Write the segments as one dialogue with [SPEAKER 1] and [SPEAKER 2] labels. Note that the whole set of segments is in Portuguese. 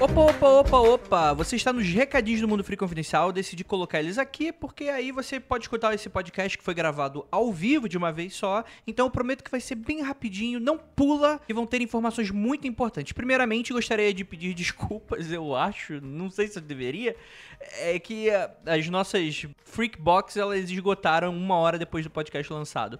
[SPEAKER 1] opa, opa! Você está nos recadinhos do Mundo Free Confidencial. Eu decidi colocar eles aqui porque aí você pode escutar esse podcast que foi gravado ao vivo de uma vez só. Então eu prometo que vai ser bem rapidinho, não pula e vão ter informações muito importantes. Primeiramente, gostaria de pedir desculpas, eu acho, não sei se eu deveria, é que eh, as nossas Freak Box elas esgotaram uma hora depois do podcast lançado.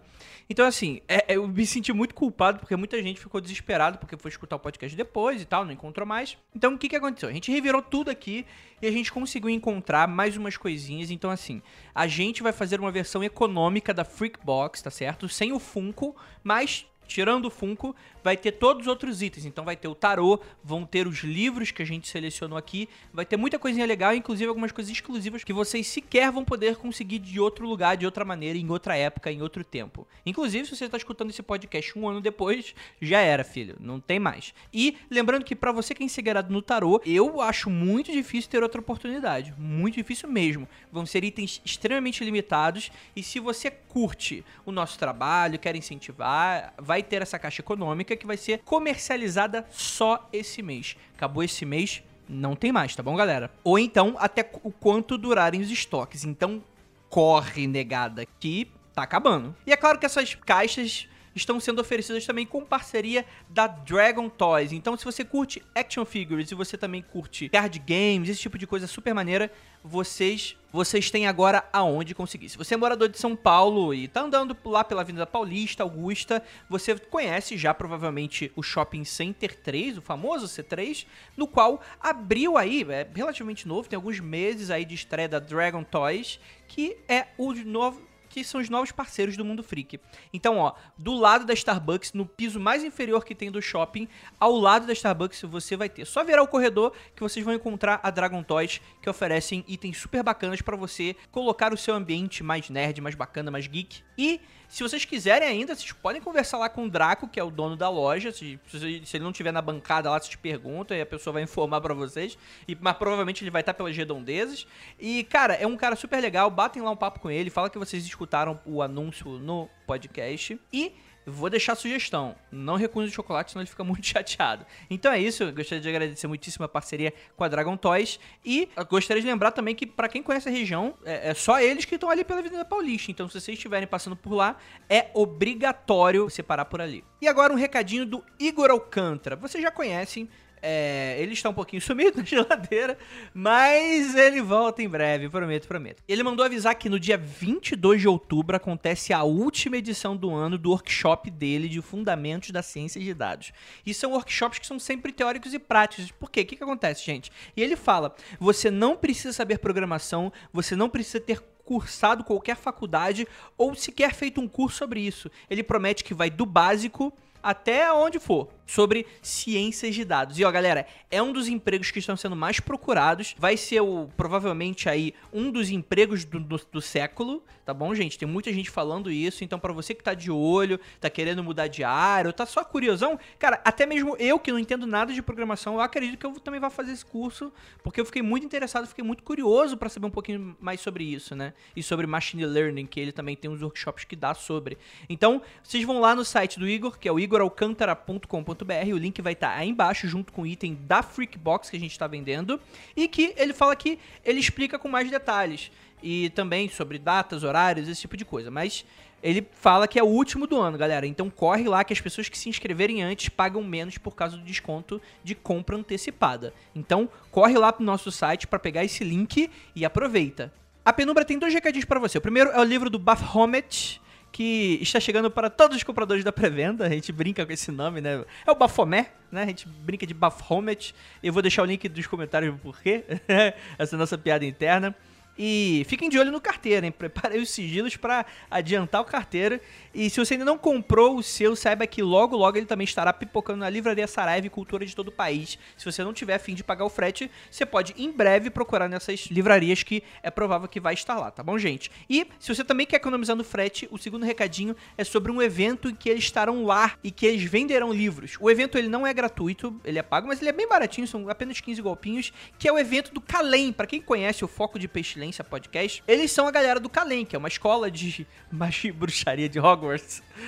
[SPEAKER 1] Então, assim, é- eu me senti muito culpado porque muita gente ficou desesperado porque foi escutar o podcast depois e tal, não encontrou mais. Então, o que, que aconteceu? A gente revirou tudo aqui e a gente conseguiu encontrar mais umas coisinhas. Então, assim, a gente vai fazer uma versão econômica da Freak Box, tá certo? Sem o Funko, mas Tirando o Funko, vai ter todos os outros itens. Então vai ter o tarô, vão ter os livros que a gente selecionou aqui, vai ter muita coisinha legal, inclusive algumas coisas exclusivas que vocês sequer vão poder conseguir de outro lugar, de outra maneira, em outra época, em outro tempo. Inclusive, se você está escutando esse podcast um ano depois, já era, filho, não tem mais. E lembrando que para você que é ensegueirado no tarô, eu acho muito difícil ter outra oportunidade, muito difícil mesmo. Vão ser itens extremamente limitados e se você curte o nosso trabalho, quer incentivar, vai ter essa caixa econômica que vai ser comercializada só esse mês. Acabou esse mês, não tem mais, tá bom, galera? Ou então até o quanto durarem os estoques. Então corre, negada, que tá acabando. E é claro que essas caixas estão sendo oferecidas também com parceria da Dragon Toys. Então, se você curte action figures e você também curte card games, esse tipo de coisa super maneira, vocês vocês têm agora aonde conseguir. Se você é morador de São Paulo e tá andando lá pela Avenida Paulista, Augusta, você conhece já provavelmente o Shopping Center 3, o famoso C3, no qual abriu aí, é relativamente novo, tem alguns meses aí de estreia da Dragon Toys, que é o novo que são os novos parceiros do Mundo Freak. Então, ó, do lado da Starbucks, no piso mais inferior que tem do shopping, ao lado da Starbucks você vai ter. Só virar o corredor que vocês vão encontrar a Dragon Toys, que oferecem itens super bacanas pra você colocar o seu ambiente mais nerd, mais bacana, mais geek. E se vocês quiserem ainda, vocês podem conversar lá com o Draco, que é o dono da loja. Se, se vocês- se ele não estiver na bancada lá, vocês perguntam e a pessoa vai informar pra vocês. E, mas provavelmente ele vai estar pelas redondezas. E, cara, é um cara super legal. Batem lá um papo com ele. Fala que vocês escutaram o anúncio no podcast. E vou deixar a sugestão. Não recusa o chocolate, senão ele fica muito chateado. Então é isso. eu Gostaria de agradecer muitíssimo a parceria com a Dragon Toys. E eu gostaria de lembrar também que, pra quem conhece a região, é, é só eles que estão ali pela Avenida Paulista. Então, se vocês estiverem passando por lá, é obrigatório você parar por ali. E agora um recadinho do Igor Alcântara. Vocês já conhecem. É, ele está um pouquinho sumido na geladeira, mas ele volta em breve, prometo, prometo. Ele mandou avisar que no dia 22 de outubro acontece a última edição do ano do workshop dele de Fundamentos da Ciência de Dados. E são workshops que são sempre teóricos e práticos. Por quê? O que, que acontece, gente? E ele fala: você não precisa saber programação, você não precisa ter cursado qualquer faculdade ou sequer feito um curso sobre isso. Ele promete que vai do básico até onde for, sobre ciências de dados. E ó, galera, é um dos empregos que estão sendo mais procurados, vai ser o provavelmente aí um dos empregos do, do- do século, tá bom, gente? Tem muita gente falando isso, então pra você que tá de olho, tá querendo mudar de área, ou tá só curiosão, cara, até mesmo eu que não entendo nada de programação, eu acredito que eu também vá fazer esse curso, porque eu fiquei muito interessado, fiquei muito curioso pra saber um pouquinho mais sobre isso, né? E sobre machine learning, que ele também tem uns workshops que dá sobre. Então, vocês vão lá no site do Igor, que é o igoralcantara.com.br, o link vai estar aí embaixo junto com o item da Freakbox que a gente está vendendo e que ele fala que ele explica com mais detalhes e também sobre datas, horários, esse tipo de coisa, mas ele fala que é o último do ano, galera. Então corre lá que as pessoas que se inscreverem antes pagam menos por causa do desconto de compra antecipada. Então corre lá pro nosso site para pegar esse link e aproveita. A Penumbra tem dois recadinhos para você. O primeiro é o livro do Baphomet, que está chegando para todos os compradores da pré-venda. A gente brinca com esse nome, né? É o Bafomé, né? A gente brinca de Baphomet. Eu vou deixar o link dos comentários do porquê. Essa é a nossa piada interna. E fiquem de olho no carteiro, hein? Preparei os sigilos para adiantar o carteiro. E se você ainda não comprou o seu, saiba que logo, logo ele também estará pipocando na Livraria Saraiva e Cultura de todo o país. Se você não tiver fim de pagar o frete, você pode em breve procurar nessas livrarias que é provável que vai estar lá, tá bom, gente? E se você também quer economizar no frete, o segundo recadinho é sobre um evento em que eles estarão lá e que eles venderão livros. O evento ele não é gratuito, ele é pago, mas ele é bem baratinho, são apenas 15 golpinhos, que é o evento do Calem. Para quem conhece o Foco de Peixe Silêncio Podcast, eles são a galera do Calem, que é uma escola de magia e bruxaria de Hogwarts.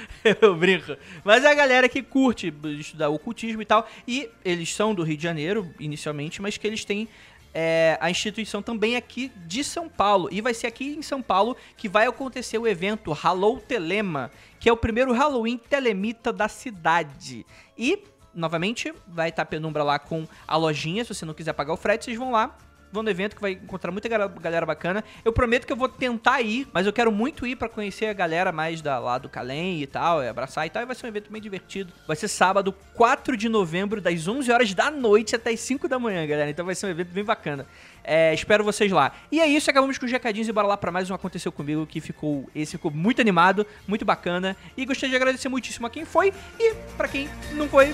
[SPEAKER 1] Eu brinco. Mas é a galera que curte estudar ocultismo e tal. E eles são do Rio de Janeiro, inicialmente, mas que eles têm é, a instituição também aqui de São Paulo. E vai ser aqui em São Paulo que vai acontecer o evento Halloween Telema, que é o primeiro Halloween telemita da cidade. E, novamente, vai estar a penumbra lá com a lojinha. Se você não quiser pagar o frete, vocês vão lá. Vão no evento que vai encontrar muita gal- galera bacana. Eu prometo que eu vou tentar ir, mas eu quero muito ir pra conhecer a galera mais da, lá do Calem e tal, e abraçar e tal. E vai ser um evento bem divertido. Vai ser sábado, 4 de novembro, das 11 horas da noite até as 5 da manhã, galera. Então vai ser um evento bem bacana. É, espero vocês lá. E é isso, acabamos com os recadinhos e bora lá pra mais um Aconteceu Comigo, que ficou esse ficou muito animado, muito bacana. E gostaria de agradecer muitíssimo a quem foi e pra quem não foi,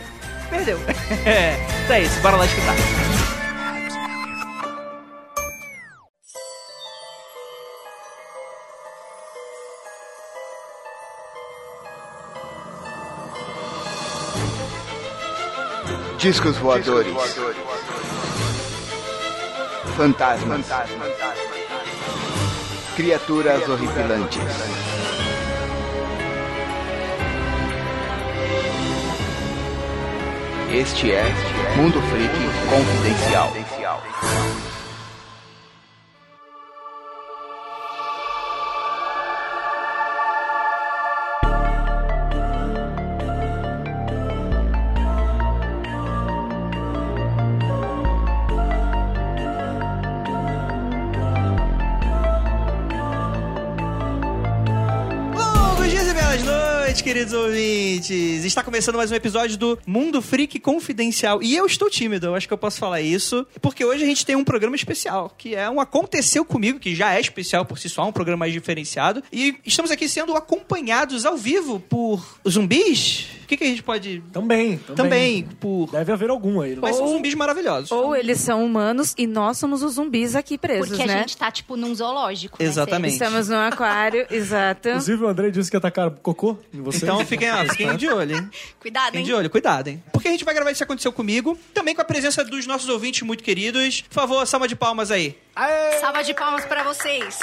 [SPEAKER 1] perdeu. é, então é isso, bora lá escutar.
[SPEAKER 2] Discos voadores. Fantasmas. Criaturas horripilantes. Este é Mundo Freak Confidencial.
[SPEAKER 1] Longos dias e belas noites, queridos ouvintes! Está começando mais um episódio do Mundo Freak Confidencial. E eu estou tímido, eu acho que eu posso falar isso, porque hoje a gente tem um programa especial, que é um Aconteceu Comigo, que já é especial por si só, um programa mais diferenciado. E estamos aqui sendo acompanhados ao vivo por zumbis. O que, que a gente pode...
[SPEAKER 3] Também,
[SPEAKER 1] Também,
[SPEAKER 3] também.
[SPEAKER 1] por... um
[SPEAKER 3] Deve haver algum aí. não
[SPEAKER 1] Mas são
[SPEAKER 3] sei.
[SPEAKER 1] zumbis maravilhosos.
[SPEAKER 4] Ou eles são humanos e nós somos os zumbis aqui presos,
[SPEAKER 5] Porque
[SPEAKER 4] né?
[SPEAKER 5] a gente tá, tipo, num zoológico. né,
[SPEAKER 1] Exatamente.
[SPEAKER 4] Estamos num aquário, exato.
[SPEAKER 3] Inclusive, o André disse que atacaram cocô em você.
[SPEAKER 1] Então fiquem, ó, fiquem de olho, hein?
[SPEAKER 5] Fê? Cuidado,
[SPEAKER 1] Fiquem
[SPEAKER 5] hein?
[SPEAKER 1] de olho, cuidado, hein? Porque a gente vai gravar Isso Aconteceu Comigo, também com a presença dos nossos ouvintes muito queridos. Por favor, salva de palmas aí.
[SPEAKER 5] Salva de palmas pra vocês.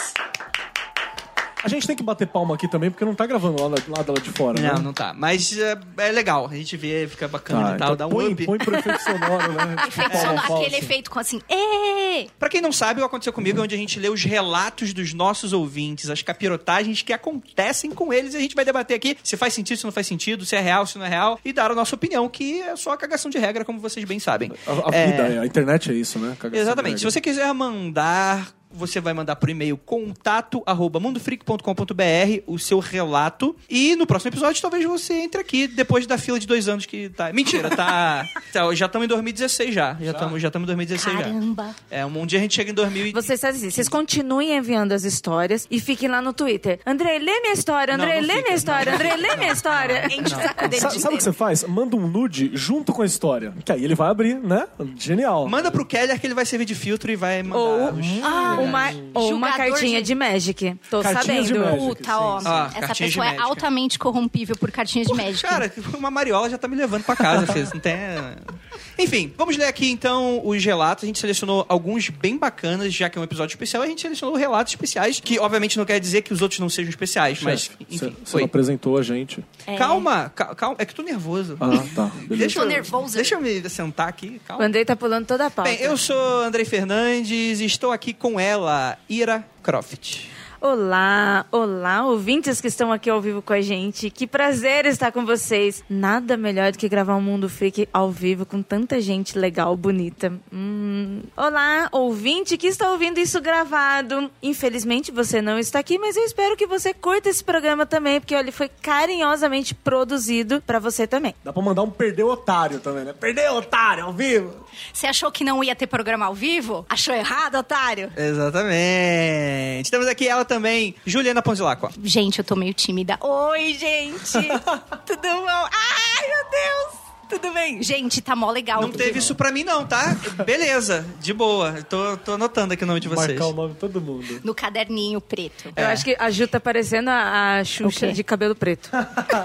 [SPEAKER 3] A gente tem que bater palma aqui também, porque não tá gravando lá, da- lá da lá de fora,
[SPEAKER 1] Não,
[SPEAKER 3] né?
[SPEAKER 1] não tá. Mas é, é legal, a gente vê, fica bacana
[SPEAKER 3] Tá,
[SPEAKER 1] e tal,
[SPEAKER 3] então
[SPEAKER 1] dá um
[SPEAKER 3] põe,
[SPEAKER 1] up. É.
[SPEAKER 3] põe pro efeito sonoro, né? Tipo,
[SPEAKER 5] Efeito
[SPEAKER 3] palma,
[SPEAKER 5] sonoro,
[SPEAKER 3] palma,
[SPEAKER 5] aquele
[SPEAKER 3] assim.
[SPEAKER 5] efeito com assim, ê!
[SPEAKER 1] Pra quem não sabe, o Aconteceu Comigo é onde a gente lê os relatos dos nossos ouvintes, as capirotagens que acontecem com eles e a gente vai debater aqui se faz sentido, se não faz sentido, se é real, se não é real e dar a nossa opinião, que é só a cagação de regra, como vocês bem sabem.
[SPEAKER 3] A, a
[SPEAKER 1] É,
[SPEAKER 3] vida, é, a internet é isso, né? Cagação de
[SPEAKER 1] Exatamente. Se
[SPEAKER 3] regra.
[SPEAKER 1] você quiser mandar, você vai mandar por e-mail contato arroba mundofreak.com.br o seu relato. E no próximo episódio, talvez você entre aqui depois da fila de dois anos que tá. Mentira, tá. tá, já estamos em 2016 já. Já estamos já estamos em 2016 já.
[SPEAKER 5] Caramba.
[SPEAKER 1] É, um dia a gente chega em 2000 e...
[SPEAKER 4] Vocês fazem assim, vocês continuem enviando as histórias e fiquem lá no Twitter. Andrei, lê minha história,
[SPEAKER 1] Não,
[SPEAKER 4] Andrei,
[SPEAKER 1] não
[SPEAKER 4] lê
[SPEAKER 1] fica,
[SPEAKER 4] minha história,
[SPEAKER 1] não.
[SPEAKER 4] Andrei, lê minha história.
[SPEAKER 5] Enche tá o saco dele
[SPEAKER 3] Sa-
[SPEAKER 5] de
[SPEAKER 3] Sabe o que
[SPEAKER 5] inteiro.
[SPEAKER 3] você faz? Manda um nude junto com a história. Que aí ele vai abrir, né? Genial.
[SPEAKER 1] Manda pro Keller que ele vai servir de filtro e vai mandar.
[SPEAKER 4] Ou,
[SPEAKER 1] os-
[SPEAKER 4] uma, ou uma
[SPEAKER 5] Julgador
[SPEAKER 4] cartinha
[SPEAKER 5] de-
[SPEAKER 4] de Magic. Tô
[SPEAKER 3] Cartinhas Ah, de
[SPEAKER 4] sabendo.
[SPEAKER 3] Magic.
[SPEAKER 5] Puta, ó.
[SPEAKER 1] Ah,
[SPEAKER 5] essa
[SPEAKER 1] cartinha
[SPEAKER 5] pessoa
[SPEAKER 1] de
[SPEAKER 5] é
[SPEAKER 1] médica.
[SPEAKER 5] altamente corrompível por cartinhas de médico.
[SPEAKER 1] Cara, uma mariola já tá me levando pra casa, Fez. Não tem. é. Enfim, vamos ler aqui então os relatos. A gente selecionou alguns bem bacanas, já que é um episódio especial. A gente selecionou relatos especiais, que obviamente não quer dizer que os outros não sejam especiais, mas
[SPEAKER 3] Chefe,
[SPEAKER 1] enfim.
[SPEAKER 3] você
[SPEAKER 1] foi.
[SPEAKER 3] não apresentou a gente.
[SPEAKER 1] Calma, ca- calma. É que eu tô nervoso.
[SPEAKER 3] Ah, tá. Beleza.
[SPEAKER 1] Deixa eu,
[SPEAKER 5] É. Tô nervoso.
[SPEAKER 1] deixa eu me sentar aqui,
[SPEAKER 4] O
[SPEAKER 1] calma.
[SPEAKER 4] Andrei tá pulando toda a pauta.
[SPEAKER 1] Bem, eu sou Andrei Fernandes e estou aqui com ela, Ira Croft.
[SPEAKER 4] Olá, olá, ouvintes que estão aqui ao vivo com a gente. Que prazer estar com vocês. Nada melhor do que gravar um Mundo Freak ao vivo com tanta gente legal, bonita. Hum. Olá, ouvinte que está ouvindo isso gravado. Infelizmente você não está aqui, mas eu espero que você curta esse programa também, porque olha, ele foi carinhosamente produzido pra você também.
[SPEAKER 3] Dá pra mandar um perdeu otário também, né? Perdeu otário ao vivo.
[SPEAKER 5] Você achou que não ia ter programa ao vivo? Achou errado, otário?
[SPEAKER 1] Exatamente. Temos aqui ela também, Juliana Ponzilacqua.
[SPEAKER 5] Gente, eu tô meio tímida. Oi, gente! Tudo bom? Ai, meu Deus!
[SPEAKER 4] Tudo bem.
[SPEAKER 5] Gente, tá mó legal.
[SPEAKER 1] Não teve isso pra mim, não, tá? Beleza, de boa. Tô, tô anotando aqui o nome de vocês.
[SPEAKER 3] Marcar o nome de todo mundo.
[SPEAKER 5] No caderninho preto.
[SPEAKER 4] Eu acho que a Ju tá parecendo a, a Xuxa
[SPEAKER 5] O quê?
[SPEAKER 4] de cabelo preto.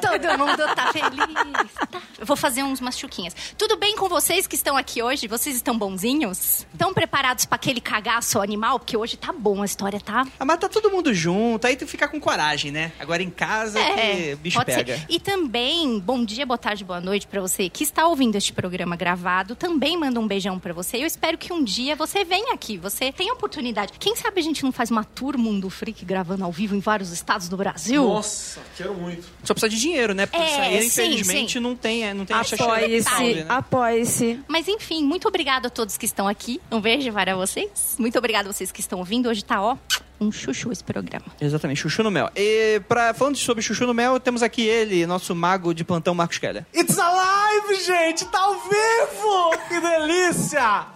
[SPEAKER 5] Todo mundo tá feliz. Tá. Eu vou fazer uns, umas chuquinhas. Tudo bem com vocês que estão aqui hoje? Vocês estão bonzinhos? Estão preparados pra aquele cagaço animal? Porque hoje tá bom, a história tá.
[SPEAKER 1] Ah, mas tá todo mundo junto, aí tem que ficar com coragem, né? Agora em casa,
[SPEAKER 5] É,
[SPEAKER 1] que é, bicho pega.
[SPEAKER 5] E também, bom dia, boa tarde, boa noite pra você que está ouvindo este programa gravado. Também manda um beijão pra você. Eu espero que um dia você venha aqui, você tenha oportunidade. Quem sabe a gente não faz uma tour Mundo Freak gravando ao vivo em vários estados do Brasil?
[SPEAKER 3] Nossa, quero muito.
[SPEAKER 1] Só precisa de dinheiro, né? Porque
[SPEAKER 5] É,
[SPEAKER 1] isso aí,
[SPEAKER 5] sim,
[SPEAKER 1] infelizmente,
[SPEAKER 5] sim. Ah,
[SPEAKER 1] não tem, é, não tem essa chance
[SPEAKER 4] Apoie-se,
[SPEAKER 1] né?
[SPEAKER 4] apoie-se.
[SPEAKER 5] Mas enfim, muito obrigada a todos que estão aqui. Um beijo para vocês. Muito obrigada a vocês que estão ouvindo. Hoje tá, ó, um chuchu esse programa.
[SPEAKER 1] Exatamente, Chuchu no Mel. E pra, falando sobre Chuchu no Mel, temos aqui ele, nosso mago de plantão, Marcos Keller.
[SPEAKER 3] It's alive, gente! Tá ao vivo! Que delícia!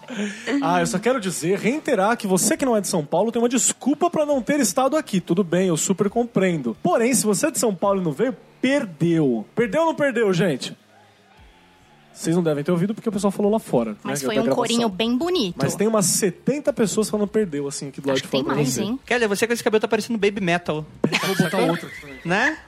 [SPEAKER 3] Ah, eu só quero dizer, reiterar que você que não é de São Paulo tem uma desculpa pra não ter estado aqui. Tudo bem, eu super compreendo. Porém, se você é de São Paulo e não veio, perdeu. Perdeu ou não perdeu, gente? Vocês não devem ter ouvido porque o pessoal falou lá fora.
[SPEAKER 5] Mas
[SPEAKER 3] né,
[SPEAKER 5] foi
[SPEAKER 3] da
[SPEAKER 5] um
[SPEAKER 3] gravação.
[SPEAKER 5] corinho bem bonito.
[SPEAKER 3] Mas tem umas 70 pessoas falando perdeu, assim, aqui do lado
[SPEAKER 5] Acho
[SPEAKER 3] de
[SPEAKER 5] que
[SPEAKER 3] fora.
[SPEAKER 5] tem
[SPEAKER 3] pra
[SPEAKER 5] mais,
[SPEAKER 3] você.
[SPEAKER 5] hein?
[SPEAKER 1] Keller, você com esse cabelo tá parecendo baby metal,
[SPEAKER 3] Vou botar outro aqui também.
[SPEAKER 1] né?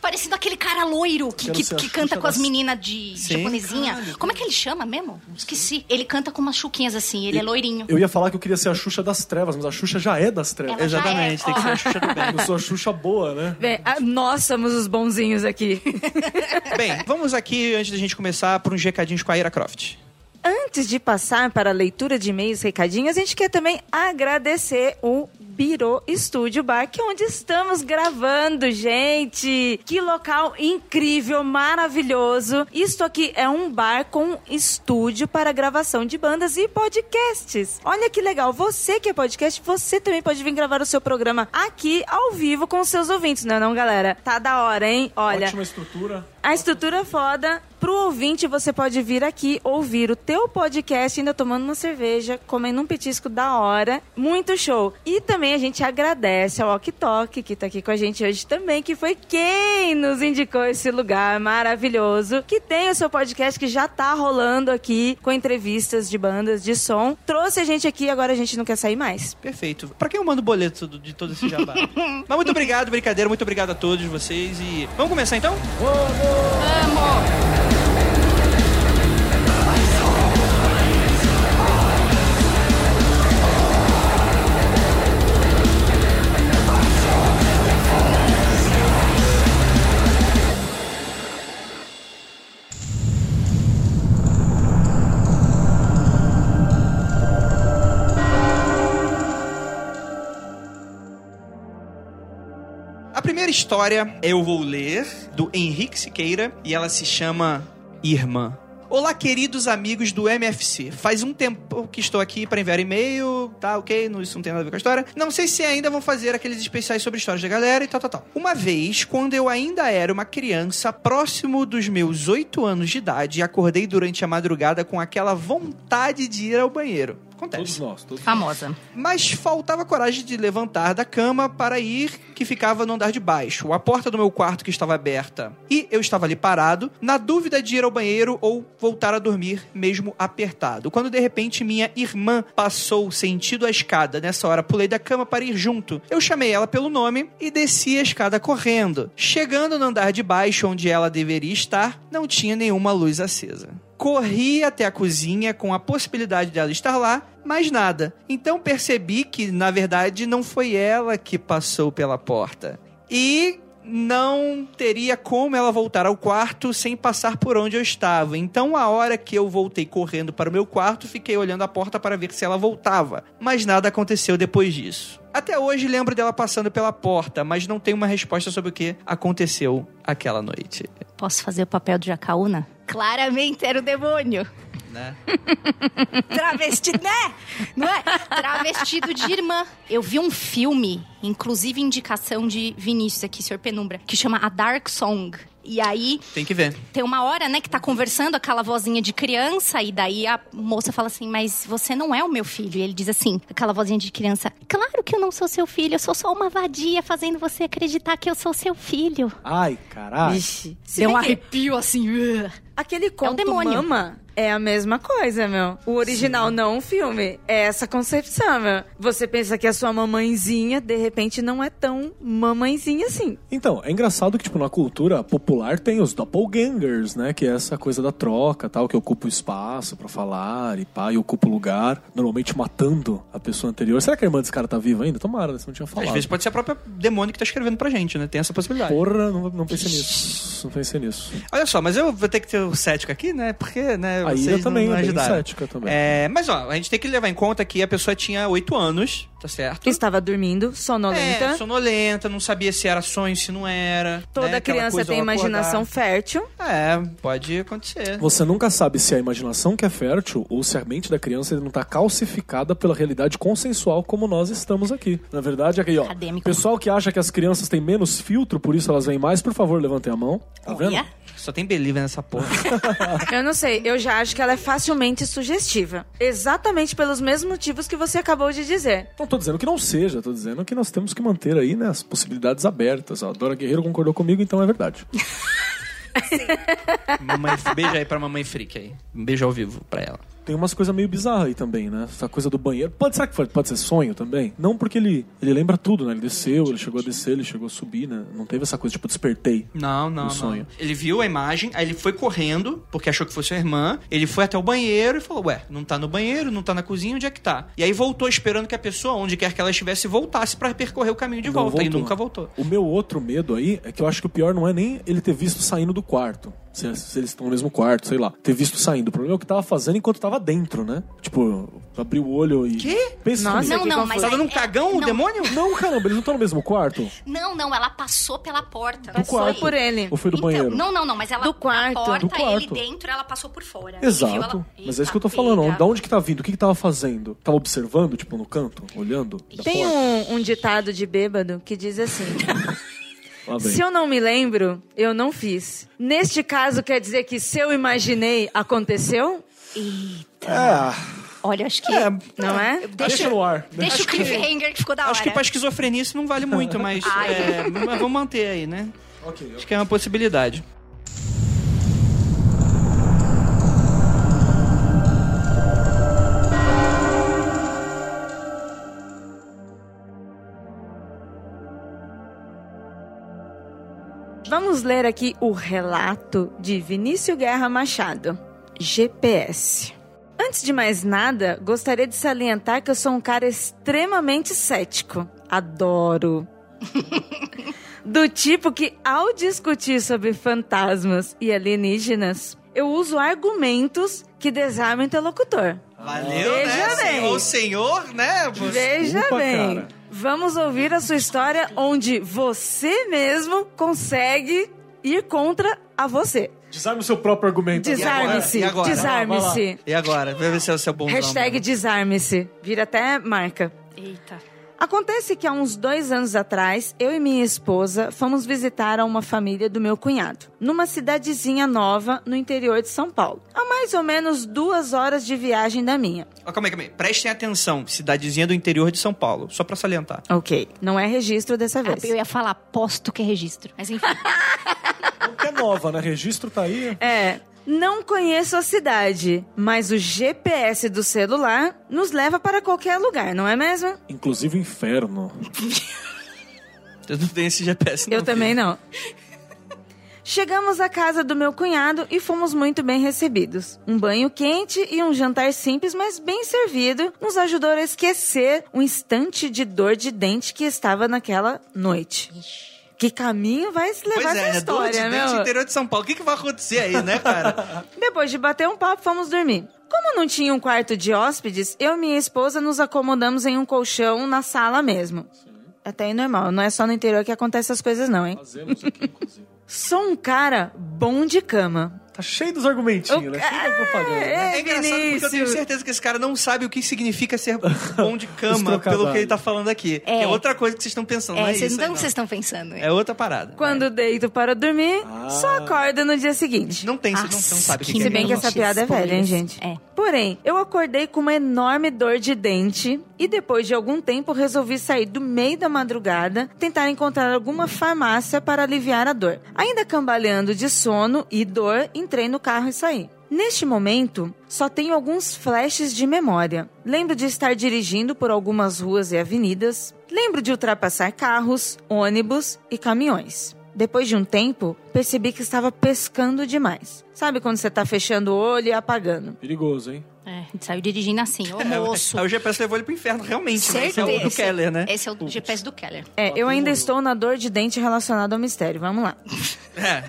[SPEAKER 5] Parecendo aquele cara loiro que,
[SPEAKER 3] Quero
[SPEAKER 5] que,
[SPEAKER 3] ser a
[SPEAKER 5] que
[SPEAKER 3] Xuxa
[SPEAKER 5] canta com as
[SPEAKER 3] das-
[SPEAKER 5] meninas de
[SPEAKER 1] Sim.
[SPEAKER 5] japonesinha. Como é que ele chama mesmo? Esqueci. Ele canta com umas chuquinhas assim, ele é loirinho.
[SPEAKER 3] Eu ia falar que eu queria ser a Xuxa das trevas, mas a Xuxa já é das trevas.
[SPEAKER 5] Ela já
[SPEAKER 1] Exatamente,
[SPEAKER 5] é,
[SPEAKER 1] tem que
[SPEAKER 5] ó.
[SPEAKER 1] ser a Xuxa do bem.
[SPEAKER 3] Eu sou a Xuxa boa, né?
[SPEAKER 4] Bem, ah, nós somos os bonzinhos aqui.
[SPEAKER 1] Bem, vamos aqui, antes da gente começar, um por uns recadinhos com a Ira Croft.
[SPEAKER 4] Antes de passar para a leitura de e-mails, recadinhos, a gente quer também agradecer o Biro Estúdio Bar, que é onde estamos gravando, gente. Que local incrível, maravilhoso. Isto aqui é um bar com estúdio para gravação de bandas e podcasts. Olha que legal, você que é podcast, você também pode vir gravar o seu programa aqui ao vivo com os seus ouvintes, não é não, galera? Tá da hora, hein? Olha,
[SPEAKER 3] Ótima estrutura.
[SPEAKER 4] a estrutura é foda. Pro ouvinte, você pode vir aqui ouvir o teu podcast ainda tomando uma cerveja, comendo um petisco da hora. Muito show. E também a gente agradece ao Ok Tok, que tá aqui com a gente hoje também, que foi quem nos indicou esse lugar maravilhoso, que tem o seu podcast que já tá rolando aqui, com entrevistas de bandas de som. Trouxe a gente aqui, agora a gente não quer sair mais.
[SPEAKER 1] Perfeito. Pra quem eu mando o boleto do- de todo esse jabá? Mas muito obrigado, brincadeira, muito obrigado a todos vocês e... Vamos começar então? A primeira história eu vou ler do Henrique Siqueira e ela se chama Irmã. Olá, queridos amigos do MFC. Faz um tempo que estou aqui para enviar e-mail, tá ok? não- Isso não tem nada a ver com a história. Não sei se ainda vão fazer aqueles especiais sobre histórias da galera e tal, tal, tal. Uma vez, quando eu ainda era uma criança, próximo dos meus oito anos de idade, acordei durante a madrugada com aquela vontade de ir ao banheiro. Acontece.
[SPEAKER 3] Todos nós, todos
[SPEAKER 5] Famosa.
[SPEAKER 1] Mas faltava coragem de levantar da cama para ir, que ficava no andar de baixo. A porta do meu quarto que estava aberta. E eu estava ali parado, na dúvida de ir ao banheiro ou voltar a dormir, mesmo apertado. Quando de repente minha irmã passou sentido à escada. Nessa hora pulei da cama para ir junto. Eu chamei ela pelo nome e desci a escada correndo. Chegando no andar de baixo, onde ela deveria estar, não tinha nenhuma luz acesa. Corri até a cozinha com a possibilidade dela estar lá, mas nada. Então percebi que, na verdade, não foi ela que passou pela porta. E não teria como ela voltar ao quarto sem passar por onde eu estava. Então, a hora que eu voltei correndo para o meu quarto, fiquei olhando a porta para ver se ela voltava. Mas nada aconteceu depois disso. Até hoje lembro dela passando pela porta, mas não tenho uma resposta sobre o que aconteceu aquela noite.
[SPEAKER 5] Posso fazer o papel de Jacaúna? Claramente era o demônio.
[SPEAKER 1] Né?
[SPEAKER 5] Travestido, né? Não é? Travestido de irmã. Eu vi um filme, inclusive indicação de Vinícius aqui, Sr. Penumbra, que chama A Dark Song. E aí
[SPEAKER 1] Tem que ver.
[SPEAKER 5] tem uma hora, né, que tá conversando aquela vozinha de criança, e daí a moça fala assim, mas você não é o meu filho. E ele diz assim, aquela vozinha de criança, claro que eu não sou seu filho, eu sou só uma vadia fazendo você acreditar que eu sou seu filho.
[SPEAKER 3] Ai, caralho.
[SPEAKER 4] Vixe. Se
[SPEAKER 5] Deu um
[SPEAKER 4] bem que
[SPEAKER 5] arrepio assim. "Ugh".
[SPEAKER 4] Aquele conto
[SPEAKER 5] demônio.
[SPEAKER 4] Mama é a mesma coisa, meu. O original não é um filme. É essa concepção, meu. Você pensa que a sua mamãezinha, de repente, não é tão mamãezinha assim.
[SPEAKER 3] Então, é engraçado que, tipo, na cultura popular tem os doppelgangers, né? Que é essa coisa da troca, tal, que ocupa o espaço pra falar e pá, e ocupa o lugar, normalmente matando a pessoa anterior. Será que a irmã desse cara tá viva ainda? Tomara, né? Você não tinha falado.
[SPEAKER 1] Às vezes pode ser a própria demônio que tá escrevendo pra gente, né? Tem essa possibilidade.
[SPEAKER 3] Porra, não, não pensei nisso. Não pensei nisso.
[SPEAKER 1] Olha só, mas eu vou ter que ter o cético aqui, né? Porque, né,
[SPEAKER 3] A
[SPEAKER 1] vocês
[SPEAKER 3] Ida
[SPEAKER 1] não-
[SPEAKER 3] também
[SPEAKER 1] não
[SPEAKER 3] é bem
[SPEAKER 1] ajudaram.
[SPEAKER 3] cética também.
[SPEAKER 1] É, mas ó, a gente tem que levar em conta que a pessoa tinha 8 anos, tá certo?
[SPEAKER 4] Estava dormindo, sonolenta.
[SPEAKER 1] É, sonolenta, não sabia se era sonho, se não era.
[SPEAKER 4] Toda
[SPEAKER 1] né? Aquela
[SPEAKER 4] criança
[SPEAKER 1] coisa
[SPEAKER 4] tem
[SPEAKER 1] ao acordar.
[SPEAKER 4] imaginação fértil.
[SPEAKER 1] É, pode acontecer.
[SPEAKER 3] Você nunca sabe se é a imaginação que é fértil ou se a mente da criança não tá calcificada pela realidade consensual como nós estamos aqui. Na verdade, aqui, ó.
[SPEAKER 5] Acadêmico.
[SPEAKER 3] Pessoal que acha que as crianças têm menos filtro, por isso elas vêm mais, por favor, levantem a mão. Tá vendo?
[SPEAKER 5] Olha.
[SPEAKER 1] Só tem believer nessa porra.
[SPEAKER 4] Eu não sei, eu já acho que ela é facilmente sugestiva. Exatamente pelos mesmos motivos que você acabou de dizer.
[SPEAKER 3] Não tô dizendo que não seja, tô dizendo que nós temos que manter aí, né, as possibilidades abertas. ó. A Dora Guerreiro concordou comigo, então é verdade.
[SPEAKER 1] mamãe, beijo aí pra mamãe freak aí. Um beijo ao vivo pra ela.
[SPEAKER 3] Tem umas coisas meio bizarras aí também, né? Essa coisa do banheiro. Pode, será que foi- pode ser sonho também? Não, porque ele, ele lembra tudo, né? Ele desceu, ele chegou a descer, ele chegou a subir, né? Não teve essa coisa, tipo, despertei.
[SPEAKER 1] Não, não,
[SPEAKER 3] Um
[SPEAKER 1] não.
[SPEAKER 3] sonho.
[SPEAKER 1] Ele viu a imagem, aí ele foi correndo, porque achou que fosse a irmã. Ele foi até o banheiro e falou: Ué, não tá no banheiro, não tá na cozinha, onde é que tá? E aí voltou esperando que a pessoa, onde quer que ela estivesse, voltasse pra percorrer o caminho de
[SPEAKER 3] Não
[SPEAKER 1] volta. E
[SPEAKER 3] voltou.
[SPEAKER 1] nunca voltou.
[SPEAKER 3] O meu outro medo aí é que eu acho que o pior não é nem ele ter visto saindo do quarto. Se, é, se eles estão no mesmo quarto, sei lá. Ter visto saindo. O problema é o que tava fazendo enquanto tava dentro, né? Tipo, abriu o olho e.
[SPEAKER 1] Quê?
[SPEAKER 3] Pensa
[SPEAKER 4] Nossa,
[SPEAKER 3] comigo.
[SPEAKER 5] Não,
[SPEAKER 4] que
[SPEAKER 5] não,
[SPEAKER 4] confuso.
[SPEAKER 5] mas...
[SPEAKER 1] Tá dando
[SPEAKER 5] aí-
[SPEAKER 1] um cagão o
[SPEAKER 5] É, não,
[SPEAKER 1] demônio?
[SPEAKER 3] Não, caramba, eles não estão no mesmo quarto?
[SPEAKER 5] Não, não, ela passou pela porta.
[SPEAKER 3] Do quarto.
[SPEAKER 4] por ele.
[SPEAKER 3] Ou foi do
[SPEAKER 5] Então,
[SPEAKER 3] banheiro?
[SPEAKER 5] Não, não, não, mas ela
[SPEAKER 4] Do quarto.
[SPEAKER 5] na porta,
[SPEAKER 3] Do quarto.
[SPEAKER 5] ele dentro, ela passou por fora. Ele viu,
[SPEAKER 3] Exato.
[SPEAKER 5] ela-
[SPEAKER 3] Mas é isso que eu tô
[SPEAKER 5] Eita,
[SPEAKER 3] falando.
[SPEAKER 5] pega.
[SPEAKER 3] Da onde que tá vindo? O que que tava fazendo? Tava observando, tipo, no canto? Olhando? Da
[SPEAKER 4] Tem
[SPEAKER 3] porta?
[SPEAKER 4] um, um ditado de bêbado que diz assim:
[SPEAKER 3] Lá vem.
[SPEAKER 4] Se eu não me lembro, eu não fiz. Neste caso, quer dizer que se eu imaginei, aconteceu?
[SPEAKER 5] Olha, acho que.
[SPEAKER 4] Não é?
[SPEAKER 3] Deixa no ar.
[SPEAKER 5] Deixa o cliffhanger que ficou da hora.
[SPEAKER 1] Acho que pra esquizofrenia isso não vale muito, mas,
[SPEAKER 5] é. Ai.
[SPEAKER 1] é, mas vamos manter aí, né?
[SPEAKER 3] Ok,
[SPEAKER 1] Acho que é uma possibilidade.
[SPEAKER 4] Vamos ler aqui o relato de Vinícius Guerra Machado, GPS. Antes de mais nada, gostaria de salientar que eu sou um cara extremamente cético. Adoro. Do tipo que, ao discutir sobre fantasmas e alienígenas, eu uso argumentos que desarmam o interlocutor.
[SPEAKER 1] Valeu,
[SPEAKER 4] Veja
[SPEAKER 1] né?
[SPEAKER 4] bem.
[SPEAKER 1] Senhor, senhor, né?
[SPEAKER 4] Veja
[SPEAKER 3] Desculpa,
[SPEAKER 4] bem.
[SPEAKER 3] cara.
[SPEAKER 4] Vamos ouvir a sua história onde você mesmo consegue ir contra a você.
[SPEAKER 3] Desarme o seu próprio argumento.
[SPEAKER 4] Desarme-se.
[SPEAKER 1] E agora?
[SPEAKER 4] Desarme-se.
[SPEAKER 1] E agora? Vai ver se é o seu bonzão.
[SPEAKER 4] Hashtag desarme-se. Vira até marca.
[SPEAKER 5] Eita.
[SPEAKER 4] Acontece que há uns dois anos atrás, eu e minha esposa fomos visitar a uma família do meu cunhado, numa cidadezinha nova no interior de São Paulo, a mais ou menos duas horas de viagem da minha.
[SPEAKER 1] Ó, calma aí, calma aí. Prestem atenção. Cidadezinha do interior de São Paulo. Só pra salientar.
[SPEAKER 4] Ok, não é registro dessa
[SPEAKER 5] Ah,
[SPEAKER 4] vez.
[SPEAKER 5] eu ia falar, aposto que é registro. Mas enfim.
[SPEAKER 3] É nova, né? Registro tá aí.
[SPEAKER 4] É. Não conheço a cidade, mas o GPS do celular nos leva para qualquer lugar, não é mesmo?
[SPEAKER 3] Inclusive o inferno.
[SPEAKER 1] Eu não tenho esse GPS, não.
[SPEAKER 4] Eu também não. Chegamos à casa do meu cunhado e fomos muito bem recebidos. Um banho quente e um jantar simples, mas bem servido, nos ajudou a esquecer o instante de dor de dente que estava naquela noite. Que caminho vai se levar
[SPEAKER 1] Pois
[SPEAKER 4] essa
[SPEAKER 1] é, né? Dor de
[SPEAKER 4] história,
[SPEAKER 1] dente
[SPEAKER 4] meu?
[SPEAKER 1] interior de São Paulo. O que, que vai acontecer aí, né, cara?
[SPEAKER 4] Depois de bater um papo, fomos dormir. Como não tinha um quarto de hóspedes, eu e minha esposa nos acomodamos em um colchão na sala mesmo. Até aí normal, não é só no interior que acontecem essas coisas não, hein?
[SPEAKER 3] Fazemos aqui, inclusive.
[SPEAKER 4] Sou um cara bom de cama.
[SPEAKER 3] Tá cheio dos argumentinhos, né? Cheio da propaganda. né?
[SPEAKER 4] É,
[SPEAKER 1] É engraçado porque eu tenho
[SPEAKER 4] Vinícius.
[SPEAKER 1] certeza que esse cara não sabe o que significa ser bom de cama,
[SPEAKER 3] trocadilhos.
[SPEAKER 1] pelo que ele tá falando aqui. Que É. outra coisa que vocês estão pensando, não é
[SPEAKER 5] É, vocês
[SPEAKER 1] isso
[SPEAKER 5] não
[SPEAKER 1] aí,
[SPEAKER 5] que vocês estão pensando.
[SPEAKER 1] não. É outra parada.
[SPEAKER 4] Quando deito para dormir,
[SPEAKER 3] Ah.
[SPEAKER 4] só acordo no dia seguinte.
[SPEAKER 1] Não tem, você não, você não sabe o que,
[SPEAKER 4] Se
[SPEAKER 1] é.
[SPEAKER 4] bem que essa
[SPEAKER 5] notícia,
[SPEAKER 4] piada é velha, hein,
[SPEAKER 5] spoilers.
[SPEAKER 4] gente?
[SPEAKER 5] É.
[SPEAKER 4] Porém, eu acordei com uma enorme dor de dente e depois de algum tempo resolvi sair do meio da madrugada, tentar encontrar alguma farmácia para aliviar a dor. Ainda cambaleando de sono e dor, entrei no carro e saí. Neste momento, só tenho alguns flashes de memória. Lembro de estar dirigindo por algumas ruas e avenidas, lembro de ultrapassar carros, ônibus e caminhões. Depois de um tempo, percebi que estava pescando demais. Sabe quando você tá fechando o olho e apagando?
[SPEAKER 3] Perigoso, hein?
[SPEAKER 5] É, a gente saiu dirigindo assim, ô
[SPEAKER 1] É,
[SPEAKER 5] moço.
[SPEAKER 1] Aí o GPS levou ele pro inferno, realmente. né? Esse é o do
[SPEAKER 5] Certeza.
[SPEAKER 1] Keller, né?
[SPEAKER 5] Esse é o GPS do Keller.
[SPEAKER 4] É, eu ainda estou na dor de dente relacionada ao mistério. Vamos lá.
[SPEAKER 1] É.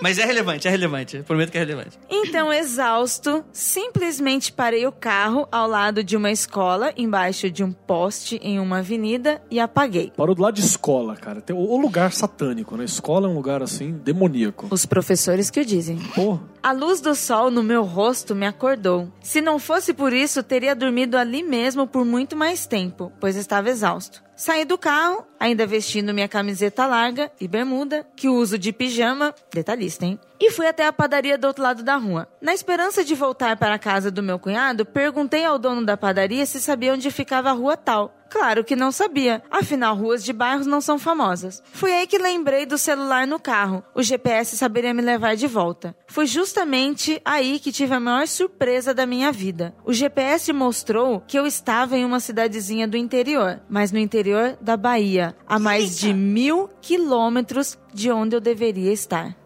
[SPEAKER 1] Mas é relevante, é relevante. Prometo que é relevante.
[SPEAKER 4] Então, exausto, simplesmente parei o carro ao lado de uma escola, embaixo de um poste em uma avenida e apaguei.
[SPEAKER 3] Parou do lado de escola, cara. Tem o- o lugar satânico, né? Escola é um lugar assim, demoníaco.
[SPEAKER 4] Os professores que o dizem.
[SPEAKER 3] Pô,
[SPEAKER 4] A luz do sol no meu rosto me acordou. Se não fosse por isso, teria dormido ali mesmo por muito mais tempo, pois estava exausto. Saí do carro, ainda vestindo minha camiseta larga e bermuda, que uso de pijama, detalhista, hein? E fui até a padaria do outro lado da rua. Na esperança de voltar para a casa do meu cunhado, perguntei ao dono da padaria se sabia onde ficava a rua tal. Claro que não sabia, afinal ruas de bairros não são famosas. Foi aí que lembrei do celular no carro. O GPS saberia me levar de volta. Foi justamente aí que tive a maior surpresa da minha vida. O GPS mostrou que eu estava em uma cidadezinha do interior, mas no interior da Bahia, a mais de mil quilômetros de onde eu deveria estar.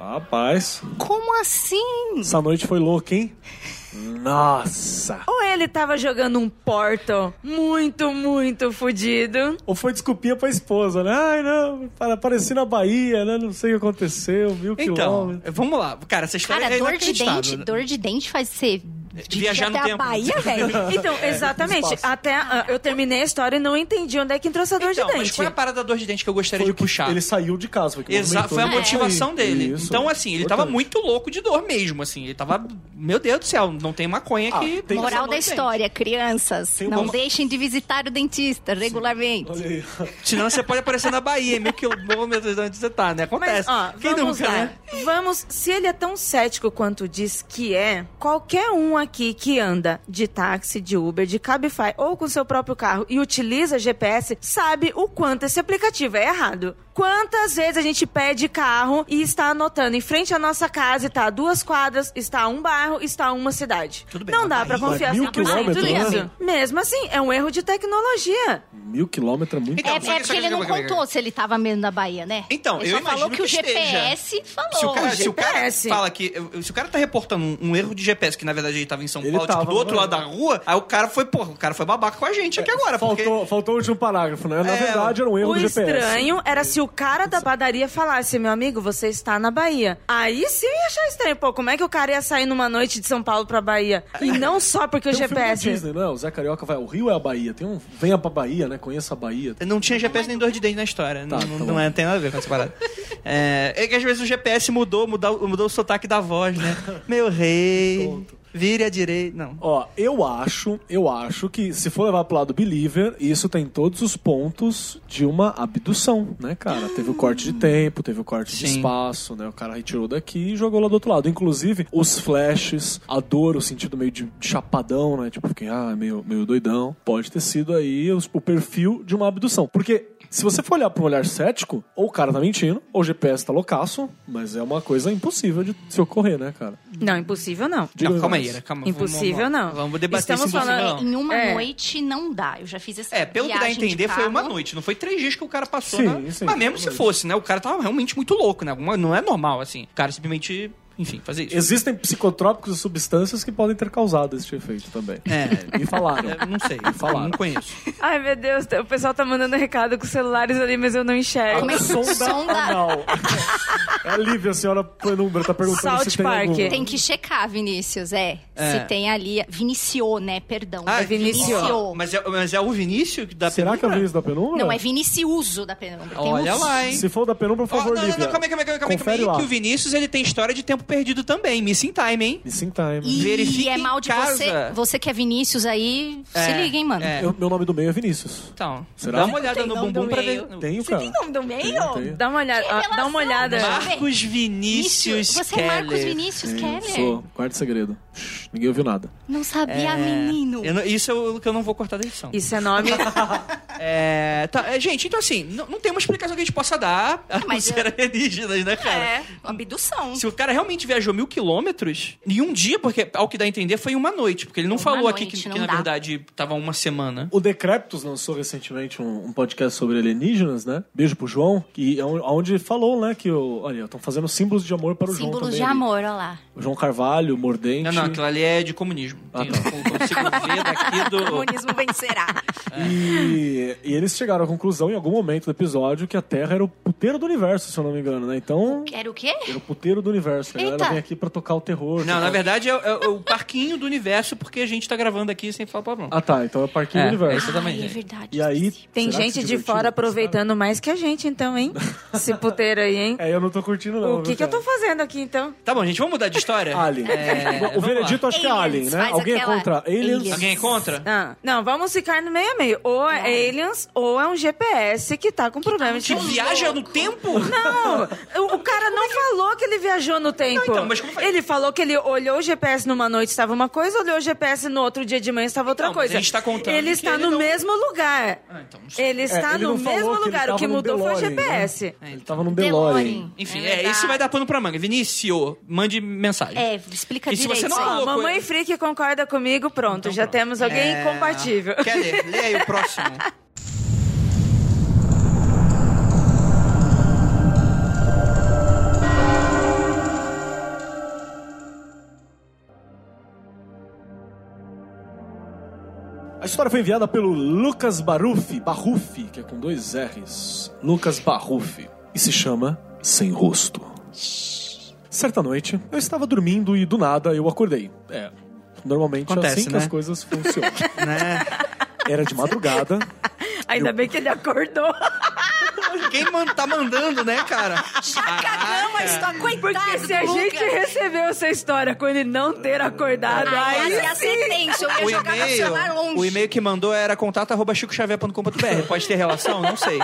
[SPEAKER 3] rapaz.
[SPEAKER 5] Como assim?
[SPEAKER 3] Essa noite foi louca, hein? Nossa!
[SPEAKER 4] Ou ele tava jogando um portal muito, muito fudido.
[SPEAKER 3] Ou foi desculpinha pra esposa, né? Ai, não, para- apareci na Bahia, né? Não sei o que aconteceu, mil
[SPEAKER 1] Então,
[SPEAKER 3] quilômetros.
[SPEAKER 1] vamos lá. Cara, essa história
[SPEAKER 5] Cara,
[SPEAKER 1] é
[SPEAKER 5] dor de
[SPEAKER 1] inacreditável,
[SPEAKER 5] dente,
[SPEAKER 1] né?
[SPEAKER 5] dor de dente faz ser
[SPEAKER 1] viajar no
[SPEAKER 5] até
[SPEAKER 1] tempo.
[SPEAKER 5] a Bahia, velho.
[SPEAKER 4] Então,
[SPEAKER 1] É,
[SPEAKER 4] exatamente.
[SPEAKER 3] espaço.
[SPEAKER 4] Até ah, eu terminei a história e não entendi onde é que entrou essa dor
[SPEAKER 1] Então,
[SPEAKER 4] de
[SPEAKER 1] mas
[SPEAKER 4] dente.
[SPEAKER 1] qual é a parada da dor de dente que eu gostaria
[SPEAKER 3] Foi o
[SPEAKER 1] de
[SPEAKER 3] que
[SPEAKER 1] puxar?
[SPEAKER 3] Ele saiu de casa, foi o que
[SPEAKER 1] Exato,
[SPEAKER 3] movimentou
[SPEAKER 1] foi a
[SPEAKER 3] ele pra
[SPEAKER 1] motivação
[SPEAKER 3] sair.
[SPEAKER 1] dele.
[SPEAKER 3] Isso.
[SPEAKER 1] Então, assim, ele tava
[SPEAKER 3] Importante.
[SPEAKER 1] muito louco de dor mesmo, assim. Ele tava, meu Deus do céu, não tem maconha
[SPEAKER 3] Ah,
[SPEAKER 1] que...
[SPEAKER 3] tem-
[SPEAKER 5] Moral da história, crianças,
[SPEAKER 3] Tem
[SPEAKER 5] não
[SPEAKER 3] uma-
[SPEAKER 5] deixem de visitar o dentista regularmente.
[SPEAKER 3] Olha aí.
[SPEAKER 1] Senão você pode aparecer na Bahia, meio que eu meu Deus, onde você tá, né?
[SPEAKER 4] Mas,
[SPEAKER 1] Acontece.
[SPEAKER 4] ó,
[SPEAKER 1] Quem
[SPEAKER 4] vamos
[SPEAKER 1] nunca,
[SPEAKER 4] lá.
[SPEAKER 1] né?
[SPEAKER 4] Vamos, se ele é tão cético quanto diz que é, qualquer um aqui que anda de táxi, de Uber, de Cabify ou com seu próprio carro e utiliza GPS, sabe o quanto esse aplicativo é errado. Quantas vezes a gente pede carro e está anotando em frente à nossa casa, está a duas quadras, está a um bairro, está a uma cidade.
[SPEAKER 1] Tudo bem, é
[SPEAKER 4] Não
[SPEAKER 1] na
[SPEAKER 4] dá pra
[SPEAKER 3] Bahia,
[SPEAKER 4] confiar assim, "Ah,
[SPEAKER 3] mil
[SPEAKER 4] 100%
[SPEAKER 3] quilômetros,
[SPEAKER 4] nisso.
[SPEAKER 3] né?
[SPEAKER 4] tá Mesmo assim, é um erro de tecnologia.
[SPEAKER 3] Mil quilômetros é muito.
[SPEAKER 5] É,
[SPEAKER 1] Então, só que-
[SPEAKER 5] é
[SPEAKER 1] só
[SPEAKER 5] porque
[SPEAKER 1] que-
[SPEAKER 5] ele não
[SPEAKER 1] calma, calma,
[SPEAKER 5] contou se ele tava mesmo na Bahia, né?
[SPEAKER 1] Então,
[SPEAKER 5] ele
[SPEAKER 1] eu
[SPEAKER 5] só falou
[SPEAKER 1] imagino
[SPEAKER 5] que,
[SPEAKER 1] que
[SPEAKER 5] o
[SPEAKER 1] Se
[SPEAKER 5] GPS
[SPEAKER 1] o
[SPEAKER 5] falou.
[SPEAKER 1] cara, se o cara
[SPEAKER 4] GPS.
[SPEAKER 1] fala que. Se o cara tá reportando um, um erro de GPS, que na verdade ele tava em São
[SPEAKER 3] Ele
[SPEAKER 1] Paulo, tipo,
[SPEAKER 3] tava,
[SPEAKER 1] do outro
[SPEAKER 3] mano.
[SPEAKER 1] lado da rua, aí o cara foi, pô, o cara foi babaca com a gente aqui agora, porque.
[SPEAKER 3] É, Faltou, faltou o último parágrafo, né? Na
[SPEAKER 1] É,
[SPEAKER 3] verdade, era um erro
[SPEAKER 4] O
[SPEAKER 3] do GPS.
[SPEAKER 4] estranho era se o cara da padaria falasse, meu amigo, você está na Bahia. Aí sim eu ia achar estranho. Pô, como é que o cara ia sair numa noite de São Paulo pra Bahia? E não só porque o
[SPEAKER 3] Tem um filme da
[SPEAKER 4] GPS.
[SPEAKER 3] Disney, né? O Zé Carioca vai. O Rio é a Bahia. Tem um. Venha pra Bahia, né? Conheça a Bahia.
[SPEAKER 1] Não tinha GPS nem dor de dente na história. não
[SPEAKER 3] tá
[SPEAKER 1] não,
[SPEAKER 3] bom.
[SPEAKER 1] não é, tem nada a ver com essa parada. É, é que às vezes o GPS mudou, mudou, mudou o sotaque da voz, né? Meu rei,
[SPEAKER 3] Tonto.
[SPEAKER 1] vire à direita. Não.
[SPEAKER 3] Ó, eu acho, eu acho que se for levar pro lado Believer, isso tem todos os pontos de uma abdução, né, cara? Teve o corte de tempo, teve o corte de
[SPEAKER 1] Sim.
[SPEAKER 3] espaço, né? O cara retirou daqui e jogou lá do outro lado. Inclusive, os flashes, a dor, o sentido meio de chapadão, né? Tipo, fiquei, ah, meio, meio doidão. Pode ter sido aí os- o perfil de uma abdução. Porque se você for olhar pra um olhar cético, ou o cara tá mentindo, ou o GPS tá loucaço, mas é uma coisa impossível de se ocorrer, né, cara?
[SPEAKER 4] Não, impossível não.
[SPEAKER 3] Diga
[SPEAKER 1] Não, calma aí,
[SPEAKER 3] mais.
[SPEAKER 1] Ira, calma.
[SPEAKER 4] Impossível
[SPEAKER 1] vamos, vamos,
[SPEAKER 4] não.
[SPEAKER 1] Vamos debater
[SPEAKER 4] Estamos
[SPEAKER 1] esse impossível
[SPEAKER 4] falando-
[SPEAKER 1] não.
[SPEAKER 5] Em uma
[SPEAKER 4] É.
[SPEAKER 5] noite não dá. Eu já fiz essa
[SPEAKER 1] É, pelo que dá a
[SPEAKER 5] viagem de
[SPEAKER 1] entender, foi uma
[SPEAKER 5] carro.
[SPEAKER 1] noite. Não foi três dias que o cara passou.
[SPEAKER 3] Sim,
[SPEAKER 1] né?
[SPEAKER 3] sim,
[SPEAKER 1] Mas mesmo se
[SPEAKER 3] realmente.
[SPEAKER 1] fosse, né? O cara tava realmente muito louco, né? Uma- Não é normal, assim. O cara simplesmente enfim, fazer isso.
[SPEAKER 3] Existem psicotrópicos e substâncias que podem ter causado este efeito também.
[SPEAKER 1] É,
[SPEAKER 3] E falaram.
[SPEAKER 1] eu não sei,
[SPEAKER 3] Falaram.
[SPEAKER 1] não conheço.
[SPEAKER 4] Ai, meu Deus, o pessoal tá mandando recado com os celulares ali, mas eu não
[SPEAKER 3] Ah,
[SPEAKER 4] enxergo.
[SPEAKER 5] Como é que-
[SPEAKER 3] Sonda,
[SPEAKER 5] Sonda.
[SPEAKER 3] anal. É a Lívia, a senhora penumbra, tá perguntando
[SPEAKER 4] South
[SPEAKER 3] se tem
[SPEAKER 4] Park.
[SPEAKER 3] alguma.
[SPEAKER 5] Tem que checar, Vinícius, é.
[SPEAKER 1] É.
[SPEAKER 5] Se tem ali. Viniciou, né? Perdão.
[SPEAKER 1] Ah,
[SPEAKER 5] é
[SPEAKER 4] Viniciou.
[SPEAKER 1] Mas é, mas é o Vinícius que dá
[SPEAKER 3] Será que eu vi isso da penumbra?
[SPEAKER 5] Não, é Viniciuso da penumbra. Tem
[SPEAKER 1] Olha
[SPEAKER 5] um-
[SPEAKER 1] lá, hein?
[SPEAKER 3] Se for da penumbra, por
[SPEAKER 1] Ó,
[SPEAKER 3] favor,
[SPEAKER 1] não, não,
[SPEAKER 3] Lívia.
[SPEAKER 1] não, calma aí, calma aí, calma aí, calma aí,
[SPEAKER 3] Confere
[SPEAKER 1] calma aí,
[SPEAKER 3] lá.
[SPEAKER 1] que o Vinícius ele tem história de tempo perdido também, missing time, hein?
[SPEAKER 3] Missing time.
[SPEAKER 5] E
[SPEAKER 1] Verifique
[SPEAKER 5] é
[SPEAKER 1] em
[SPEAKER 5] mal de
[SPEAKER 1] casa.
[SPEAKER 5] você. Você que é Vinícius aí, se
[SPEAKER 1] É,
[SPEAKER 5] liga, hein, mano.
[SPEAKER 1] é.
[SPEAKER 3] Eu- meu nome do meio é Vinícius.
[SPEAKER 1] Então,
[SPEAKER 3] Será?
[SPEAKER 1] dá uma olhada
[SPEAKER 4] Tem
[SPEAKER 1] no
[SPEAKER 4] nome
[SPEAKER 1] bumbum
[SPEAKER 4] do
[SPEAKER 1] pra ver.
[SPEAKER 4] meio.
[SPEAKER 3] Tenho, cara.
[SPEAKER 4] nome do
[SPEAKER 3] Tem, tem.
[SPEAKER 4] Dá uma olhada, ó, dá uma olhada.
[SPEAKER 5] relação, né?
[SPEAKER 1] Marcos
[SPEAKER 5] Vinícius,
[SPEAKER 1] Vinícius
[SPEAKER 5] Você é
[SPEAKER 1] Keller.
[SPEAKER 5] Marcos Vinícius Keller?
[SPEAKER 3] Sou. Quarto segredo. Shhh, ninguém ouviu nada.
[SPEAKER 5] Não sabia, é menino.
[SPEAKER 1] É. Eu não- isso é o que eu não vou cortar da edição.
[SPEAKER 4] Isso é nome.
[SPEAKER 1] É, tá, é, gente, então assim, não, não tem uma explicação que a gente possa dar a não
[SPEAKER 5] Mas
[SPEAKER 1] ser alienígenas, né, cara?
[SPEAKER 5] É, abdução.
[SPEAKER 1] Se o cara realmente viajou mil quilômetros, em um dia, porque ao que dá a entender foi em uma noite, porque ele não
[SPEAKER 5] Uma
[SPEAKER 1] falou aqui
[SPEAKER 5] noite,
[SPEAKER 1] que,
[SPEAKER 5] não
[SPEAKER 1] que, na
[SPEAKER 5] dá.
[SPEAKER 1] verdade tava uma semana.
[SPEAKER 3] O Decreptus lançou recentemente um, um podcast sobre alienígenas, né? Beijo pro João. Que é on- onde falou, né? Que o. Olha, estão fazendo símbolos de amor para o João.
[SPEAKER 5] Símbolos
[SPEAKER 3] também
[SPEAKER 5] de
[SPEAKER 3] ali.
[SPEAKER 5] amor, olha lá.
[SPEAKER 3] O João Carvalho, Mordente.
[SPEAKER 1] Não, não, aquilo ali é de comunismo.
[SPEAKER 3] Ah,
[SPEAKER 1] Tem-
[SPEAKER 3] tá.
[SPEAKER 1] eu consigo ver daqui
[SPEAKER 5] O
[SPEAKER 1] do.
[SPEAKER 5] comunismo vencerá.
[SPEAKER 3] E, e eles chegaram à conclusão em algum momento do episódio que a Terra era o puteiro do universo, se eu não me engano, né? Então.
[SPEAKER 5] Era o quê?
[SPEAKER 3] Era o puteiro do universo. que A galera
[SPEAKER 5] Eita.
[SPEAKER 3] vem aqui pra tocar o terror.
[SPEAKER 1] Não,
[SPEAKER 3] tocar-
[SPEAKER 1] na verdade é, é o parquinho do universo, porque a gente tá gravando aqui sem falar palavrão.
[SPEAKER 3] Ah, tá. Então é o
[SPEAKER 1] É,
[SPEAKER 3] parquinho do universo.
[SPEAKER 1] é isso também,
[SPEAKER 5] Ai, é
[SPEAKER 1] gente.
[SPEAKER 5] verdade.
[SPEAKER 3] E aí.
[SPEAKER 5] esqueci.
[SPEAKER 4] Tem
[SPEAKER 3] será que
[SPEAKER 4] gente
[SPEAKER 3] se
[SPEAKER 4] de fora
[SPEAKER 3] divertiram com isso, cara?
[SPEAKER 4] aproveitando mais que a gente, então, hein? Esse puteiro aí, hein?
[SPEAKER 3] É, eu não tô curtindo, não.
[SPEAKER 4] O que,
[SPEAKER 3] viu,
[SPEAKER 4] que eu
[SPEAKER 3] cara?
[SPEAKER 4] tô fazendo aqui, então?
[SPEAKER 1] Tá bom, gente, vamos mudar de história?
[SPEAKER 3] Alien.
[SPEAKER 1] É,
[SPEAKER 3] Ah, o
[SPEAKER 1] vamos
[SPEAKER 3] veredito acho que é Alien,
[SPEAKER 5] Aliens,
[SPEAKER 3] né?
[SPEAKER 5] faz
[SPEAKER 3] Alguém
[SPEAKER 5] aquela-
[SPEAKER 3] é contra Aliens.
[SPEAKER 5] Aliens.
[SPEAKER 1] Alguém é contra?
[SPEAKER 4] Ah, não, vamos ficar no meio a meio. Ou é aliens, ou é um GPS que tá com problema de
[SPEAKER 1] Que viaja no tempo?
[SPEAKER 4] Não, o, o cara não falou que ele viajou no tempo.
[SPEAKER 1] é então, mas como foi?
[SPEAKER 4] Ele falou que ele olhou o GPS numa noite estava uma coisa, olhou o GPS no outro dia de manhã estava outra
[SPEAKER 1] Não, mas
[SPEAKER 4] coisa.
[SPEAKER 1] a gente tá contando
[SPEAKER 4] ele
[SPEAKER 1] que
[SPEAKER 4] está
[SPEAKER 1] ele
[SPEAKER 4] no
[SPEAKER 1] não-
[SPEAKER 4] mesmo lugar.
[SPEAKER 1] Ah, então, não sei.
[SPEAKER 4] Ele está
[SPEAKER 3] ele
[SPEAKER 4] no
[SPEAKER 3] não falou
[SPEAKER 4] mesmo
[SPEAKER 3] que ele
[SPEAKER 4] lugar. O
[SPEAKER 3] tava
[SPEAKER 4] que
[SPEAKER 3] no
[SPEAKER 4] mudou foi o
[SPEAKER 3] DeLorean, né?
[SPEAKER 4] GPS.
[SPEAKER 3] Ele tava num
[SPEAKER 5] DeLorean.
[SPEAKER 3] DeLorean.
[SPEAKER 1] Enfim,
[SPEAKER 4] É
[SPEAKER 1] é,
[SPEAKER 4] verdade.
[SPEAKER 1] isso vai dar pano pra manga. Vinícius, mande mensagem.
[SPEAKER 5] É, explica
[SPEAKER 1] E se
[SPEAKER 5] direito.
[SPEAKER 1] você tá né? não
[SPEAKER 5] isso aí.
[SPEAKER 1] falou-
[SPEAKER 4] Mamãe
[SPEAKER 1] coisa.
[SPEAKER 4] Freak concorda comigo, pronto. já temos alguém compatível.
[SPEAKER 1] Então É. Quer ler? Lê aí o próximo.
[SPEAKER 3] A história foi enviada pelo Lucas Baruffi, Baruffi, que é com dois R's. Lucas Baruffi. E se chama Sem Rosto. Certa noite, eu estava dormindo e do nada eu acordei. É, normalmente é
[SPEAKER 1] Acontece,
[SPEAKER 3] assim que
[SPEAKER 1] né?
[SPEAKER 3] as coisas funcionam.
[SPEAKER 1] né?
[SPEAKER 3] Era de madrugada.
[SPEAKER 4] Ainda bem que ele acordou.
[SPEAKER 1] Quem man tá mandando, né, cara?
[SPEAKER 5] Não, mas tá
[SPEAKER 4] Porque
[SPEAKER 5] coitado
[SPEAKER 4] se a
[SPEAKER 5] do
[SPEAKER 4] gente
[SPEAKER 5] Lucas.
[SPEAKER 4] recebeu essa história com ele não ter acordado,
[SPEAKER 5] Ai,
[SPEAKER 4] aí
[SPEAKER 5] essa é a sentença. Eu
[SPEAKER 1] Ah, O
[SPEAKER 5] ia jogar meu
[SPEAKER 1] e-mail,
[SPEAKER 5] celular longe.
[SPEAKER 1] o e-mail que mandou era contato.chicoxavier.com.br. Pode ter relação? Não sei.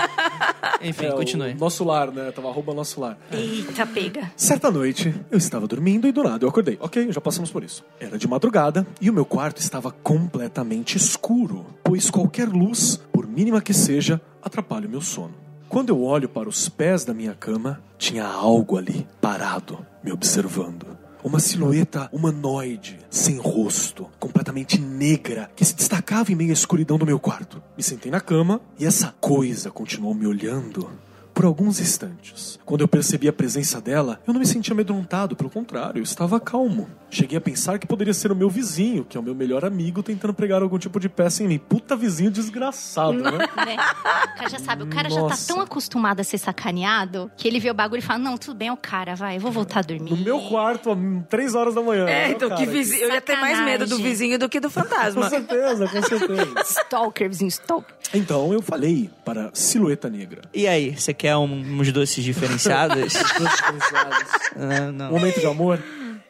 [SPEAKER 1] Enfim,
[SPEAKER 3] É, o
[SPEAKER 1] continue.
[SPEAKER 3] Nosso lar, né? Tava arroba nosso lar.
[SPEAKER 5] Eita, pega.
[SPEAKER 3] Certa noite, eu estava dormindo e do nada eu acordei. Ok, já passamos por isso. Era de madrugada e o meu quarto estava completamente escuro, pois qualquer luz, por mínima que seja, atrapalha o meu sono. Quando eu olho para os pés da minha cama, tinha algo ali, parado, me observando. Uma silhueta humanoide, sem rosto, completamente negra, que se destacava em meio à escuridão do meu quarto. Me sentei na cama e essa coisa continuou me olhando por alguns instantes. Quando eu percebi a presença dela, eu não me sentia amedrontado, pelo contrário, eu estava calmo. Cheguei a pensar que poderia ser o meu vizinho, que é o meu melhor amigo, tentando pregar algum tipo de peça em mim. Puta vizinho desgraçado, né?
[SPEAKER 5] Né? O cara já sabe, o cara já tá
[SPEAKER 3] Nossa.
[SPEAKER 5] tão acostumado a ser sacaneado que ele vê o bagulho e fala: Não, tudo bem, é o cara, vai, eu vou voltar a dormir.
[SPEAKER 3] No meu quarto, às três horas da manhã.
[SPEAKER 4] É,
[SPEAKER 3] Olha o
[SPEAKER 4] então
[SPEAKER 3] cara
[SPEAKER 4] que
[SPEAKER 3] aqui.
[SPEAKER 4] vizinho. Eu ia ter mais
[SPEAKER 5] Sacanagem.
[SPEAKER 4] medo do vizinho do que do
[SPEAKER 3] Com
[SPEAKER 4] fantasma.
[SPEAKER 3] certeza, com certeza.
[SPEAKER 5] Stalker, vizinho, stalker.
[SPEAKER 3] Então eu falei para a silhueta negra.
[SPEAKER 1] E aí, você quer um- uns doces diferenciados? Ah,
[SPEAKER 3] Um
[SPEAKER 1] não.
[SPEAKER 3] momento de amor.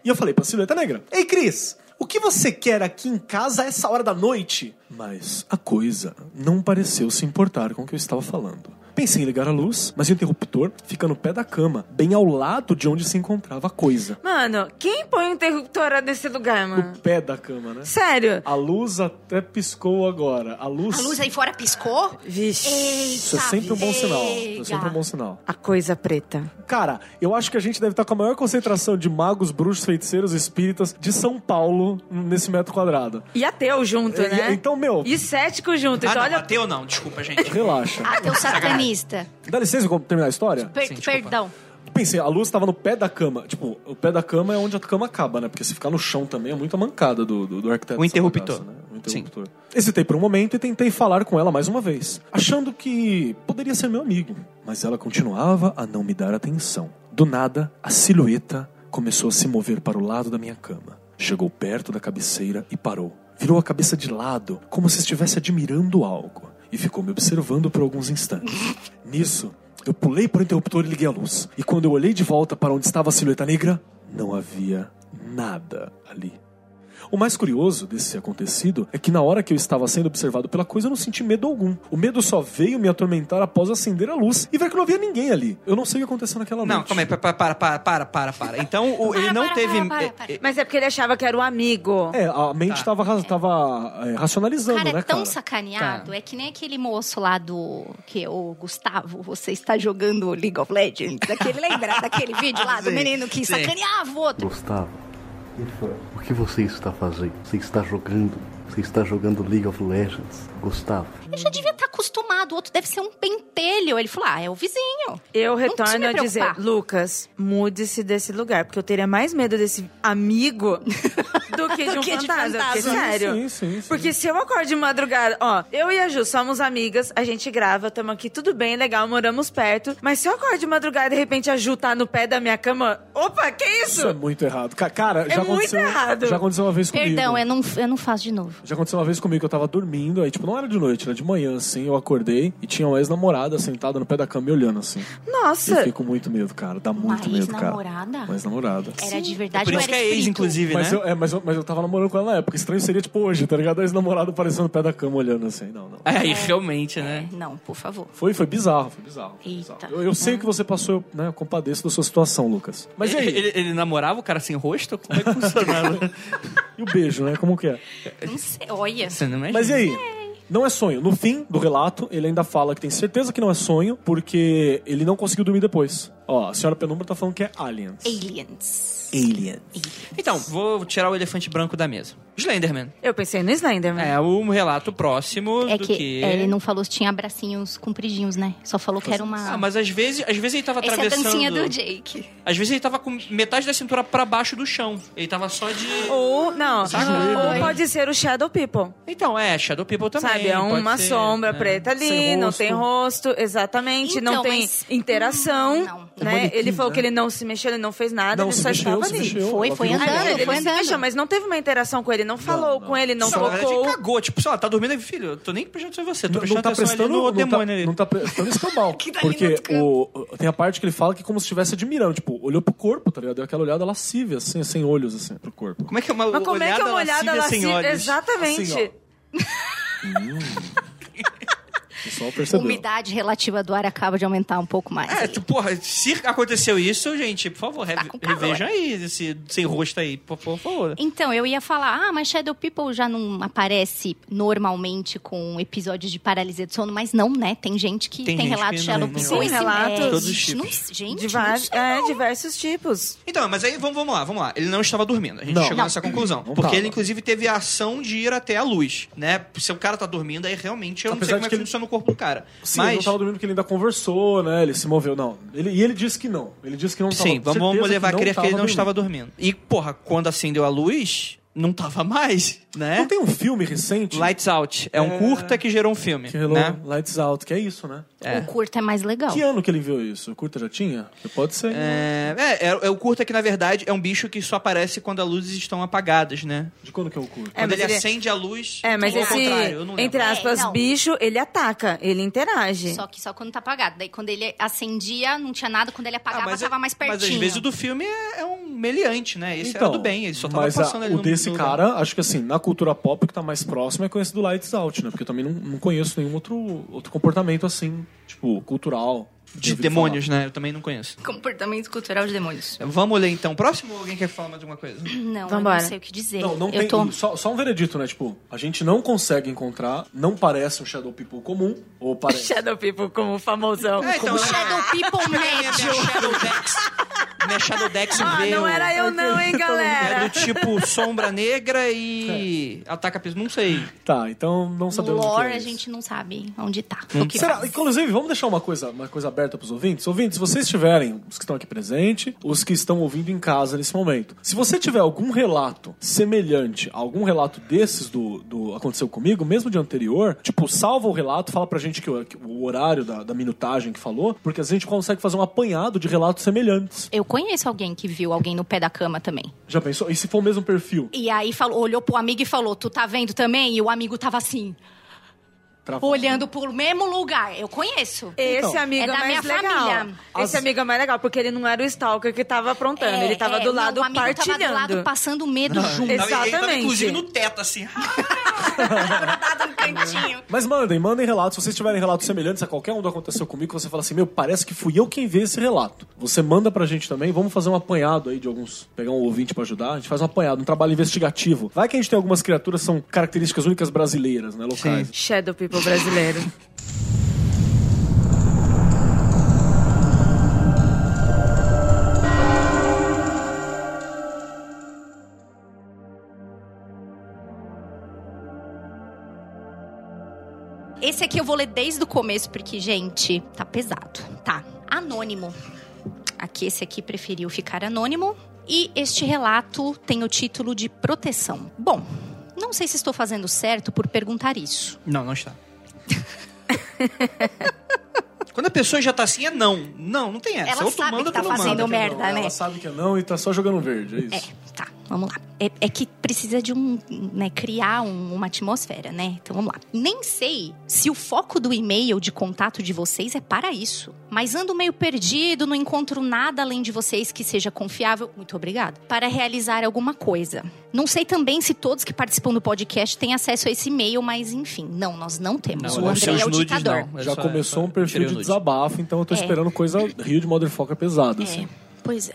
[SPEAKER 3] E eu falei pra Silhueta Negra: Ei, Cris, o que você quer aqui em casa a essa hora da noite? Mas a coisa não pareceu se importar com o que eu estava falando. Pensei em ligar a luz, mas o interruptor fica no pé da cama, bem ao lado de onde se encontrava a coisa.
[SPEAKER 4] Mano, quem põe um interruptor nesse lugar,
[SPEAKER 3] No
[SPEAKER 5] Ah.
[SPEAKER 4] mano?
[SPEAKER 3] pé da cama, né?
[SPEAKER 4] Sério?
[SPEAKER 3] A luz até piscou agora. A luz.
[SPEAKER 5] A luz aí fora piscou?
[SPEAKER 4] Vixe.
[SPEAKER 3] Isso é sempre um bom sinal. Isso é
[SPEAKER 5] Eita.
[SPEAKER 3] sempre um bom sinal.
[SPEAKER 4] A coisa preta.
[SPEAKER 3] Cara, eu acho que a gente deve estar com a maior concentração de magos, bruxos, feiticeiros, espíritas de São Paulo nesse metro quadrado.
[SPEAKER 4] E ateu junto,
[SPEAKER 3] E-
[SPEAKER 4] né?
[SPEAKER 3] então, meu-
[SPEAKER 4] E cético junto.
[SPEAKER 1] Ah,
[SPEAKER 4] então,
[SPEAKER 1] não,
[SPEAKER 4] olha.
[SPEAKER 1] bateu não, desculpa, gente.
[SPEAKER 3] Relaxa.
[SPEAKER 5] Ah, teu satanista.
[SPEAKER 3] Dá licença pra terminar a história?
[SPEAKER 5] Per-
[SPEAKER 1] Sim, desculpa.
[SPEAKER 5] perdão.
[SPEAKER 3] Pensei, a luz estava no pé da cama. Tipo, o pé da cama é onde a cama acaba, né? Porque se ficar no chão também é muita mancada do, do, do arquiteto.
[SPEAKER 1] O
[SPEAKER 3] dessa
[SPEAKER 1] interruptor.
[SPEAKER 3] bagaça, né? O interruptor. Hesitei por um momento e tentei falar com ela mais uma vez, achando que poderia ser meu amigo. Mas ela continuava a não me dar atenção. Do nada, a silhueta começou a se mover para o lado da minha cama. Chegou perto da cabeceira e parou. Virou a cabeça de lado, como se estivesse admirando algo, e ficou me observando por alguns instantes. Nisso, eu pulei para o interruptor e liguei a luz. E quando eu olhei de volta para onde estava a silhueta negra, não havia nada ali. O mais curioso desse acontecido é que na hora que eu estava sendo observado pela coisa, eu não senti medo algum. O medo só veio me atormentar após acender a luz e ver que não havia ninguém ali. Eu não sei o que aconteceu naquela noite.
[SPEAKER 1] Não, calma aí, pa- pa- para, para, para, para, para. Então, o- ele
[SPEAKER 5] Para,
[SPEAKER 1] não
[SPEAKER 5] para,
[SPEAKER 1] teve.
[SPEAKER 5] para, para,
[SPEAKER 1] eh,
[SPEAKER 5] para.
[SPEAKER 1] eh,
[SPEAKER 4] Mas é porque ele achava que era o amigo.
[SPEAKER 3] É, a
[SPEAKER 1] Tá.
[SPEAKER 3] mente tava, ra- tava, é, racionalizando,
[SPEAKER 5] cara
[SPEAKER 3] né,
[SPEAKER 5] é tão
[SPEAKER 3] cara?
[SPEAKER 5] sacaneado,
[SPEAKER 1] Tá.
[SPEAKER 5] é que nem aquele moço lá do que o Gustavo, você está jogando League of Legends, aquele lembra daquele vídeo lá do
[SPEAKER 1] Sim,
[SPEAKER 5] menino que
[SPEAKER 1] sim.
[SPEAKER 5] sacaneava o outro.
[SPEAKER 6] Gustavo, o que você está fazendo? Você está jogando? Você está jogando League of Legends, Gustavo?
[SPEAKER 5] Eu já devia estar acostumado, o outro deve ser um pentelho. Ele falou: "Ah, é o vizinho".
[SPEAKER 4] Eu
[SPEAKER 5] Não precisa
[SPEAKER 4] retorno
[SPEAKER 5] me
[SPEAKER 4] a dizer,
[SPEAKER 5] preocupar.
[SPEAKER 4] Lucas, mude-se desse lugar, porque eu teria mais medo desse amigo do que de um
[SPEAKER 5] que de
[SPEAKER 4] fantasma. porque,
[SPEAKER 5] fantasma.
[SPEAKER 4] sério.
[SPEAKER 3] Sim, sim, sim.
[SPEAKER 4] Porque se eu acordo de madrugada, ó, eu e a Ju somos amigas, a gente grava, tamo aqui, tudo bem, legal, moramos perto. Mas se eu acordo de madrugada e de repente a Ju tá no pé da minha cama, opa, que
[SPEAKER 3] Isso é
[SPEAKER 4] isso?
[SPEAKER 3] muito errado. Ca- Cara, já
[SPEAKER 4] muito
[SPEAKER 3] aconteceu.
[SPEAKER 4] errado.
[SPEAKER 3] Já aconteceu uma vez comigo.
[SPEAKER 5] É Perdão, é- eu não, eu não faço de novo.
[SPEAKER 3] Já aconteceu uma vez comigo, eu tava dormindo, aí, tipo, não era de noite, era de manhã, assim, eu acordei e tinha uma ex-namorada sentada no pé da cama me olhando, assim. Eu
[SPEAKER 4] Nossa,
[SPEAKER 3] fico com muito medo, cara, dá
[SPEAKER 5] Uma
[SPEAKER 3] muito medo, cara.
[SPEAKER 5] ex-namorada?
[SPEAKER 3] Uma ex-namorada.
[SPEAKER 5] Era de verdade,
[SPEAKER 1] Por
[SPEAKER 5] não
[SPEAKER 1] isso
[SPEAKER 5] era
[SPEAKER 1] que é ex,
[SPEAKER 5] espírito.
[SPEAKER 1] inclusive,
[SPEAKER 3] Mas,
[SPEAKER 1] né?
[SPEAKER 3] eu, é, mas, eu, mas eu tava namorando com ela na época. Estranho seria, tipo, hoje, tá ligado? A ex-namorada aparecendo no pé da cama olhando assim. Não, não.
[SPEAKER 1] Aí, realmente,
[SPEAKER 5] É,
[SPEAKER 1] né?
[SPEAKER 5] não, por favor.
[SPEAKER 3] Foi, foi bizarro, foi bizarro. foi
[SPEAKER 5] Eita.
[SPEAKER 3] bizarro. Eu, eu sei o que você passou, eu, né, eu compadeço da sua situação, Lucas. Mas e aí?
[SPEAKER 1] Ele, ele namorava o cara sem rosto? Como é que funcionava?
[SPEAKER 3] E o beijo, né? Como que é?
[SPEAKER 5] Não sei, olha.
[SPEAKER 1] Você não imagina.
[SPEAKER 3] Mas e aí? Não é sonho. No fim do relato, ele ainda fala que tem certeza que não é sonho, porque ele não conseguiu dormir depois. Ó, a senhora Penumbra tá falando que é aliens.
[SPEAKER 5] Aliens.
[SPEAKER 3] Aliens.
[SPEAKER 1] Então, vou tirar o elefante branco da mesa. Slenderman.
[SPEAKER 4] eu pensei no né? Slenderman.
[SPEAKER 1] É um relato próximo
[SPEAKER 5] Hum. É
[SPEAKER 1] do
[SPEAKER 5] que,
[SPEAKER 1] que...
[SPEAKER 5] é, ele não falou se tinha bracinhos compridinhos, né? Só falou que era uma.
[SPEAKER 1] Ah, mas às vezes, às vezes ele tava
[SPEAKER 5] Essa é a
[SPEAKER 1] atravessando...
[SPEAKER 5] dancinha do Jake.
[SPEAKER 1] Às vezes ele tava com metade da cintura pra baixo do chão. Ele tava só de...
[SPEAKER 3] É.
[SPEAKER 4] Ou, não,
[SPEAKER 1] Saco.
[SPEAKER 4] ou pode ser o Shadow People.
[SPEAKER 1] Então, é, Shadow People também.
[SPEAKER 4] Sabe, é
[SPEAKER 1] pode
[SPEAKER 4] uma
[SPEAKER 1] ser,
[SPEAKER 4] sombra
[SPEAKER 1] né?
[SPEAKER 4] preta ali,
[SPEAKER 3] Sem
[SPEAKER 4] não
[SPEAKER 3] rosto.
[SPEAKER 4] tem rosto, exatamente, não
[SPEAKER 5] Então,
[SPEAKER 4] tem
[SPEAKER 5] mas-
[SPEAKER 4] interação,
[SPEAKER 5] Não,
[SPEAKER 3] não.
[SPEAKER 4] né?
[SPEAKER 3] Manequim,
[SPEAKER 4] Ele falou
[SPEAKER 3] né?
[SPEAKER 4] que ele não se mexeu, ele não fez nada,
[SPEAKER 3] Não,
[SPEAKER 4] ele
[SPEAKER 3] se
[SPEAKER 4] só
[SPEAKER 3] mexeu,
[SPEAKER 4] estava
[SPEAKER 3] se
[SPEAKER 4] ali.
[SPEAKER 3] mexeu.
[SPEAKER 5] Foi,
[SPEAKER 3] Ela
[SPEAKER 5] foi
[SPEAKER 3] virou-
[SPEAKER 4] Ah,
[SPEAKER 5] andando,
[SPEAKER 4] ele
[SPEAKER 5] foi
[SPEAKER 4] se
[SPEAKER 5] andando.
[SPEAKER 4] mexeu, mas não teve uma interação com ele, não falou
[SPEAKER 3] não.
[SPEAKER 4] com ele, não
[SPEAKER 1] Não, na é verdade, ele
[SPEAKER 4] tocou.
[SPEAKER 1] cagou. Tipo, sei lá, tá dormindo e filho, tô nem prestando atenção em você. Tô
[SPEAKER 3] Não,
[SPEAKER 1] prestando
[SPEAKER 3] não tá
[SPEAKER 1] atenção
[SPEAKER 3] prestando
[SPEAKER 1] ali no
[SPEAKER 3] não tá,
[SPEAKER 1] demônio ali.
[SPEAKER 3] não tá prestando isso que é mal.
[SPEAKER 5] tá ali no
[SPEAKER 3] porque
[SPEAKER 5] outro canto.
[SPEAKER 3] o, o- tem a parte que ele fala que é como se estivesse admirando, tipo, olhou pro corpo, tá ligado? Deu aquela olhada lascívia, assim, sem olhos, assim, pro corpo.
[SPEAKER 1] Como é que é uma
[SPEAKER 4] Mas como é que é uma olhada
[SPEAKER 1] lascívia sem
[SPEAKER 4] lasciva?
[SPEAKER 1] olhos?
[SPEAKER 4] Exatamente.
[SPEAKER 3] Assim, O pessoal percebeu.
[SPEAKER 5] Umidade relativa do ar acaba de aumentar um pouco mais.
[SPEAKER 1] É, tu, porra, se aconteceu isso, gente, por favor,
[SPEAKER 4] Tá
[SPEAKER 1] re-
[SPEAKER 5] com calor.
[SPEAKER 1] revejam aí esse sem rosto aí, por, por favor.
[SPEAKER 5] Então, eu ia falar, ah, mas Shadow People já não aparece normalmente com episódios de paralisia do sono, mas não, né? Tem gente que
[SPEAKER 1] Tem
[SPEAKER 5] tem,
[SPEAKER 1] gente
[SPEAKER 5] relato
[SPEAKER 1] que
[SPEAKER 5] Shadow
[SPEAKER 1] não-
[SPEAKER 5] People.
[SPEAKER 4] não-
[SPEAKER 5] esse-
[SPEAKER 4] Sim, relatos.
[SPEAKER 5] é,
[SPEAKER 1] Todos os
[SPEAKER 5] gente,
[SPEAKER 1] tipos.
[SPEAKER 5] não- Gente,
[SPEAKER 4] De
[SPEAKER 5] não
[SPEAKER 4] va-
[SPEAKER 5] sei.
[SPEAKER 4] é, diversos tipos.
[SPEAKER 1] Então, mas aí vamos, vamos lá, vamos lá. Ele não estava dormindo. A gente
[SPEAKER 3] Não.
[SPEAKER 1] chegou
[SPEAKER 3] Não.
[SPEAKER 1] nessa conclusão.
[SPEAKER 3] Não
[SPEAKER 1] porque
[SPEAKER 3] tava.
[SPEAKER 1] ele, inclusive, teve a ação de ir até a luz, né? Se o cara tá dormindo, aí realmente eu não
[SPEAKER 3] Apesar
[SPEAKER 1] sei como
[SPEAKER 3] de
[SPEAKER 1] é
[SPEAKER 3] que
[SPEAKER 1] que
[SPEAKER 3] ele-
[SPEAKER 1] funciona o corpo do cara.
[SPEAKER 3] Sim, ele
[SPEAKER 1] mas.
[SPEAKER 3] não tava dormindo porque ele ainda conversou, né? Ele se moveu. Não. Ele, e ele disse que não. Ele disse que não tava
[SPEAKER 1] Sim, vamos,
[SPEAKER 3] certeza
[SPEAKER 1] vamos levar a
[SPEAKER 3] não
[SPEAKER 1] crer que ele
[SPEAKER 3] tava
[SPEAKER 1] não
[SPEAKER 3] dormindo.
[SPEAKER 1] estava dormindo. E, porra, quando acendeu a luz, não tava mais, né?
[SPEAKER 3] Não tem um filme recente
[SPEAKER 1] Lights Out. É um curta que gerou um filme.
[SPEAKER 3] que relou
[SPEAKER 1] né?
[SPEAKER 3] Lights Out, que é isso, né?
[SPEAKER 5] O curto é mais legal.
[SPEAKER 3] Que ano que ele viu isso? O Curta já tinha? Pode ser. né?
[SPEAKER 1] É, é, é, é o curta que, na verdade, é um bicho que só aparece quando as luzes estão apagadas, né?
[SPEAKER 3] De quando que é o Curta?
[SPEAKER 4] É,
[SPEAKER 1] quando
[SPEAKER 4] mas
[SPEAKER 1] ele,
[SPEAKER 4] ele-
[SPEAKER 1] acende a luz.
[SPEAKER 4] É, mas
[SPEAKER 1] ou ao
[SPEAKER 4] esse,
[SPEAKER 1] contrário, eu não
[SPEAKER 4] entre
[SPEAKER 1] lembro.
[SPEAKER 4] aspas,
[SPEAKER 5] É, não.
[SPEAKER 4] bicho, ele ataca, ele
[SPEAKER 1] é.
[SPEAKER 4] interage.
[SPEAKER 5] Só que só quando tá apagado. Daí quando ele acendia, não tinha nada. Quando ele
[SPEAKER 1] Ah,
[SPEAKER 5] apagava, tava mais pertinho.
[SPEAKER 1] Mas às vezes o do filme é, é um meliante, né? Esse
[SPEAKER 3] Então,
[SPEAKER 1] era do bem, ele só tava
[SPEAKER 3] mas a-
[SPEAKER 1] passando ali
[SPEAKER 3] o
[SPEAKER 1] no-
[SPEAKER 3] desse
[SPEAKER 1] no-
[SPEAKER 3] cara, acho que assim, na cultura pop, o que tá mais próximo é conhecido do Lights Out, né? Porque eu também não, não conheço nenhum outro, outro comportamento assim, tipo, cultural.
[SPEAKER 1] De demônios, né? Eu também não conheço.
[SPEAKER 5] Comportamento cultural de demônios.
[SPEAKER 1] Vamos ler então. Próximo, alguém quer falar mais alguma coisa?
[SPEAKER 5] Não, eu
[SPEAKER 4] Vambora.
[SPEAKER 5] não sei o que dizer.
[SPEAKER 3] Não, não
[SPEAKER 5] né? eu
[SPEAKER 3] tem.
[SPEAKER 5] tô...
[SPEAKER 3] Só, só um veredito, né? Tipo, a gente não consegue encontrar, não parece um Shadow People comum, ou parece.
[SPEAKER 4] Shadow People como famosão.
[SPEAKER 1] É, então,
[SPEAKER 5] Shadow People
[SPEAKER 1] Shadow
[SPEAKER 5] médio.
[SPEAKER 1] Dex.
[SPEAKER 7] Minha Shadowdex
[SPEAKER 4] Ah,
[SPEAKER 7] veio.
[SPEAKER 4] não era eu não, hein,
[SPEAKER 7] É
[SPEAKER 4] galera.
[SPEAKER 7] do tipo sombra negra e
[SPEAKER 5] É.
[SPEAKER 7] ataca pessoas. Não sei.
[SPEAKER 3] Tá, então não sabemos o que
[SPEAKER 5] Lore,
[SPEAKER 3] é
[SPEAKER 5] a
[SPEAKER 3] isso.
[SPEAKER 5] gente não sabe onde tá.
[SPEAKER 1] Hum.
[SPEAKER 5] o que
[SPEAKER 3] Será?
[SPEAKER 5] faz.
[SPEAKER 3] Inclusive, vamos deixar uma coisa, uma coisa aberta pros ouvintes. Ouvintes, vocês tiverem, os que estão aqui presentes, os que estão ouvindo em casa nesse momento. Se você tiver algum relato semelhante, a algum relato desses do, do Aconteceu Comigo, mesmo de anterior, tipo, salva o relato, fala pra gente que o, que o horário da, da minutagem que falou, porque a gente consegue fazer um apanhado de relatos semelhantes.
[SPEAKER 5] Eu conheço alguém que viu alguém no pé da cama também.
[SPEAKER 3] Já pensou? E se for o mesmo perfil?
[SPEAKER 5] E aí falou, olhou pro amigo e falou: Tu tá vendo também? E o amigo tava assim,
[SPEAKER 3] Travado.
[SPEAKER 5] olhando pro mesmo lugar. Eu conheço.
[SPEAKER 4] Esse
[SPEAKER 3] Então,
[SPEAKER 5] é
[SPEAKER 4] amigo é,
[SPEAKER 5] da
[SPEAKER 4] mais
[SPEAKER 5] minha
[SPEAKER 4] legal.
[SPEAKER 5] família.
[SPEAKER 4] Esse amigo é mais legal, porque ele não era o stalker que tava aprontando.
[SPEAKER 5] É,
[SPEAKER 4] ele tava
[SPEAKER 5] é,
[SPEAKER 4] do
[SPEAKER 5] não,
[SPEAKER 4] lado
[SPEAKER 5] o amigo
[SPEAKER 4] partilhando.
[SPEAKER 5] Tava do lado passando medo junto.
[SPEAKER 4] Exato.
[SPEAKER 7] Ele tava,
[SPEAKER 4] Exatamente.
[SPEAKER 7] inclusive no teto, assim.
[SPEAKER 5] Grudado no cantinho.
[SPEAKER 3] Mas mandem, mandem relatos. Se vocês tiverem relatos semelhantes a qualquer um do Aconteceu Comigo, que você fala assim, meu, parece que fui eu quem vi esse relato. Você manda pra gente também, vamos fazer um apanhado aí de alguns, pegar um ouvinte pra ajudar, a gente faz um apanhado, um trabalho investigativo. Vai que a gente tem algumas criaturas que são características únicas brasileiras, né, locais.
[SPEAKER 4] Shadow People brasileiro.
[SPEAKER 5] Esse aqui eu vou ler desde o começo, porque, gente, tá pesado. Tá. Anônimo. Aqui, esse aqui preferiu ficar anônimo. E este relato tem o título de Proteção. Bom, não sei se estou fazendo certo por perguntar isso.
[SPEAKER 7] Não, não está. Quando a pessoa já tá assim, é não. Não, não tem essa.
[SPEAKER 5] Ela
[SPEAKER 7] ou tu
[SPEAKER 5] sabe
[SPEAKER 7] manda,
[SPEAKER 5] que tá
[SPEAKER 7] ou tu não
[SPEAKER 5] fazendo
[SPEAKER 7] manda.
[SPEAKER 5] merda,
[SPEAKER 3] Ela
[SPEAKER 5] né?
[SPEAKER 3] sabe que é não e tá só jogando verde, é isso.
[SPEAKER 5] É, tá, vamos lá. É, é que precisa de um, né, criar um- uma atmosfera, né? Então vamos lá. Nem sei se o foco do e-mail de contato de vocês é para isso, mas ando meio perdido, não encontro nada além de vocês que seja confiável. Muito obrigada. Para realizar alguma coisa. Não sei também se todos que participam do podcast têm acesso a esse e-mail, mas enfim, não, nós não temos. o
[SPEAKER 7] olha,
[SPEAKER 5] André
[SPEAKER 7] seus
[SPEAKER 5] é o
[SPEAKER 7] nudes,
[SPEAKER 5] ditador.
[SPEAKER 7] não. É
[SPEAKER 3] Já
[SPEAKER 7] só-
[SPEAKER 3] começou
[SPEAKER 7] é só-
[SPEAKER 3] um perfil
[SPEAKER 7] tirei o
[SPEAKER 3] de
[SPEAKER 7] nude.
[SPEAKER 3] desabafo, então eu tô
[SPEAKER 5] É.
[SPEAKER 3] esperando coisa Rio de Motherfucker pesada, assim.
[SPEAKER 5] É, pois é.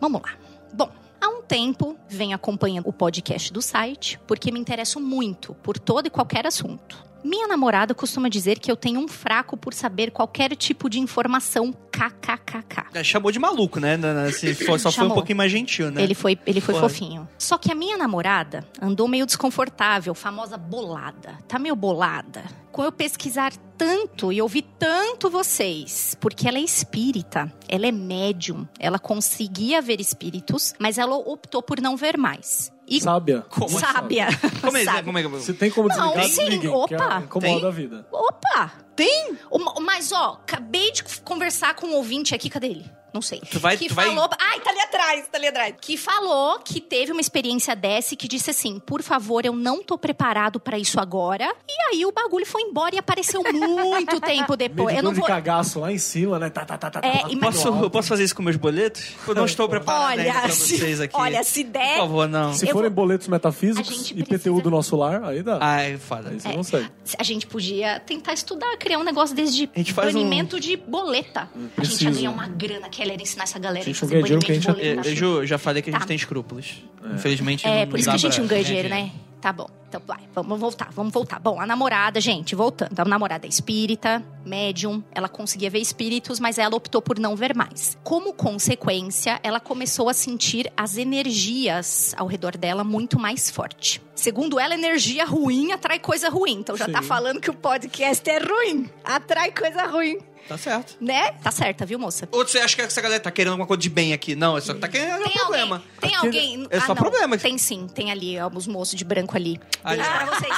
[SPEAKER 5] Vamos lá. Bom, há um tempo venho acompanhando o podcast do site, porque me interesso muito por todo e qualquer assunto. Minha namorada costuma dizer que eu tenho um fraco por saber qualquer tipo de informação kkkk.
[SPEAKER 7] É, chamou de maluco, né? Na- na- Se for- só foi um
[SPEAKER 5] Chamou.
[SPEAKER 7] pouquinho mais gentil, né?
[SPEAKER 5] Ele foi, ele foi
[SPEAKER 7] Claro.
[SPEAKER 5] fofinho. Só que a minha namorada andou meio desconfortável, famosa bolada. Tá meio bolada. Com eu pesquisar tanto e ouvir tanto vocês, porque ela é espírita, ela é médium, ela conseguia ver espíritos, mas ela optou por não ver mais. E
[SPEAKER 3] Sábia.
[SPEAKER 7] Como é
[SPEAKER 5] sábia.
[SPEAKER 7] Como é,
[SPEAKER 5] Sábia.
[SPEAKER 7] como é que
[SPEAKER 3] Se tem como
[SPEAKER 5] Não,
[SPEAKER 3] desligar,
[SPEAKER 5] sim,
[SPEAKER 3] desliguem, que
[SPEAKER 5] opa.
[SPEAKER 3] é- incomoda
[SPEAKER 7] Tem?
[SPEAKER 3] a vida.
[SPEAKER 5] Opa!
[SPEAKER 7] Tem?
[SPEAKER 5] Uma- mas ó, acabei de conversar com um ouvinte aqui, cadê ele? Não sei.
[SPEAKER 7] Tu vai-
[SPEAKER 5] que
[SPEAKER 7] tu vai-
[SPEAKER 5] falou. Ai, tá ali atrás, tá ali atrás. Que falou que teve uma experiência dessa e que disse assim: por favor, eu não tô preparado pra isso agora. E aí o bagulho foi embora e apareceu muito tempo depois.
[SPEAKER 3] Meio
[SPEAKER 5] Eu não
[SPEAKER 3] de
[SPEAKER 5] vou.
[SPEAKER 3] cagaço lá em cima, né? Tá, tá, tá, tá,
[SPEAKER 5] É,
[SPEAKER 3] tá,
[SPEAKER 5] e-
[SPEAKER 3] tá,
[SPEAKER 7] Posso, eu posso fazer isso com meus boletos? Eu não estou preparado ainda
[SPEAKER 5] Olha,
[SPEAKER 7] pra vocês
[SPEAKER 5] se,
[SPEAKER 7] aqui.
[SPEAKER 5] olha, se
[SPEAKER 7] Por
[SPEAKER 5] der.
[SPEAKER 7] favor, não.
[SPEAKER 3] Se
[SPEAKER 5] Eu
[SPEAKER 3] forem boletos
[SPEAKER 5] A
[SPEAKER 3] metafísicos
[SPEAKER 5] gente
[SPEAKER 3] e
[SPEAKER 5] precisa- é.
[SPEAKER 3] PTU do nosso lar, aí dá.
[SPEAKER 7] Ai, Ah, é foda.
[SPEAKER 3] aí você consegue.
[SPEAKER 5] A gente podia tentar estudar, criar um negócio desde
[SPEAKER 7] A gente faz um-
[SPEAKER 5] banimento de boleta. A gente
[SPEAKER 3] preciso.
[SPEAKER 5] ia ganhar uma grana que ela era ensinar essa galera
[SPEAKER 3] A gente não
[SPEAKER 5] fazer
[SPEAKER 3] ganha dinheiro
[SPEAKER 5] banimento
[SPEAKER 3] que a
[SPEAKER 5] de
[SPEAKER 3] gente-
[SPEAKER 5] boleta.
[SPEAKER 7] É, Ju, eu já falei que a gente
[SPEAKER 5] Tá.
[SPEAKER 7] tem escrúpulos. Infelizmente,
[SPEAKER 5] É,
[SPEAKER 7] não
[SPEAKER 5] por isso
[SPEAKER 7] dá
[SPEAKER 5] que a gente
[SPEAKER 7] pra
[SPEAKER 5] não ganha
[SPEAKER 7] ganhar
[SPEAKER 5] dinheiro, né? Tá bom. Então vai, vamos voltar, vamos voltar. Bom, a namorada, gente, voltando. A namorada é espírita, médium, ela conseguia ver espíritos, mas ela optou por não ver mais. Como consequência, ela começou a sentir as energias ao redor dela muito mais forte. Segundo ela, energia ruim atrai coisa ruim. Então já tá
[SPEAKER 3] Sim.
[SPEAKER 5] falando que o podcast é ruim, atrai coisa ruim,
[SPEAKER 7] Tá certo.
[SPEAKER 5] né? Tá certa, viu, moça?
[SPEAKER 7] Ou você acha que essa galera tá querendo alguma coisa de bem aqui? Não, é só tá querendo algum
[SPEAKER 5] Tem
[SPEAKER 7] problema.
[SPEAKER 5] alguém, tem alguém. Ah,
[SPEAKER 7] É só
[SPEAKER 5] não,
[SPEAKER 7] problema.
[SPEAKER 5] Tem sim, tem ali ó, os moços de branco ali.
[SPEAKER 7] Ah,
[SPEAKER 5] Beijo
[SPEAKER 7] já.
[SPEAKER 5] pra vocês.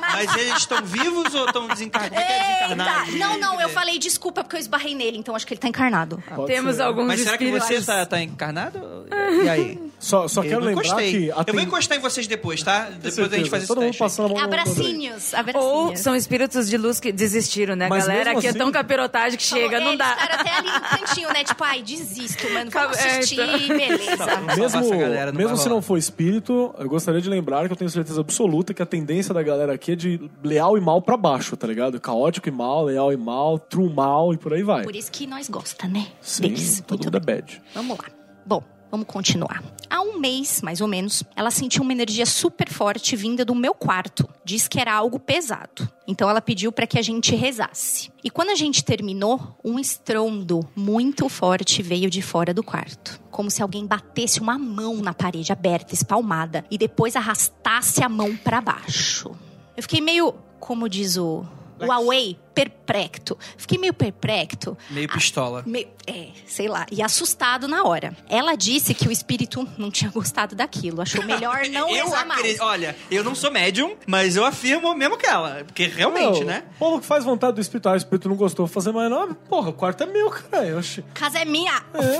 [SPEAKER 7] Mas eles estão vivos ou estão desencar-
[SPEAKER 5] Ah. Eita!
[SPEAKER 7] desencarnados?
[SPEAKER 5] Não, não, eu falei desculpa porque eu esbarrei nele, então acho que ele tá encarnado.
[SPEAKER 3] Pode
[SPEAKER 4] Temos
[SPEAKER 3] ser.
[SPEAKER 4] alguns
[SPEAKER 7] Mas será que
[SPEAKER 4] espíritos.
[SPEAKER 7] você tá, tá encarnado? E aí?
[SPEAKER 3] É. Só, só quero
[SPEAKER 7] não
[SPEAKER 3] lembrar que...
[SPEAKER 7] Eu
[SPEAKER 3] a
[SPEAKER 7] vou
[SPEAKER 3] ten-
[SPEAKER 7] encostar em vocês depois, tá?
[SPEAKER 3] Tem
[SPEAKER 7] Depois a
[SPEAKER 3] certeza,
[SPEAKER 7] gente faz esse
[SPEAKER 3] Todo mundo
[SPEAKER 7] teste.
[SPEAKER 3] passando a
[SPEAKER 4] Oh,
[SPEAKER 3] mão no ombro aí.
[SPEAKER 5] Abracinhos,
[SPEAKER 4] Ou
[SPEAKER 5] abracinhos.
[SPEAKER 4] são espíritos de luz que desistiram, né? A
[SPEAKER 3] Mas
[SPEAKER 4] galera
[SPEAKER 3] mesmo
[SPEAKER 4] aqui é
[SPEAKER 3] assim-
[SPEAKER 4] tão capirotagem que chega,
[SPEAKER 5] É,
[SPEAKER 4] não
[SPEAKER 5] eles
[SPEAKER 4] dá.
[SPEAKER 5] ficaram até ali no cantinho, né? Tipo, ai, desisto, mano. Vamos
[SPEAKER 4] Acaba- é,
[SPEAKER 5] assistir,
[SPEAKER 4] então.
[SPEAKER 5] beleza.
[SPEAKER 7] Vamos salvar
[SPEAKER 3] Mesmo,
[SPEAKER 7] essa galera, não
[SPEAKER 3] mesmo
[SPEAKER 7] vai
[SPEAKER 3] se
[SPEAKER 7] rolar.
[SPEAKER 3] não for espírito, eu gostaria de lembrar que eu tenho certeza absoluta que a tendência da galera aqui é de leal e mal pra baixo, tá ligado? Caótico e mal, leal e mal, true mal e por aí vai.
[SPEAKER 5] Por isso que nós gosta, né?
[SPEAKER 3] Sim,
[SPEAKER 5] Deles.
[SPEAKER 3] todo
[SPEAKER 5] Muito
[SPEAKER 3] mundo é bad.
[SPEAKER 5] Vamos lá. Bom, vamos continuar. Há um mês, mais ou menos, ela sentiu uma energia super forte vinda do meu quarto. Diz que era algo pesado. Então ela pediu para que a gente rezasse. E quando a gente terminou, um estrondo muito forte veio de fora do quarto, como se alguém batesse uma mão na parede aberta, espalmada, e depois arrastasse a mão para baixo. Eu fiquei meio, como diz o o Huawei perprecto. Fiquei meio Ah, perprecto.
[SPEAKER 1] Meio pistola.
[SPEAKER 5] Meio, é, sei lá. E assustado na hora. Ela disse que o espírito não tinha gostado daquilo. Achou melhor não
[SPEAKER 1] eu
[SPEAKER 5] rezar mais.
[SPEAKER 1] acredito. Olha, eu não sou médium, mas eu afirmo mesmo que ela. Porque realmente,
[SPEAKER 3] Não,
[SPEAKER 1] né?
[SPEAKER 3] O povo que faz vontade do espírito, ah, o espírito não gostou, vou fazer mais não. Porra, o quarto é meu, cara. Eu achei-
[SPEAKER 5] Casa é minha.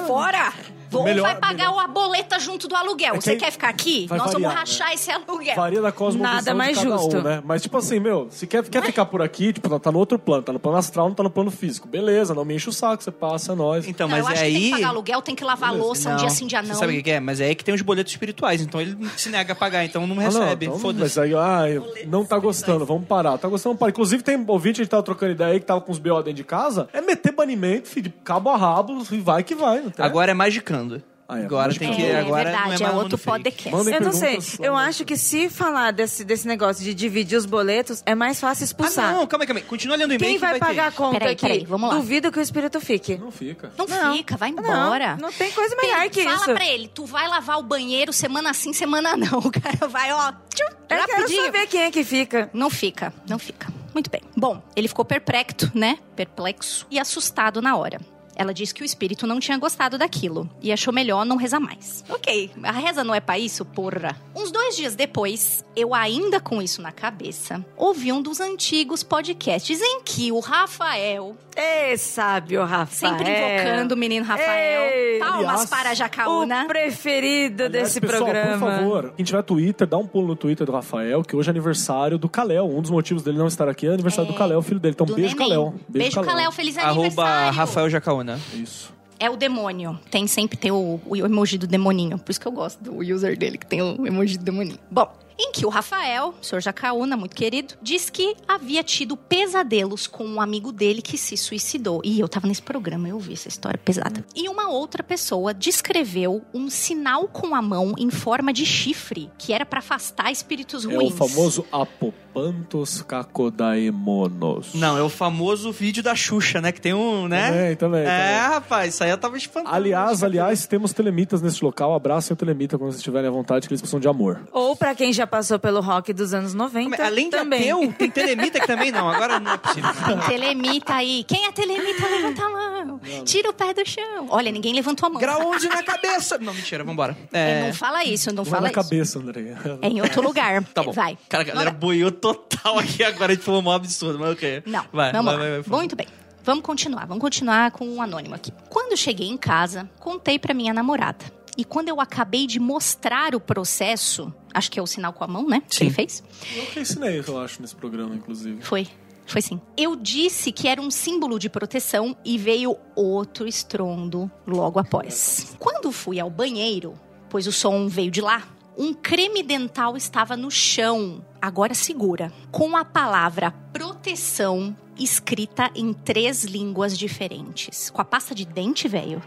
[SPEAKER 5] Fora. Ou
[SPEAKER 3] Melhor-
[SPEAKER 5] vai pagar a boleta junto do aluguel.
[SPEAKER 3] É que
[SPEAKER 5] Você
[SPEAKER 3] aí
[SPEAKER 5] quer ficar aqui?
[SPEAKER 3] vai
[SPEAKER 5] Nós vamos
[SPEAKER 3] variar,
[SPEAKER 5] rachar
[SPEAKER 4] né?
[SPEAKER 5] esse aluguel.
[SPEAKER 3] Varia da cosmovisão
[SPEAKER 4] Nada mais
[SPEAKER 3] de cada
[SPEAKER 4] justo.
[SPEAKER 3] um, né? Mas, tipo assim, meu, se quer, quer ficar por aqui, tipo, tá no outro plano, tá no plano astral, não tá no plano físico. Beleza, não me enche o saco, você passa, é nóis.
[SPEAKER 1] Então,
[SPEAKER 5] Não,
[SPEAKER 1] mas
[SPEAKER 5] eu acho
[SPEAKER 1] é aí.
[SPEAKER 5] que tem que pagar aluguel, tem que lavar a louça um dia sim, dia
[SPEAKER 1] Você
[SPEAKER 5] não.
[SPEAKER 1] sabe o que que é? Mas é aí que tem os boletos espirituais, então ele se nega a pagar, então não
[SPEAKER 3] Ah, não,
[SPEAKER 1] recebe.
[SPEAKER 3] então,
[SPEAKER 1] Foda-se.
[SPEAKER 3] mas aí, ah, eu- não tá gostando, vamos parar. Tá gostando, para. Inclusive, tem ouvinte, a gente tava trocando ideia aí, que tava com os BO dentro de casa. É meter banimento, filho, de cabo a rabo, e vai que vai. Não tem?
[SPEAKER 1] Agora é magicando.
[SPEAKER 3] Ah, é,
[SPEAKER 1] agora tem
[SPEAKER 5] É,
[SPEAKER 1] que.
[SPEAKER 5] é
[SPEAKER 1] agora não
[SPEAKER 5] verdade,
[SPEAKER 1] é,
[SPEAKER 5] é
[SPEAKER 1] mais
[SPEAKER 5] outro
[SPEAKER 1] mundo freak.
[SPEAKER 5] podcast.
[SPEAKER 3] Mandem
[SPEAKER 4] Eu não sei.
[SPEAKER 3] perguntas,
[SPEAKER 4] Eu acho que se falar desse, desse negócio de dividir os boletos, é mais fácil expulsar.
[SPEAKER 1] Ah, não, calma aí, calma aí. Continua lendo o e-mail
[SPEAKER 4] Quem
[SPEAKER 1] que
[SPEAKER 4] vai,
[SPEAKER 1] ter
[SPEAKER 4] pagar a
[SPEAKER 1] isso.
[SPEAKER 4] conta
[SPEAKER 5] Peraí,
[SPEAKER 4] aqui?
[SPEAKER 5] peraí, vamos lá.
[SPEAKER 4] Duvido que o espírito fique. É
[SPEAKER 3] Não fica.
[SPEAKER 5] Não,
[SPEAKER 4] Não.
[SPEAKER 5] fica, vai
[SPEAKER 4] Não,
[SPEAKER 5] embora.
[SPEAKER 4] não tem coisa melhor
[SPEAKER 5] Tem-
[SPEAKER 4] que
[SPEAKER 5] fala
[SPEAKER 4] isso.
[SPEAKER 5] pra ele, tu vai lavar o banheiro semana sim, semana não. O cara vai, ó, tchum,
[SPEAKER 4] Eu quero
[SPEAKER 5] rapidinho.
[SPEAKER 4] saber quem é que fica.
[SPEAKER 5] Não fica, não fica. Muito bem. Bom, ele ficou perplexo, né? Perplexo e assustado na hora. Ela disse que o espírito não tinha gostado daquilo e achou melhor não rezar mais. Ok, a reza não é pra isso, porra. Uns dois dias depois, eu ainda com isso na cabeça, ouvi um dos antigos podcasts em que o Rafael,
[SPEAKER 4] Ei, sábio, É, Rafael.
[SPEAKER 5] sempre invocando o menino Rafael,
[SPEAKER 4] Ei.
[SPEAKER 5] palmas
[SPEAKER 3] Aliás,
[SPEAKER 5] para Jacaúna.
[SPEAKER 4] O preferido
[SPEAKER 3] Aliás,
[SPEAKER 4] desse
[SPEAKER 3] pessoal,
[SPEAKER 4] programa.
[SPEAKER 3] Por favor, quem tiver Twitter, dá um pulo no Twitter do Rafael, que hoje é aniversário do Kalel. Um dos motivos dele não estar aqui é aniversário do Kalel, filho dele. Então,
[SPEAKER 5] do
[SPEAKER 3] beijo,
[SPEAKER 5] neném.
[SPEAKER 3] Kalel.
[SPEAKER 5] Beijo, Kalel. Feliz
[SPEAKER 1] Arroba
[SPEAKER 5] aniversário.
[SPEAKER 1] Rafael Jacaúna.
[SPEAKER 3] Isso.
[SPEAKER 5] É o demônio. Tem sempre tem o, o emoji do demoninho. Por isso que eu gosto do user dele, que tem o emoji do demoninho. Bom, em que o Rafael, o senhor Jacaúna, muito querido, diz que havia tido pesadelos com um amigo dele que se suicidou. E eu tava nesse programa, eu ouvi essa história pesada. E uma outra pessoa descreveu um sinal com a mão em forma de chifre, que era pra afastar espíritos
[SPEAKER 3] É
[SPEAKER 5] ruins.
[SPEAKER 3] o famoso Apopantos Cacodaemonos.
[SPEAKER 1] Não, é o famoso vídeo da Xuxa, né? Que tem um, né?
[SPEAKER 3] Também, também,
[SPEAKER 1] É,
[SPEAKER 3] também.
[SPEAKER 1] rapaz, isso aí eu tava espantado.
[SPEAKER 3] Aliás, aliás, temos telemitas nesse local. Abracem o telemita quando vocês estiverem à vontade, que eles precisam de amor.
[SPEAKER 4] Ou pra quem já passou pelo rock dos anos 90.
[SPEAKER 1] Além de
[SPEAKER 4] Então, também.
[SPEAKER 1] ateu, tem telemita que também não. Agora não é possível.
[SPEAKER 5] Tem telemita aí. Quem é telemita, levanta a mão. Tira o pé do chão. Olha, ninguém levantou a mão.
[SPEAKER 1] Grau 11 na cabeça. Não, mentira, vambora.
[SPEAKER 5] É,
[SPEAKER 1] É.
[SPEAKER 5] Não fala isso,
[SPEAKER 3] Não
[SPEAKER 5] não,
[SPEAKER 3] é
[SPEAKER 5] fala
[SPEAKER 3] na
[SPEAKER 5] isso.
[SPEAKER 3] cabeça, André.
[SPEAKER 5] É em outro lugar.
[SPEAKER 1] Tá bom.
[SPEAKER 5] Vai.
[SPEAKER 1] Cara, a galera
[SPEAKER 5] Não,
[SPEAKER 1] boiou total aqui agora. A gente falou um absurdo, mas ok.
[SPEAKER 5] Não,
[SPEAKER 1] vai,
[SPEAKER 5] vamos
[SPEAKER 1] vai,
[SPEAKER 5] lá.
[SPEAKER 1] vai, vai, vai.
[SPEAKER 5] Muito bem. Vamos continuar, vamos continuar com o anônimo aqui. Quando cheguei em casa, contei pra minha namorada. E quando eu acabei de mostrar o processo, acho que é o sinal com a mão, né? Que
[SPEAKER 1] Sim.
[SPEAKER 5] ele fez.
[SPEAKER 3] Eu que ensinei, eu acho, nesse programa, inclusive.
[SPEAKER 5] Foi. Foi sim. Eu disse que era um símbolo de proteção e veio outro estrondo logo após. Quando fui ao banheiro, pois o som veio de lá, um creme dental estava no chão, agora segura, com a palavra proteção escrita em três línguas diferentes. Com a pasta de dente, velho?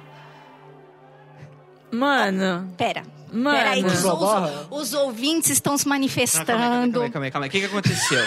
[SPEAKER 4] Mano,
[SPEAKER 5] Pera.
[SPEAKER 4] mano.
[SPEAKER 5] Pera aí, que os,
[SPEAKER 3] Cruzou a barra?
[SPEAKER 5] os ouvintes estão se
[SPEAKER 1] Não, calma aí,
[SPEAKER 5] manifestando.
[SPEAKER 1] calma aí, calma aí, calma aí. O que, que aconteceu?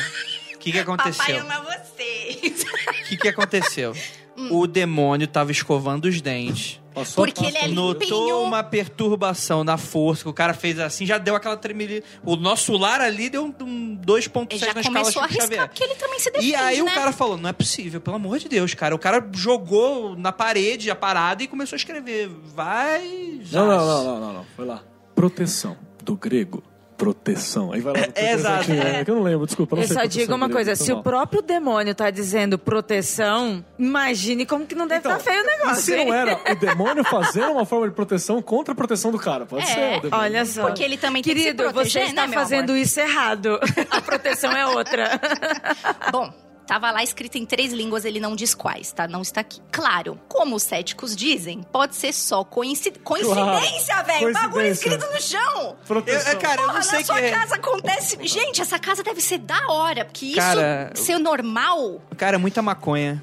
[SPEAKER 1] O que, que
[SPEAKER 5] Papai é
[SPEAKER 1] aconteceu?
[SPEAKER 5] ama vocês.
[SPEAKER 1] O que, que aconteceu?
[SPEAKER 5] Hum.
[SPEAKER 1] O demônio tava escovando os dentes.
[SPEAKER 3] Passou a
[SPEAKER 5] Porque ele é
[SPEAKER 3] pasta.
[SPEAKER 5] Limpinho.
[SPEAKER 1] Notou uma perturbação na força que o cara fez assim, já deu aquela tremelida. O nosso lar ali deu um, um 2.7
[SPEAKER 5] Ele
[SPEAKER 1] na
[SPEAKER 5] já
[SPEAKER 1] escala
[SPEAKER 5] começou a
[SPEAKER 1] Chico Xavier.
[SPEAKER 5] arriscar, porque ele também se defende,
[SPEAKER 1] E aí
[SPEAKER 5] né?
[SPEAKER 1] o cara falou, não é possível, pelo amor de Deus, cara. O cara jogou na parede a parada e começou a escrever. Vai...
[SPEAKER 3] Não,
[SPEAKER 1] Jace.
[SPEAKER 3] não, não, não, não, não. Foi lá. Proteção. Do grego. Proteção. Aí vai lá.
[SPEAKER 1] É, exato.
[SPEAKER 3] certinho, né? Que eu não lembro, desculpa. Não
[SPEAKER 4] Eu
[SPEAKER 3] sei
[SPEAKER 4] só
[SPEAKER 3] proteção
[SPEAKER 4] digo uma
[SPEAKER 3] grego, então foi
[SPEAKER 4] coisa, se
[SPEAKER 3] tá
[SPEAKER 4] o
[SPEAKER 3] mal.
[SPEAKER 4] próprio demônio tá dizendo proteção, imagine como que não deve estar
[SPEAKER 3] Então,
[SPEAKER 4] tá feio o
[SPEAKER 3] E
[SPEAKER 4] negócio,
[SPEAKER 3] se não
[SPEAKER 4] hein?
[SPEAKER 3] era o demônio fazendo uma forma de proteção contra a proteção do cara? Pode
[SPEAKER 5] É.
[SPEAKER 3] ser. o demônio.
[SPEAKER 4] Olha só.
[SPEAKER 5] Porque ele também tem que se
[SPEAKER 4] Querido, você
[SPEAKER 5] proteger,
[SPEAKER 4] está
[SPEAKER 5] né, meu
[SPEAKER 4] fazendo isso errado. A proteção é outra.
[SPEAKER 5] Bom, tava lá escrito em três línguas, ele não diz quais, tá? Não está aqui. Claro, como os céticos dizem, pode ser só coinci- coincidência, velho! Bagulho
[SPEAKER 3] Coincidência.
[SPEAKER 5] escrito no chão!
[SPEAKER 1] Eu,
[SPEAKER 3] Proteção.
[SPEAKER 1] é, cara, eu
[SPEAKER 5] Porra,
[SPEAKER 1] não sei
[SPEAKER 5] na
[SPEAKER 1] o
[SPEAKER 5] sua
[SPEAKER 1] que é.
[SPEAKER 5] casa acontece. Gente, essa casa deve ser da hora, porque isso
[SPEAKER 1] Cara,
[SPEAKER 5] ser normal.
[SPEAKER 1] Cara, é muita maconha.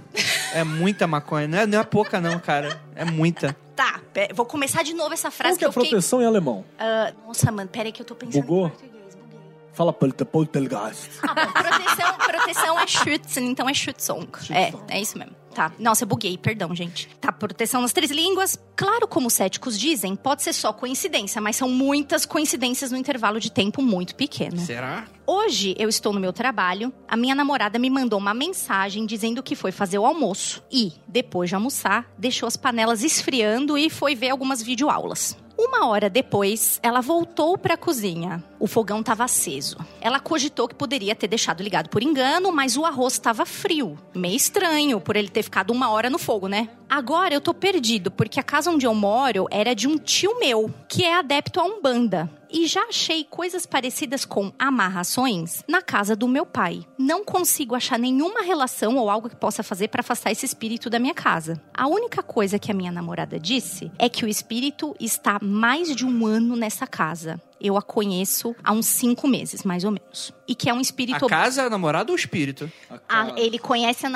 [SPEAKER 1] É muita maconha. Não é, não é pouca, não, cara. É muita.
[SPEAKER 5] Tá, pera- vou começar de novo essa
[SPEAKER 3] Qual
[SPEAKER 5] frase
[SPEAKER 3] que é a
[SPEAKER 5] eu fiquei.
[SPEAKER 3] proteção em alemão?
[SPEAKER 5] Ah, nossa, mano, peraí que eu tô pensando
[SPEAKER 3] Bugou?
[SPEAKER 5] em português. buguei.
[SPEAKER 3] Fala tá Polte- poltergeist.
[SPEAKER 5] Ah, bom, proteção, proteção é Schützen, então é Schützung. É, é isso mesmo. Tá. Nossa, eu buguei, perdão, gente. Tá, proteção nas três línguas. Claro, como os céticos dizem, pode ser só coincidência, mas são muitas coincidências no intervalo de tempo muito pequeno.
[SPEAKER 1] Será?
[SPEAKER 5] Hoje eu estou no meu trabalho. A minha namorada me mandou uma mensagem dizendo que foi fazer o almoço e, depois de almoçar, deixou as panelas esfriando e foi ver algumas videoaulas. Uma hora depois, ela voltou para a cozinha. O fogão estava aceso. Ela cogitou que poderia ter deixado ligado por engano, mas o arroz estava frio. Meio estranho por ele ter ficado uma hora no fogo, né? Agora eu tô perdido, porque a casa onde eu moro era de um tio meu, que é adepto a Umbanda. E já achei coisas parecidas com amarrações na casa do meu pai. Não consigo achar nenhuma relação ou algo que possa fazer para afastar esse espírito da minha casa. A única coisa que a minha namorada disse é que o espírito está há mais de um ano nessa casa. Eu a conheço há uns cinco meses, mais ou menos. E que é um espírito.
[SPEAKER 1] A casa, namorado ou espírito?
[SPEAKER 5] Ah, ele conhece a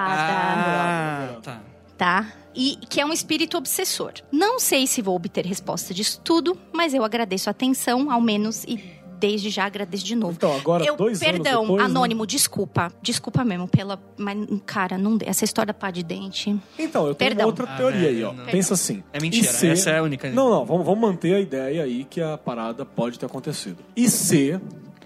[SPEAKER 5] namorada
[SPEAKER 1] Ah, tá.
[SPEAKER 5] tá? E que é um espírito obsessor. Não sei se vou obter resposta disso tudo, mas eu agradeço a atenção, ao menos, e desde já agradeço de novo.
[SPEAKER 3] Então, agora,
[SPEAKER 5] eu,
[SPEAKER 3] dois anos
[SPEAKER 5] perdão,
[SPEAKER 3] depois, né?
[SPEAKER 5] anônimo, desculpa. Desculpa mesmo pela. Mas, cara, não, essa história pá de dente.
[SPEAKER 3] Então, eu tenho
[SPEAKER 5] Perdão.
[SPEAKER 3] uma outra
[SPEAKER 1] Ah,
[SPEAKER 3] teoria aí, ó. Pensa assim.
[SPEAKER 1] É mentira,
[SPEAKER 3] e se-
[SPEAKER 1] essa é a única.
[SPEAKER 3] Não, não, vamos, vamos manter a ideia aí que a parada pode ter acontecido. E se,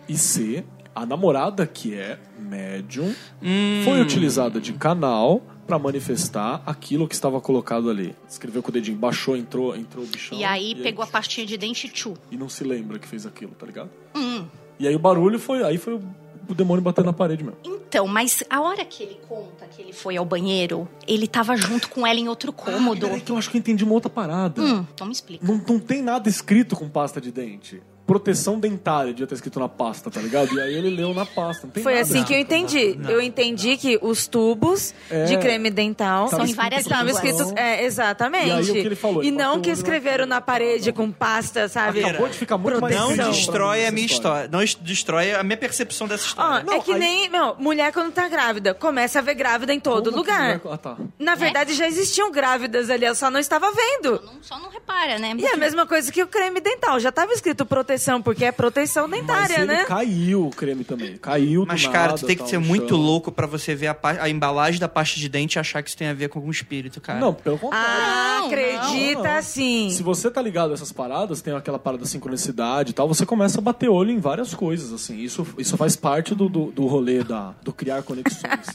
[SPEAKER 3] e se a namorada que é médium
[SPEAKER 1] Hum.
[SPEAKER 3] foi utilizada de canal pra manifestar aquilo que estava colocado ali. Escreveu com o dedinho, baixou, entrou, entrou o bichão.
[SPEAKER 5] e aí pegou a pastinha de dente tchu.
[SPEAKER 3] E não se lembra que fez aquilo, tá ligado?
[SPEAKER 5] Hum.
[SPEAKER 3] E aí o barulho foi, aí foi o, o demônio batendo na parede mesmo.
[SPEAKER 5] Então, mas a hora que ele conta que ele foi ao banheiro, ele tava junto com ela em outro cômodo.
[SPEAKER 3] Peraí que Então, eu acho que eu entendi uma outra parada.
[SPEAKER 5] Hum, então me explica.
[SPEAKER 3] Não, não tem nada escrito com pasta de dente. Proteção dentária devia ter escrito na pasta, tá ligado? E aí ele leu na pasta. Não tem
[SPEAKER 4] Foi
[SPEAKER 3] nada
[SPEAKER 4] assim que eu
[SPEAKER 3] escrito.
[SPEAKER 4] entendi. eu entendi que os tubos
[SPEAKER 3] É.
[SPEAKER 4] de creme dental
[SPEAKER 5] São em várias
[SPEAKER 4] estavam
[SPEAKER 5] línguas.
[SPEAKER 4] escritos. É, exatamente.
[SPEAKER 3] E aí, o que ele falou?
[SPEAKER 4] E
[SPEAKER 3] Ele
[SPEAKER 4] não
[SPEAKER 3] bateu
[SPEAKER 4] que
[SPEAKER 3] o olho na-
[SPEAKER 4] escreveram na parede com pasta, sabe?
[SPEAKER 3] Acabou de ficar muito mais
[SPEAKER 4] Proteção.
[SPEAKER 1] Não
[SPEAKER 3] claro pra mim
[SPEAKER 1] destrói
[SPEAKER 3] essa
[SPEAKER 1] a minha história. Não es- destrói a minha percepção
[SPEAKER 5] Ah,
[SPEAKER 1] dessa
[SPEAKER 4] Ó,
[SPEAKER 1] história.
[SPEAKER 4] é que nem, meu, mulher quando tá grávida, começa a ver grávida em todo
[SPEAKER 3] Como que
[SPEAKER 4] lugar.
[SPEAKER 3] vai- Ah, tá.
[SPEAKER 5] É.
[SPEAKER 4] Na verdade, já existiam grávidas ali, eu só não estava vendo.
[SPEAKER 5] Não- Só não repara, né?
[SPEAKER 4] E é a mesma coisa que o creme dental. Já tava escrito proteção, porque é proteção
[SPEAKER 3] Mas
[SPEAKER 4] dentária,
[SPEAKER 3] ele
[SPEAKER 4] né?
[SPEAKER 3] caiu o creme também. Caiu
[SPEAKER 1] Mas,
[SPEAKER 3] do
[SPEAKER 1] cara,
[SPEAKER 3] nada,
[SPEAKER 1] tu tem que
[SPEAKER 3] tá
[SPEAKER 1] ser
[SPEAKER 3] no
[SPEAKER 1] muito
[SPEAKER 3] chão.
[SPEAKER 1] louco pra você ver a, pa- a embalagem da pasta de dente e achar que isso tem a ver com algum espírito, cara.
[SPEAKER 3] Não, pelo contrário.
[SPEAKER 4] Ah,
[SPEAKER 5] Não,
[SPEAKER 4] acredita
[SPEAKER 3] não.
[SPEAKER 4] sim.
[SPEAKER 3] Se você tá ligado a essas paradas, tem aquela parada da sincronicidade e tal, você começa a bater olho em várias coisas, assim. Isso, isso faz parte do, do, do rolê da, do criar conexões.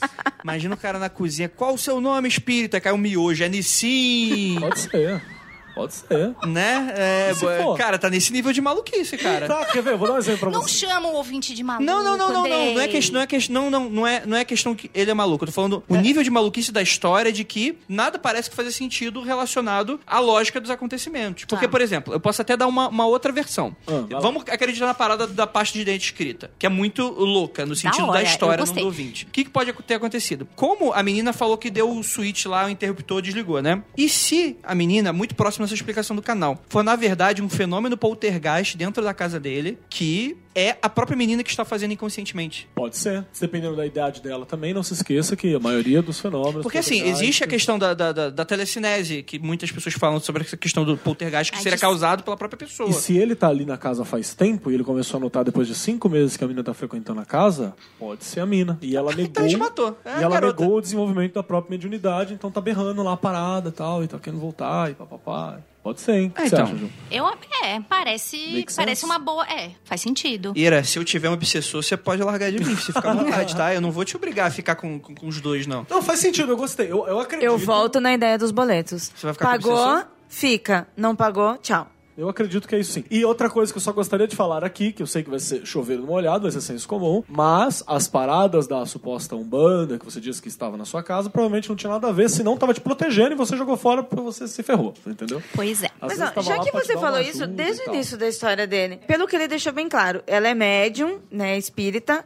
[SPEAKER 1] Imagina o cara na cozinha. Qual o seu nome, espírito? Aí cai um miojo. É Nissim,
[SPEAKER 3] Pode ser. Pode ser.
[SPEAKER 1] né? É,
[SPEAKER 3] E se
[SPEAKER 1] bo-
[SPEAKER 3] for?
[SPEAKER 1] cara, tá nesse nível de maluquice, cara.
[SPEAKER 3] Tá, quer ver? Eu Vou dar um exemplo pra
[SPEAKER 5] Não
[SPEAKER 3] você.
[SPEAKER 5] chama o ouvinte de maluco.
[SPEAKER 1] Não, não, não, não, não. Não é
[SPEAKER 5] Andrei.
[SPEAKER 1] questão, não é questão, não, não, não é, não é questão que ele é maluco. Eu tô falando o nível de maluquice da história de que nada parece que fazer sentido relacionado à lógica dos acontecimentos. Porque, por exemplo, eu posso até dar uma, uma outra versão.
[SPEAKER 3] Ah, vai lá.
[SPEAKER 1] Vamos acreditar na parada da pasta de dente escrita, que é muito louca no sentido da,
[SPEAKER 5] hora, eu
[SPEAKER 1] história não
[SPEAKER 5] gostei.
[SPEAKER 1] do ouvinte. O que, que pode ter acontecido? Como a menina falou que deu o switch lá, o interruptor desligou, né? E se a menina, muito próxima dessa explicação do canal, for na verdade um fenômeno poltergeist dentro da casa dele, que é a própria menina que está fazendo inconscientemente.
[SPEAKER 3] Pode ser. Dependendo da idade dela também, não se esqueça que a maioria dos fenômenos.
[SPEAKER 1] Porque assim,
[SPEAKER 3] poltergeist-
[SPEAKER 1] existe a questão da, da, da- da telecinese, que muitas pessoas falam sobre essa questão do poltergeist que
[SPEAKER 5] Ai,
[SPEAKER 1] seria
[SPEAKER 5] disso-
[SPEAKER 1] causado pela própria pessoa.
[SPEAKER 3] E se ele tá ali na casa faz tempo e ele começou a notar depois de cinco meses que a mina tá frequentando a casa, pode ser a mina. E ela negou.
[SPEAKER 1] Então a gente matou. É
[SPEAKER 3] e
[SPEAKER 1] a
[SPEAKER 3] ela
[SPEAKER 1] garota.
[SPEAKER 3] negou o desenvolvimento da própria mediunidade, então tá berrando lá a parada e tal, e tá querendo voltar, e papapá. Pode ser, hein? O que
[SPEAKER 1] Ah,
[SPEAKER 3] você
[SPEAKER 1] então.
[SPEAKER 3] acha, Ju?
[SPEAKER 5] Eu, é, parece,
[SPEAKER 3] Make
[SPEAKER 5] parece
[SPEAKER 3] sense.
[SPEAKER 5] uma boa. É, faz sentido.
[SPEAKER 1] Ira, se eu tiver um obsessor, você pode largar de mim, você fica à vontade, tá? Eu não vou te obrigar a ficar com, com, com os dois, não.
[SPEAKER 3] Não, faz sentido, eu gostei. Eu, eu acredito.
[SPEAKER 4] Eu volto na ideia dos boletos.
[SPEAKER 1] Você vai ficar com
[SPEAKER 4] pagou,
[SPEAKER 1] obsessão?
[SPEAKER 4] fica. Não pagou, tchau.
[SPEAKER 3] Eu acredito que é isso sim. E outra coisa que eu só gostaria de falar aqui, que eu sei que vai ser chover no molhado, vai ser senso comum, mas as paradas da suposta Umbanda que você disse que estava na sua casa, provavelmente não tinha nada a ver, senão tava te protegendo e você jogou fora porque você se ferrou, entendeu?
[SPEAKER 5] Pois é.
[SPEAKER 3] Às
[SPEAKER 4] Mas
[SPEAKER 3] vezes tá
[SPEAKER 4] ó,
[SPEAKER 3] tava
[SPEAKER 4] já
[SPEAKER 3] lá
[SPEAKER 4] que
[SPEAKER 3] pra te
[SPEAKER 4] você
[SPEAKER 3] dar uma
[SPEAKER 4] falou
[SPEAKER 3] ajuda
[SPEAKER 4] isso,
[SPEAKER 3] e
[SPEAKER 4] desde o
[SPEAKER 3] tal.
[SPEAKER 4] início da história dele, pelo que ele deixou bem claro, ela é médium, né, espírita.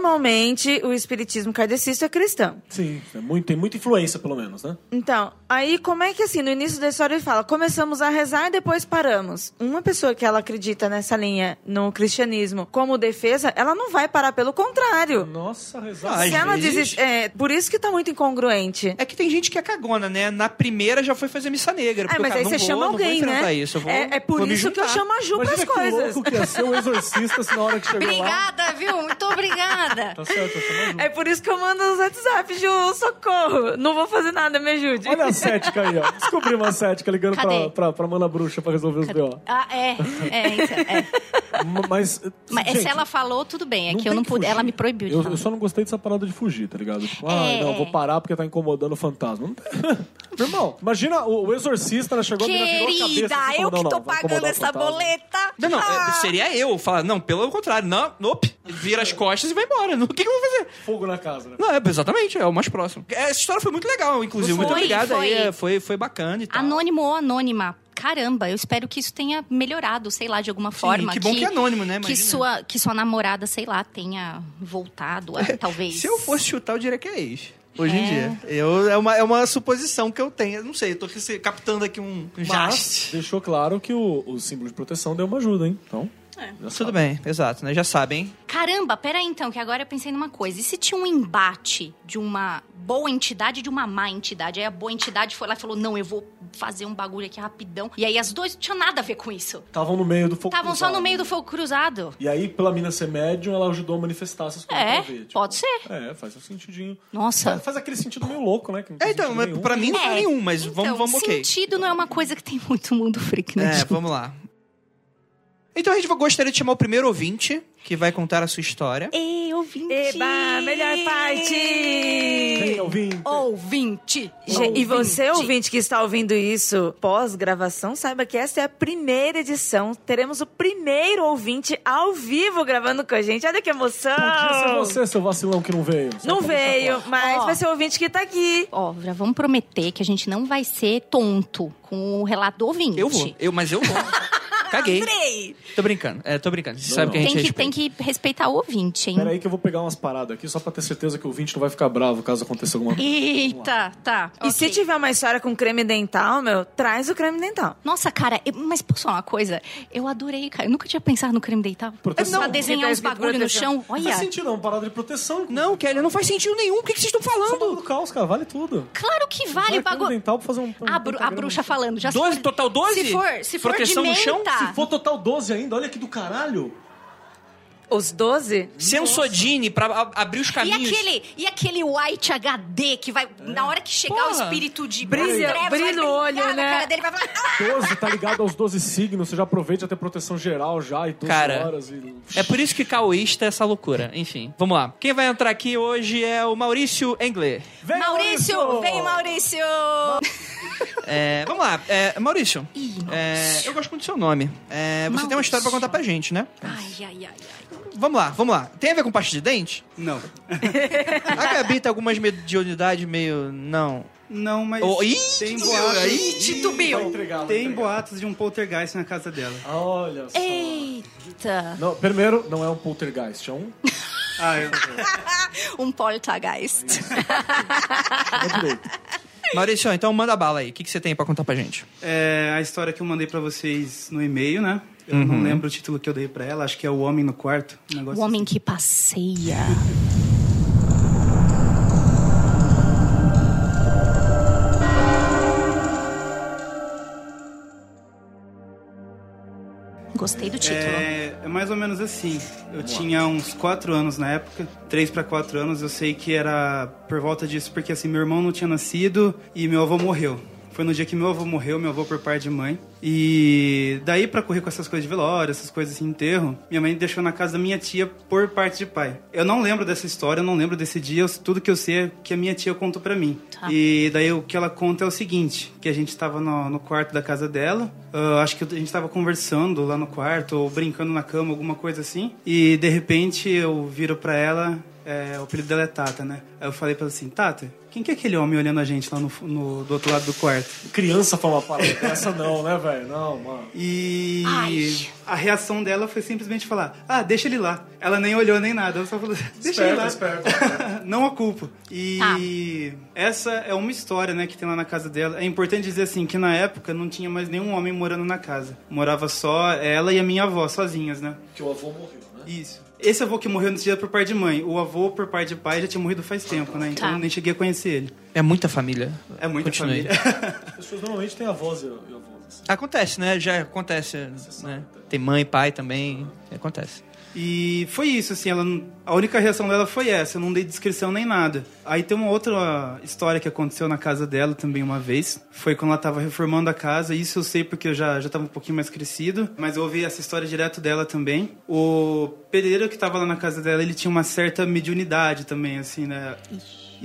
[SPEAKER 4] Normalmente, o espiritismo kardecista é cristão.
[SPEAKER 3] Sim, é muito- tem muita influência, pelo menos, né?
[SPEAKER 4] Então, aí como é que assim, no início da história ele fala, começamos a rezar e depois paramos. cristãos. Uma pessoa que ela acredita nessa linha, no cristianismo, como defesa, ela não vai parar, pelo contrário.
[SPEAKER 3] Nossa,
[SPEAKER 8] Ah,
[SPEAKER 3] rezar.
[SPEAKER 8] às
[SPEAKER 4] Se ela
[SPEAKER 8] vezes-
[SPEAKER 4] desiste, é, por isso que tá muito incongruente.
[SPEAKER 1] É que tem gente que é cagona, né? Na primeira já foi fazer missa negra.
[SPEAKER 4] Ah,
[SPEAKER 1] porque o
[SPEAKER 4] mas
[SPEAKER 1] cara,
[SPEAKER 4] aí
[SPEAKER 1] não
[SPEAKER 4] você
[SPEAKER 1] vou,
[SPEAKER 4] chama
[SPEAKER 1] não vou
[SPEAKER 4] alguém,
[SPEAKER 1] enfrentar
[SPEAKER 4] né?
[SPEAKER 1] Isso, eu vou,
[SPEAKER 4] é, é por
[SPEAKER 1] vou me
[SPEAKER 4] isso que eu
[SPEAKER 1] juntar.
[SPEAKER 4] chamo a Ju pras
[SPEAKER 3] Imagina que
[SPEAKER 4] coisas.
[SPEAKER 3] louco que ia ser o exorcista se na hora que chegou lá...
[SPEAKER 5] Obrigada, viu? Muito obrigada.
[SPEAKER 3] Tá certo, eu chamo a
[SPEAKER 4] É por isso que eu mando os WhatsApp, Ju, socorro. Não vou fazer nada, me ajude.
[SPEAKER 3] Ju. Olha a cética aí, ó. Descobri uma cética ligando pra,
[SPEAKER 5] Cadê?
[SPEAKER 3] pra, pra Mana Bruxa pra resolver os B.O.
[SPEAKER 5] Ah, é. É, então, é.
[SPEAKER 3] M- Mas,
[SPEAKER 5] Mas é
[SPEAKER 3] gente,
[SPEAKER 5] se ela falou, tudo bem. É que eu
[SPEAKER 3] tem
[SPEAKER 5] não pude.
[SPEAKER 3] fugir.
[SPEAKER 5] Ela me proibiu de
[SPEAKER 3] Eu,
[SPEAKER 5] falar.
[SPEAKER 3] eu só não gostei dessa parada de fugir, tá ligado? Tipo, ah,
[SPEAKER 5] É.
[SPEAKER 3] não, vou parar porque tá incomodando o fantasma. Não tem- Meu irmão, imagina o, o exorcista, ela chegou a mina virou a cabeça.
[SPEAKER 5] Querida,
[SPEAKER 3] assim, falou, "Não,
[SPEAKER 5] eu que tô
[SPEAKER 3] não, vai incomodar
[SPEAKER 5] pagando
[SPEAKER 3] o
[SPEAKER 5] essa
[SPEAKER 3] fantasma."
[SPEAKER 5] boleta.
[SPEAKER 1] Não, não, é-
[SPEAKER 5] Ah,
[SPEAKER 1] seria eu falar, não, pelo contrário, não, nope, vira as costas e vai embora. O que, que eu vou fazer?
[SPEAKER 3] Fogo na casa, né?
[SPEAKER 1] Não, é, exatamente, é o mais próximo. Essa história foi muito legal, inclusive.
[SPEAKER 5] Foi,
[SPEAKER 1] muito obrigado
[SPEAKER 5] foi.
[SPEAKER 1] aí, é, foi, foi bacana e tal.
[SPEAKER 5] Anônimo ou anônima. Caramba, eu espero que isso tenha melhorado, sei lá, de alguma forma.
[SPEAKER 1] que bom que é anônimo, né?
[SPEAKER 5] Que
[SPEAKER 1] Imagina.
[SPEAKER 5] sua, que sua namorada, sei lá, tenha voltado, a- talvez.
[SPEAKER 1] Se eu fosse chutar, eu diria que é ex. Hoje em
[SPEAKER 5] É.
[SPEAKER 1] dia. Eu, é, uma, é uma suposição que eu tenho. Eu Não sei, eu tô rece- captando aqui um um
[SPEAKER 3] Mas
[SPEAKER 1] jaste.
[SPEAKER 3] deixou claro que o, o símbolo de proteção deu uma ajuda, hein? Então,
[SPEAKER 5] É.
[SPEAKER 3] já
[SPEAKER 1] Tudo
[SPEAKER 3] sabe.
[SPEAKER 1] bem, exato, né? Já sabem.
[SPEAKER 5] Caramba, peraí então, que agora eu pensei numa coisa. E se tinha um embate de uma boa entidade e de uma má entidade? Aí a boa entidade foi lá e falou: não, eu vou fazer um bagulho aqui rapidão. E aí as duas não tinham nada a ver com isso.
[SPEAKER 3] Estavam no meio do fogo
[SPEAKER 5] Estavam só
[SPEAKER 3] cruzado.
[SPEAKER 5] no meio do fogo cruzado.
[SPEAKER 3] E aí, pela mina ser médium, ela ajudou a manifestar essas coisas
[SPEAKER 5] É,
[SPEAKER 3] pra ver. tipo.
[SPEAKER 5] pode ser.
[SPEAKER 3] É, faz um sentidinho.
[SPEAKER 5] Nossa.
[SPEAKER 3] Faz aquele sentido meio louco, né? Que não tem
[SPEAKER 1] É, então,
[SPEAKER 3] sentido
[SPEAKER 1] mas
[SPEAKER 3] nenhum.
[SPEAKER 1] pra mim não foi
[SPEAKER 5] É,
[SPEAKER 1] nenhum, mas
[SPEAKER 5] então,
[SPEAKER 1] vamos, vamos, ok.
[SPEAKER 5] Sentido não é uma coisa que tem muito mundo freak, né?
[SPEAKER 1] É, vamos lá. Então a gente gostaria de chamar o primeiro ouvinte, que vai contar a sua história.
[SPEAKER 5] Ei, ouvinte!
[SPEAKER 4] Eba, melhor parte!
[SPEAKER 3] Quem é ouvinte?
[SPEAKER 5] Ouvinte!
[SPEAKER 4] Ge- E você, ouvinte que está ouvindo isso pós-gravação, saiba que essa é a primeira edição. Teremos o primeiro ouvinte ao vivo gravando com a gente. Olha que emoção!
[SPEAKER 3] Podia ser você, seu vacilão que não veio. Só
[SPEAKER 1] tá
[SPEAKER 4] Não
[SPEAKER 3] pra deixar
[SPEAKER 4] veio, mas
[SPEAKER 5] Ó.
[SPEAKER 4] vai ser o ouvinte que tá aqui.
[SPEAKER 5] Ó, já vamos prometer que a gente não vai ser tonto com o relato do ouvinte.
[SPEAKER 1] Eu vou, eu, mas eu vou. Caguei.
[SPEAKER 4] Andrei!
[SPEAKER 1] Tô brincando, é, tô brincando. Você
[SPEAKER 3] Não,
[SPEAKER 1] sabe
[SPEAKER 3] não.
[SPEAKER 1] que a gente
[SPEAKER 5] Tem que, tem
[SPEAKER 1] respeita.
[SPEAKER 5] que respeitar o ouvinte, hein?
[SPEAKER 3] Pera aí que eu vou pegar umas paradas aqui só pra ter certeza que o ouvinte não vai ficar bravo caso aconteça alguma coisa.
[SPEAKER 5] Eita, tá.
[SPEAKER 4] E se tiver uma história com creme dental, meu, traz o creme dental.
[SPEAKER 5] Nossa, cara, eu- mas posso falar uma coisa? Eu adorei, cara. Eu nunca tinha pensado no creme deitar.
[SPEAKER 3] Proteção.
[SPEAKER 5] Pra desenhar uns
[SPEAKER 4] Porque tá escrito
[SPEAKER 5] bagulho no
[SPEAKER 4] proteção.
[SPEAKER 5] chão. Olha,
[SPEAKER 3] Faz sentido, é uma parada de proteção.
[SPEAKER 1] Não, Kelly, não faz sentido nenhum. Por que que vocês estão
[SPEAKER 3] Só
[SPEAKER 1] falando?
[SPEAKER 3] do caos, cara, vale tudo.
[SPEAKER 5] claro que vale
[SPEAKER 3] Vai,
[SPEAKER 5] o
[SPEAKER 3] creme
[SPEAKER 5] bagulho.
[SPEAKER 3] dental pra fazer um, um
[SPEAKER 5] A, bru- a
[SPEAKER 3] pentagrama.
[SPEAKER 5] bruxa falando. Já se
[SPEAKER 1] 12,
[SPEAKER 5] for-
[SPEAKER 1] total 12?
[SPEAKER 5] Se for, se for
[SPEAKER 1] Proteção
[SPEAKER 5] de
[SPEAKER 1] no chão?
[SPEAKER 5] menta.
[SPEAKER 3] Se for total 12 ainda, olha que do caralho.
[SPEAKER 4] Os 12?
[SPEAKER 1] Sensodine pra a- abrir os
[SPEAKER 5] E
[SPEAKER 1] caminhos.
[SPEAKER 5] aquele, e aquele white HD que vai, na hora que chegar o
[SPEAKER 1] Porra.
[SPEAKER 5] espírito de
[SPEAKER 4] Brilha- brilha
[SPEAKER 5] trevas, vai
[SPEAKER 4] o
[SPEAKER 5] brilhar
[SPEAKER 4] olho,
[SPEAKER 5] na
[SPEAKER 4] né?
[SPEAKER 5] cara dele, vai falar, "Ah!"
[SPEAKER 3] 12 tá ligado aos 12 signos, você já aproveita ter proteção geral já e 12
[SPEAKER 1] Cara,
[SPEAKER 3] horas. E...
[SPEAKER 1] É por isso que caoísta é essa loucura. Enfim, vamos lá. Quem vai entrar aqui hoje é o Maurício Engler.
[SPEAKER 3] Vem,
[SPEAKER 5] Maurício, vem Maurício!
[SPEAKER 1] É, vamos lá. É, Maurício,
[SPEAKER 5] Ih,
[SPEAKER 1] é, eu gosto muito do seu nome. É, você tem uma história pra contar pra gente, né?
[SPEAKER 5] Ai, ai, ai, ai.
[SPEAKER 1] Vamos lá, vamos lá. Tem a ver com pasta de dente?
[SPEAKER 9] Não.
[SPEAKER 1] A Gabi
[SPEAKER 7] tá
[SPEAKER 1] tem algumas mediunidades meio... Não.
[SPEAKER 9] Não, mas
[SPEAKER 1] Oh, ih,
[SPEAKER 9] tem
[SPEAKER 1] titubeou,
[SPEAKER 9] boatos.
[SPEAKER 1] aí, titubeou.
[SPEAKER 9] Ih,
[SPEAKER 3] Entregar, vou
[SPEAKER 9] Tem
[SPEAKER 3] entregar.
[SPEAKER 9] boatos de um poltergeist na casa dela.
[SPEAKER 3] Olha só.
[SPEAKER 5] É. Eita!
[SPEAKER 3] Não, primeiro, não é um poltergeist, é um
[SPEAKER 9] Ah, eu...
[SPEAKER 5] Um poltergeist.
[SPEAKER 3] é direito.
[SPEAKER 1] Maurício, então manda bala aí. O que, que você tem pra contar pra gente?
[SPEAKER 9] é a história que eu mandei pra vocês no e-mail, né? Eu
[SPEAKER 1] Uhum.
[SPEAKER 9] não lembro o título que eu dei pra ela, acho que é O Homem no Quarto. Um negócio
[SPEAKER 5] O homem que passeia. Gostei do título.
[SPEAKER 9] É, é mais ou menos assim. Eu tinha uns 4 anos na época, 3 pra 4 anos, eu sei que era por volta disso, porque assim, meu irmão não tinha nascido e meu avô morreu. Foi no dia que meu avô morreu, meu avô por parte de mãe. E daí pra correr com essas coisas de velório, essas coisas assim, enterro, minha mãe deixou na casa da minha tia por parte de pai. Eu não lembro dessa história, eu não lembro desse dia, eu- tudo que eu sei é que a minha tia contou pra mim.
[SPEAKER 5] Tá.
[SPEAKER 9] E daí o que ela conta é o seguinte, que a gente tava no, no quarto da casa dela, ah, acho que a gente tava conversando lá no quarto, ou brincando na cama, alguma coisa assim, e de repente eu viro pra ela, é, o apelido dela é Tata, né? Aí eu falei pra ela assim, Tata, quem que é aquele homem olhando a gente lá no, no- do outro lado do quarto?
[SPEAKER 3] Criança fala uma parada dessa não, né, velho? Não, mano.
[SPEAKER 9] E
[SPEAKER 5] Ai.
[SPEAKER 9] a reação dela foi simplesmente falar: Ah, deixa ele lá. Ela nem olhou nem nada, ela só falou: Deixa ele lá.
[SPEAKER 3] Esperto,
[SPEAKER 9] Não a culpo.
[SPEAKER 5] Tá.
[SPEAKER 9] E essa é uma história, né, que tem lá na casa dela. É importante dizer assim que na época não tinha mais nenhum homem morando na casa. Morava só ela e a minha avó sozinhas, né?
[SPEAKER 3] Que o avô morreu, né?
[SPEAKER 9] Isso. Esse avô que morreu nesse dia por parte de mãe. O avô por parte de pai já tinha morrido faz tempo, né? Então
[SPEAKER 5] Tá.
[SPEAKER 9] eu nem cheguei a conhecer ele.
[SPEAKER 7] É muita família.
[SPEAKER 9] É muita
[SPEAKER 7] Continue.
[SPEAKER 9] família.
[SPEAKER 3] As pessoas normalmente têm avós e e avós. Assim.
[SPEAKER 7] Acontece, né? Já acontece, né? Tem mãe, pai também. Acontece.
[SPEAKER 9] E foi isso, assim, ela, não- a única reação dela foi essa, eu não dei descrição nem nada. Aí tem uma outra história que aconteceu na casa dela também uma vez, foi quando ela tava reformando a casa, isso eu sei porque eu já, já tava um pouquinho mais crescido, mas eu ouvi essa história direto dela também. O pedreiro que tava lá na casa dela, ele tinha uma certa mediunidade também, assim, né?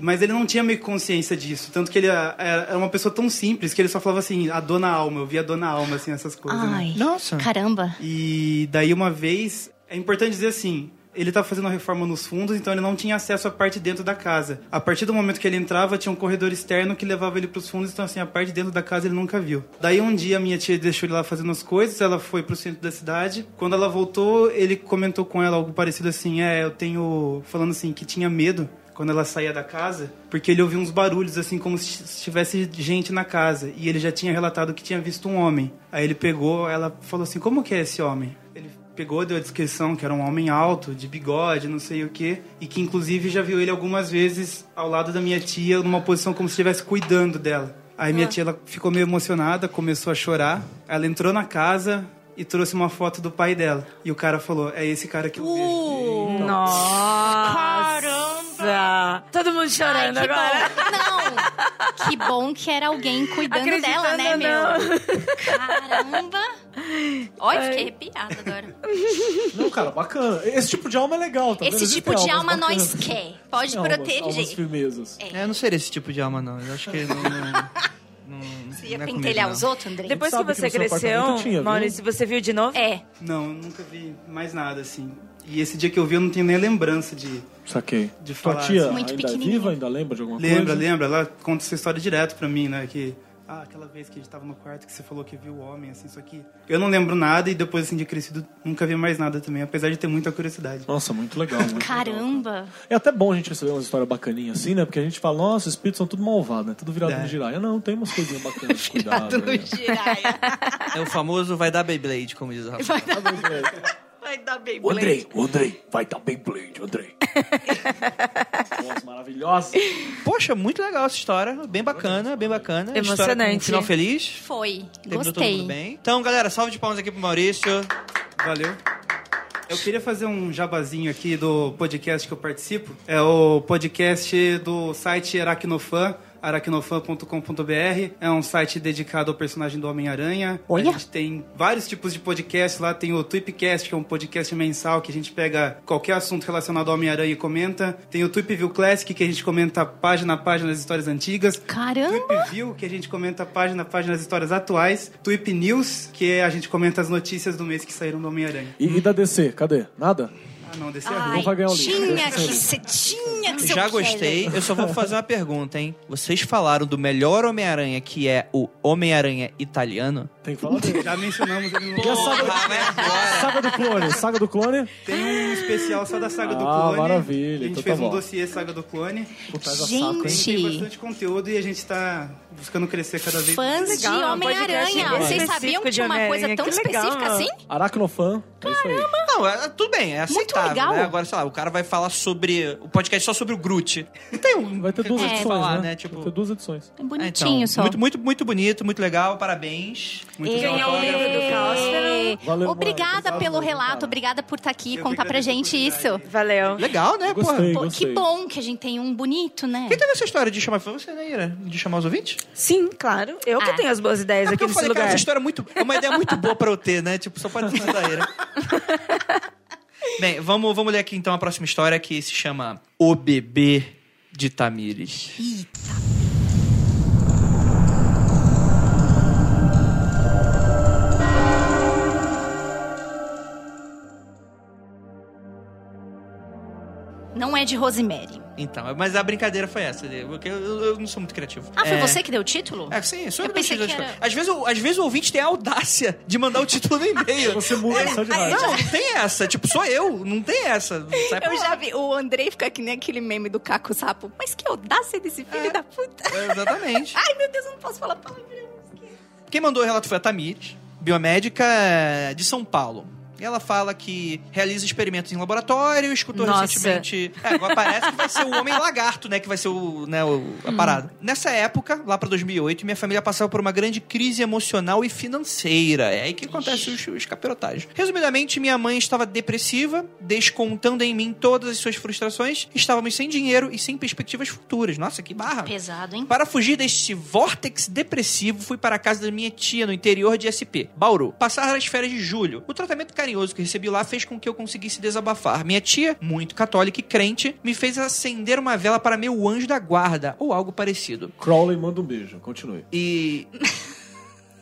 [SPEAKER 9] Mas ele não tinha meio que consciência disso, tanto que ele era era uma pessoa tão simples que ele só falava assim, a dona alma, eu via a dona alma, assim, essas coisas, né?
[SPEAKER 5] Ai.
[SPEAKER 7] Nossa.
[SPEAKER 5] Caramba.
[SPEAKER 9] E daí uma vez, é importante dizer assim, ele tava fazendo a reforma nos fundos, então ele não tinha acesso à parte dentro da casa. A partir do momento que ele entrava, tinha um corredor externo que levava ele pros fundos, então assim, a parte dentro da casa ele nunca viu. Daí um dia minha tia deixou ele lá fazendo as coisas, ela foi pro centro da cidade. Quando ela voltou, ele comentou com ela algo parecido assim: "É, eu tenho falando assim que tinha medo quando ela saía da casa, porque ele ouvia uns barulhos assim como se tivesse gente na casa, e ele já tinha relatado que tinha visto um homem. Aí ele pegou, ela falou assim: "Como que é esse homem?" Ele pegou, deu a descrição que era um homem alto, de bigode, não sei o quê, e que inclusive já viu ele algumas vezes ao lado da minha tia, numa posição como se estivesse cuidando dela. Aí minha tia ela ficou meio emocionada, começou a chorar. Ela entrou na casa e trouxe uma foto do pai dela. E o cara falou: "É esse cara que eu vejo."
[SPEAKER 4] Nossa! Todo mundo
[SPEAKER 5] Ai,
[SPEAKER 4] chorando
[SPEAKER 5] que
[SPEAKER 4] agora.
[SPEAKER 5] bom. Não. Que bom que era alguém cuidando dela, né, meu?
[SPEAKER 4] meu?
[SPEAKER 5] Caramba. Olha, fiquei arrepiada agora.
[SPEAKER 3] Não, cara, bacana. Esse tipo de alma é legal, tá vendo?
[SPEAKER 5] Esse tipo de
[SPEAKER 3] Existem
[SPEAKER 5] alma
[SPEAKER 3] almas
[SPEAKER 5] nós
[SPEAKER 3] bacanas.
[SPEAKER 5] quer. Pode
[SPEAKER 3] Almas- Almas
[SPEAKER 5] proteger.
[SPEAKER 3] firmezas.
[SPEAKER 7] É, eu não seria esse tipo de alma, não. Eu acho que não. não, não
[SPEAKER 5] Você ia
[SPEAKER 7] não é
[SPEAKER 5] pentelhar
[SPEAKER 7] comigo,
[SPEAKER 5] os
[SPEAKER 7] não.
[SPEAKER 5] outros, André?
[SPEAKER 4] Depois que
[SPEAKER 3] Sabe que
[SPEAKER 4] você
[SPEAKER 3] no seu
[SPEAKER 4] cresceu,
[SPEAKER 3] apartamento tinha, viu?
[SPEAKER 4] Maurício, você viu de novo?
[SPEAKER 5] É.
[SPEAKER 9] Não, eu nunca vi mais nada assim. E esse dia que eu vi, eu não tenho nem lembrança de.
[SPEAKER 3] Saquei.
[SPEAKER 9] De
[SPEAKER 3] Tua
[SPEAKER 9] falar
[SPEAKER 3] tia
[SPEAKER 9] assim.
[SPEAKER 5] Muito
[SPEAKER 3] ainda é
[SPEAKER 5] pequenininha.
[SPEAKER 3] viva, ainda lembra de alguma
[SPEAKER 9] Lembra,
[SPEAKER 3] coisa?
[SPEAKER 9] lembra? Ela conta essa história direto pra mim, né? Que. Ah, aquela vez que a gente tava no quarto que você falou que viu o homem, assim, isso aqui. Eu não lembro nada e depois, assim, de crescido, nunca vi mais nada também, apesar de ter muita curiosidade.
[SPEAKER 3] Nossa, muito legal. Muito legal.
[SPEAKER 5] Caramba.
[SPEAKER 3] É até bom a gente receber umas histórias bacaninhas assim, né? Porque a gente fala, nossa, os espíritos são tudo malvados, né? Tudo virado
[SPEAKER 9] É.
[SPEAKER 3] no giraia. Não, tem umas coisinhas bacanas, cuidado.
[SPEAKER 7] Virado no
[SPEAKER 3] né?
[SPEAKER 7] É o famoso vai dar Beyblade, como diz o Rafa.
[SPEAKER 5] Vai dar bem
[SPEAKER 3] O Andrei, o Andrei, vai dar Beyblade, o Andrei. Nossa, maravilhosa.
[SPEAKER 7] Poxa, muito legal essa história. Bem bacana, bem bacana. História com um
[SPEAKER 4] Emocionante.
[SPEAKER 7] final feliz.
[SPEAKER 5] Foi.
[SPEAKER 7] Terminou todo mundo
[SPEAKER 5] Gostei.
[SPEAKER 7] bem. Então, galera, salve de palmas aqui pro Maurício.
[SPEAKER 9] Valeu. Eu queria fazer um jabazinho aqui do podcast que eu participo. É o podcast do site Aracnofan, aracnofan.com.br. É um site dedicado ao personagem do Homem-Aranha.
[SPEAKER 5] Olha!
[SPEAKER 9] A gente tem vários tipos de podcast lá. Tem o Tweepcast, que é um podcast mensal que a gente pega qualquer assunto relacionado ao Homem-Aranha e comenta. Tem o Tweepview Classic, que a gente comenta página a página das histórias antigas.
[SPEAKER 5] Caramba.
[SPEAKER 9] Tweep View, que a gente comenta página a página das histórias atuais. Tweep News, que a gente comenta as notícias do mês que saíram do Homem-Aranha.
[SPEAKER 3] E, e da DC, cadê? Nada?
[SPEAKER 9] Ah, não, desse é ruim.
[SPEAKER 5] Ai,
[SPEAKER 3] vai ganhar o livro.
[SPEAKER 5] tinha que ser, tinha que é, ser o
[SPEAKER 7] Já
[SPEAKER 5] Keller.
[SPEAKER 7] gostei. Eu só vou fazer uma pergunta, hein? Vocês falaram do melhor Homem-Aranha, que é o Homem-Aranha italiano?
[SPEAKER 3] Tem que falar dele.
[SPEAKER 9] Já mencionamos ele no...
[SPEAKER 3] E a saga,
[SPEAKER 7] vai
[SPEAKER 5] né?
[SPEAKER 7] agora.
[SPEAKER 3] saga do clone? Saga do clone?
[SPEAKER 9] Tem um especial só da Saga do
[SPEAKER 3] Ah,
[SPEAKER 9] Clone.
[SPEAKER 3] maravilha,
[SPEAKER 9] A gente
[SPEAKER 3] então tá
[SPEAKER 9] fez um
[SPEAKER 3] bom.
[SPEAKER 9] dossiê Saga do Clone.
[SPEAKER 3] Puta, faz a saco, hein?
[SPEAKER 5] Gente.
[SPEAKER 9] Tem bastante conteúdo e a gente tá buscando crescer cada vez
[SPEAKER 5] Fãs
[SPEAKER 4] Legal,
[SPEAKER 5] de
[SPEAKER 4] é um podcast
[SPEAKER 5] Homem-Aranha.
[SPEAKER 4] bem
[SPEAKER 5] Vocês
[SPEAKER 4] específico
[SPEAKER 5] sabiam que
[SPEAKER 4] de
[SPEAKER 5] tinha uma coisa
[SPEAKER 4] Homem-Aranha.
[SPEAKER 5] tão
[SPEAKER 4] Que legal,
[SPEAKER 5] específica
[SPEAKER 4] mano.
[SPEAKER 5] assim?
[SPEAKER 3] Aracnofã. Caramba!
[SPEAKER 7] Não, é- tudo bem, é aceitável.
[SPEAKER 5] legal.
[SPEAKER 7] né? Agora, sei lá, o cara vai falar sobre. O podcast só sobre o Groot. Não tem um.
[SPEAKER 3] Vai ter duas
[SPEAKER 5] É.
[SPEAKER 3] edições,
[SPEAKER 7] Falar,
[SPEAKER 3] né?
[SPEAKER 7] né, tipo-
[SPEAKER 3] Vai ter duas edições.
[SPEAKER 5] É
[SPEAKER 7] É,
[SPEAKER 1] Ah,
[SPEAKER 7] então,
[SPEAKER 5] bonitinho só.
[SPEAKER 7] Muito, muito, muito bonito, muito legal, parabéns.
[SPEAKER 9] Muito
[SPEAKER 5] Ei.
[SPEAKER 4] Ganhar o
[SPEAKER 9] legal.
[SPEAKER 4] livro do Cássio.
[SPEAKER 3] Valeu,
[SPEAKER 5] obrigada
[SPEAKER 3] mano.
[SPEAKER 5] pelo
[SPEAKER 3] Valeu,
[SPEAKER 5] relato,
[SPEAKER 3] cara.
[SPEAKER 5] obrigada por estar aqui e
[SPEAKER 9] Eu
[SPEAKER 5] contar
[SPEAKER 9] que
[SPEAKER 5] pra
[SPEAKER 9] agradeço a
[SPEAKER 5] gente isso.
[SPEAKER 9] oportunidade.
[SPEAKER 4] Valeu.
[SPEAKER 7] Legal, né, porra?
[SPEAKER 3] Gostei,
[SPEAKER 5] Pô,
[SPEAKER 3] gostei.
[SPEAKER 5] que bom que a gente tem um bonito, né?
[SPEAKER 7] Quem teve essa história de chamar você, né, Ira? De chamar os ouvintes?
[SPEAKER 4] Sim, claro. Eu que
[SPEAKER 5] Ah.
[SPEAKER 4] tenho as boas ideias
[SPEAKER 7] É porque
[SPEAKER 4] aqui
[SPEAKER 7] eu
[SPEAKER 4] nesse
[SPEAKER 7] falei, cara,
[SPEAKER 4] lugar.
[SPEAKER 7] essa história é muito. É uma ideia muito boa pra eu ter, né? Tipo, só pode ser da Ira. Bem, vamos, vamos ler aqui então a próxima história que se chama O Bebê de Tamires.
[SPEAKER 5] Não é é de Rosemary.
[SPEAKER 1] Então, mas a brincadeira foi essa, né? porque eu, eu não sou muito criativo.
[SPEAKER 5] Ah, foi
[SPEAKER 1] É.
[SPEAKER 5] você que deu o título?
[SPEAKER 1] É, sim, sou
[SPEAKER 5] Eu
[SPEAKER 1] eu
[SPEAKER 5] pensei
[SPEAKER 1] que
[SPEAKER 5] que
[SPEAKER 1] era...
[SPEAKER 5] era-
[SPEAKER 1] às, vezes, o- às vezes o ouvinte tem a audácia de mandar o título no e-mail.
[SPEAKER 3] Você muda
[SPEAKER 7] Ah, é
[SPEAKER 3] só de raiva.
[SPEAKER 1] Não, não tem essa. Tipo, sou eu. Não tem essa. Sai pra
[SPEAKER 5] Eu
[SPEAKER 1] lá.
[SPEAKER 5] já vi. O Andrei fica que nem aquele meme do Caco Sapo. Mas que audácia desse filho da puta.
[SPEAKER 1] É, exatamente.
[SPEAKER 5] Ai, meu Deus, eu não posso falar palavrão.
[SPEAKER 1] Quem mandou o relato foi a Tamit, biomédica eh, de São Paulo. E ela fala que realiza experimentos em laboratório, escutou
[SPEAKER 4] Nossa.
[SPEAKER 1] recentemente. É, agora parece que vai ser o homem lagarto, né? Que vai ser o, né, o- a parada. Nessa época, lá pra 2008, minha família passava por uma grande crise emocional e financeira. É aí que acontece os, os capirotagens. Resumidamente, minha mãe estava depressiva, descontando em mim todas as suas frustrações. Estávamos sem dinheiro e sem perspectivas futuras. Nossa, que barra.
[SPEAKER 5] Pesado, hein?
[SPEAKER 1] Para fugir deste vórtex depressivo, fui para a casa da minha tia no interior de SP, Bauru. Passar as férias de julho. O tratamento carinhoso que recebi lá fez com que eu conseguisse desabafar. Minha tia, muito católica e crente, me fez acender uma vela para meu anjo da guarda, ou algo parecido.
[SPEAKER 3] Crowley manda um beijo, continue.
[SPEAKER 1] E.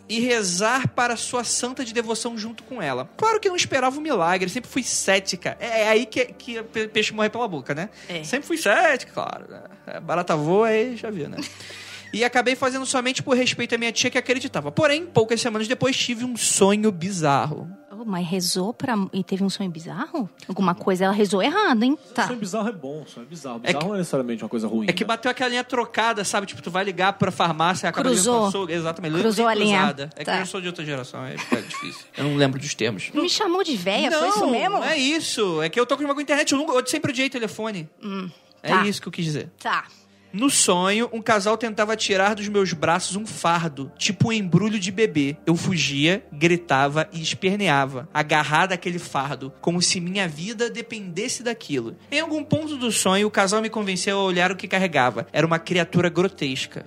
[SPEAKER 1] E rezar para sua santa de devoção junto com ela. Claro que eu não esperava um milagre, sempre fui cética. É, é aí que, que pe- peixe morre pela boca, né?
[SPEAKER 5] É.
[SPEAKER 1] Sempre fui cético, claro. né? É, Barata voa aí já viu, né? E acabei fazendo somente por respeito à minha tia que acreditava. Porém, poucas semanas depois tive um sonho bizarro.
[SPEAKER 5] Oh, mas rezou pra... e teve um sonho bizarro? Alguma coisa, ela rezou errado, hein? Tá.
[SPEAKER 3] Sonho bizarro é bom, sonho bizarro.
[SPEAKER 1] É
[SPEAKER 3] Bizarro
[SPEAKER 1] que-
[SPEAKER 3] não é necessariamente uma coisa ruim.
[SPEAKER 1] É que
[SPEAKER 3] né?
[SPEAKER 1] bateu aquela linha trocada, sabe? Tipo, tu vai ligar pra farmácia e acaba
[SPEAKER 5] Cruzou.
[SPEAKER 1] ligando pra açougue. Exatamente.
[SPEAKER 5] Cruzou a linha.
[SPEAKER 1] cruzada. É
[SPEAKER 5] Tá.
[SPEAKER 1] que eu sou de outra geração, aí fica difícil. Eu não lembro dos termos.
[SPEAKER 5] Me chamou de véia,
[SPEAKER 1] não,
[SPEAKER 5] foi isso mesmo?
[SPEAKER 1] não é isso. É que eu tô com uma internet, eu, nunca, eu sempre odiei telefone. é
[SPEAKER 5] tá.
[SPEAKER 1] isso que eu quis dizer.
[SPEAKER 5] Tá.
[SPEAKER 1] No sonho, um casal tentava tirar dos meus braços um fardo, tipo um embrulho de bebê. Eu fugia, gritava e esperneava, agarrada àquele fardo, como se minha vida dependesse daquilo. Em algum ponto do sonho, o casal me convenceu a olhar o que carregava. Era uma criatura grotesca.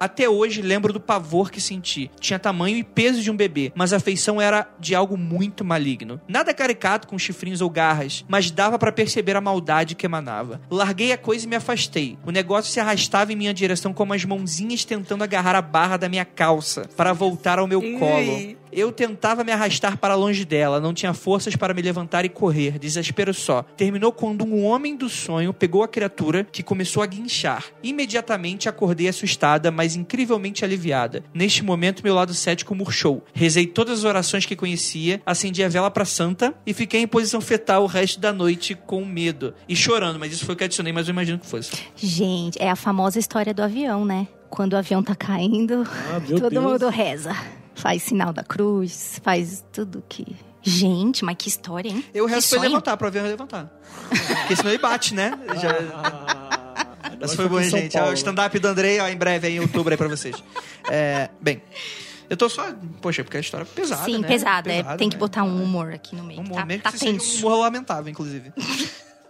[SPEAKER 1] Até hoje lembro do pavor que senti. Tinha tamanho e peso de um bebê, mas a feição era de algo muito maligno. Nada caricato com chifrinhos ou garras, mas dava pra perceber a maldade que emanava. Larguei a coisa e me afastei. O negócio se arrastava em minha direção como as mãozinhas tentando agarrar a barra da minha calça para voltar ao meu colo. Eu tentava me arrastar para longe dela, não tinha forças para me levantar e correr, desespero só. Terminou quando um homem do sonho pegou a criatura que começou a guinchar. Imediatamente acordei assustada, mas incrivelmente aliviada. Neste momento, meu lado cético murchou. Rezei todas as orações que conhecia, acendi a vela para santa e fiquei em posição fetal o resto da noite com medo e chorando, mas isso foi o que adicionei, mas eu imagino que fosse.
[SPEAKER 5] Gente, é a famosa história do avião, né? Quando o avião tá caindo,
[SPEAKER 3] Ah, meu
[SPEAKER 5] todo
[SPEAKER 3] Deus.
[SPEAKER 5] mundo reza. Faz sinal da cruz, faz tudo que. Gente, mas que história, hein?
[SPEAKER 1] Eu
[SPEAKER 5] que
[SPEAKER 1] rezo pra
[SPEAKER 5] sonho.
[SPEAKER 1] ele levantar, pra ver ele levantar. Porque senão ele bate, né? Já,
[SPEAKER 3] Ah,
[SPEAKER 1] Essa
[SPEAKER 3] nós
[SPEAKER 1] foi boa,
[SPEAKER 3] aqui em São
[SPEAKER 1] gente.
[SPEAKER 3] Paulo,
[SPEAKER 1] É o stand-up do Andrei, ó, em breve, aí, em outubro, aí pra vocês. É, bem, eu tô só... Poxa, porque a história é pesada,
[SPEAKER 5] Sim,
[SPEAKER 1] né?
[SPEAKER 5] pesada. é, Tem que
[SPEAKER 1] né?
[SPEAKER 5] botar um humor aqui no meio.
[SPEAKER 1] Um
[SPEAKER 5] tá
[SPEAKER 1] momento
[SPEAKER 5] tá
[SPEAKER 1] que seja um
[SPEAKER 5] tenso.
[SPEAKER 1] humor lamentável, inclusive.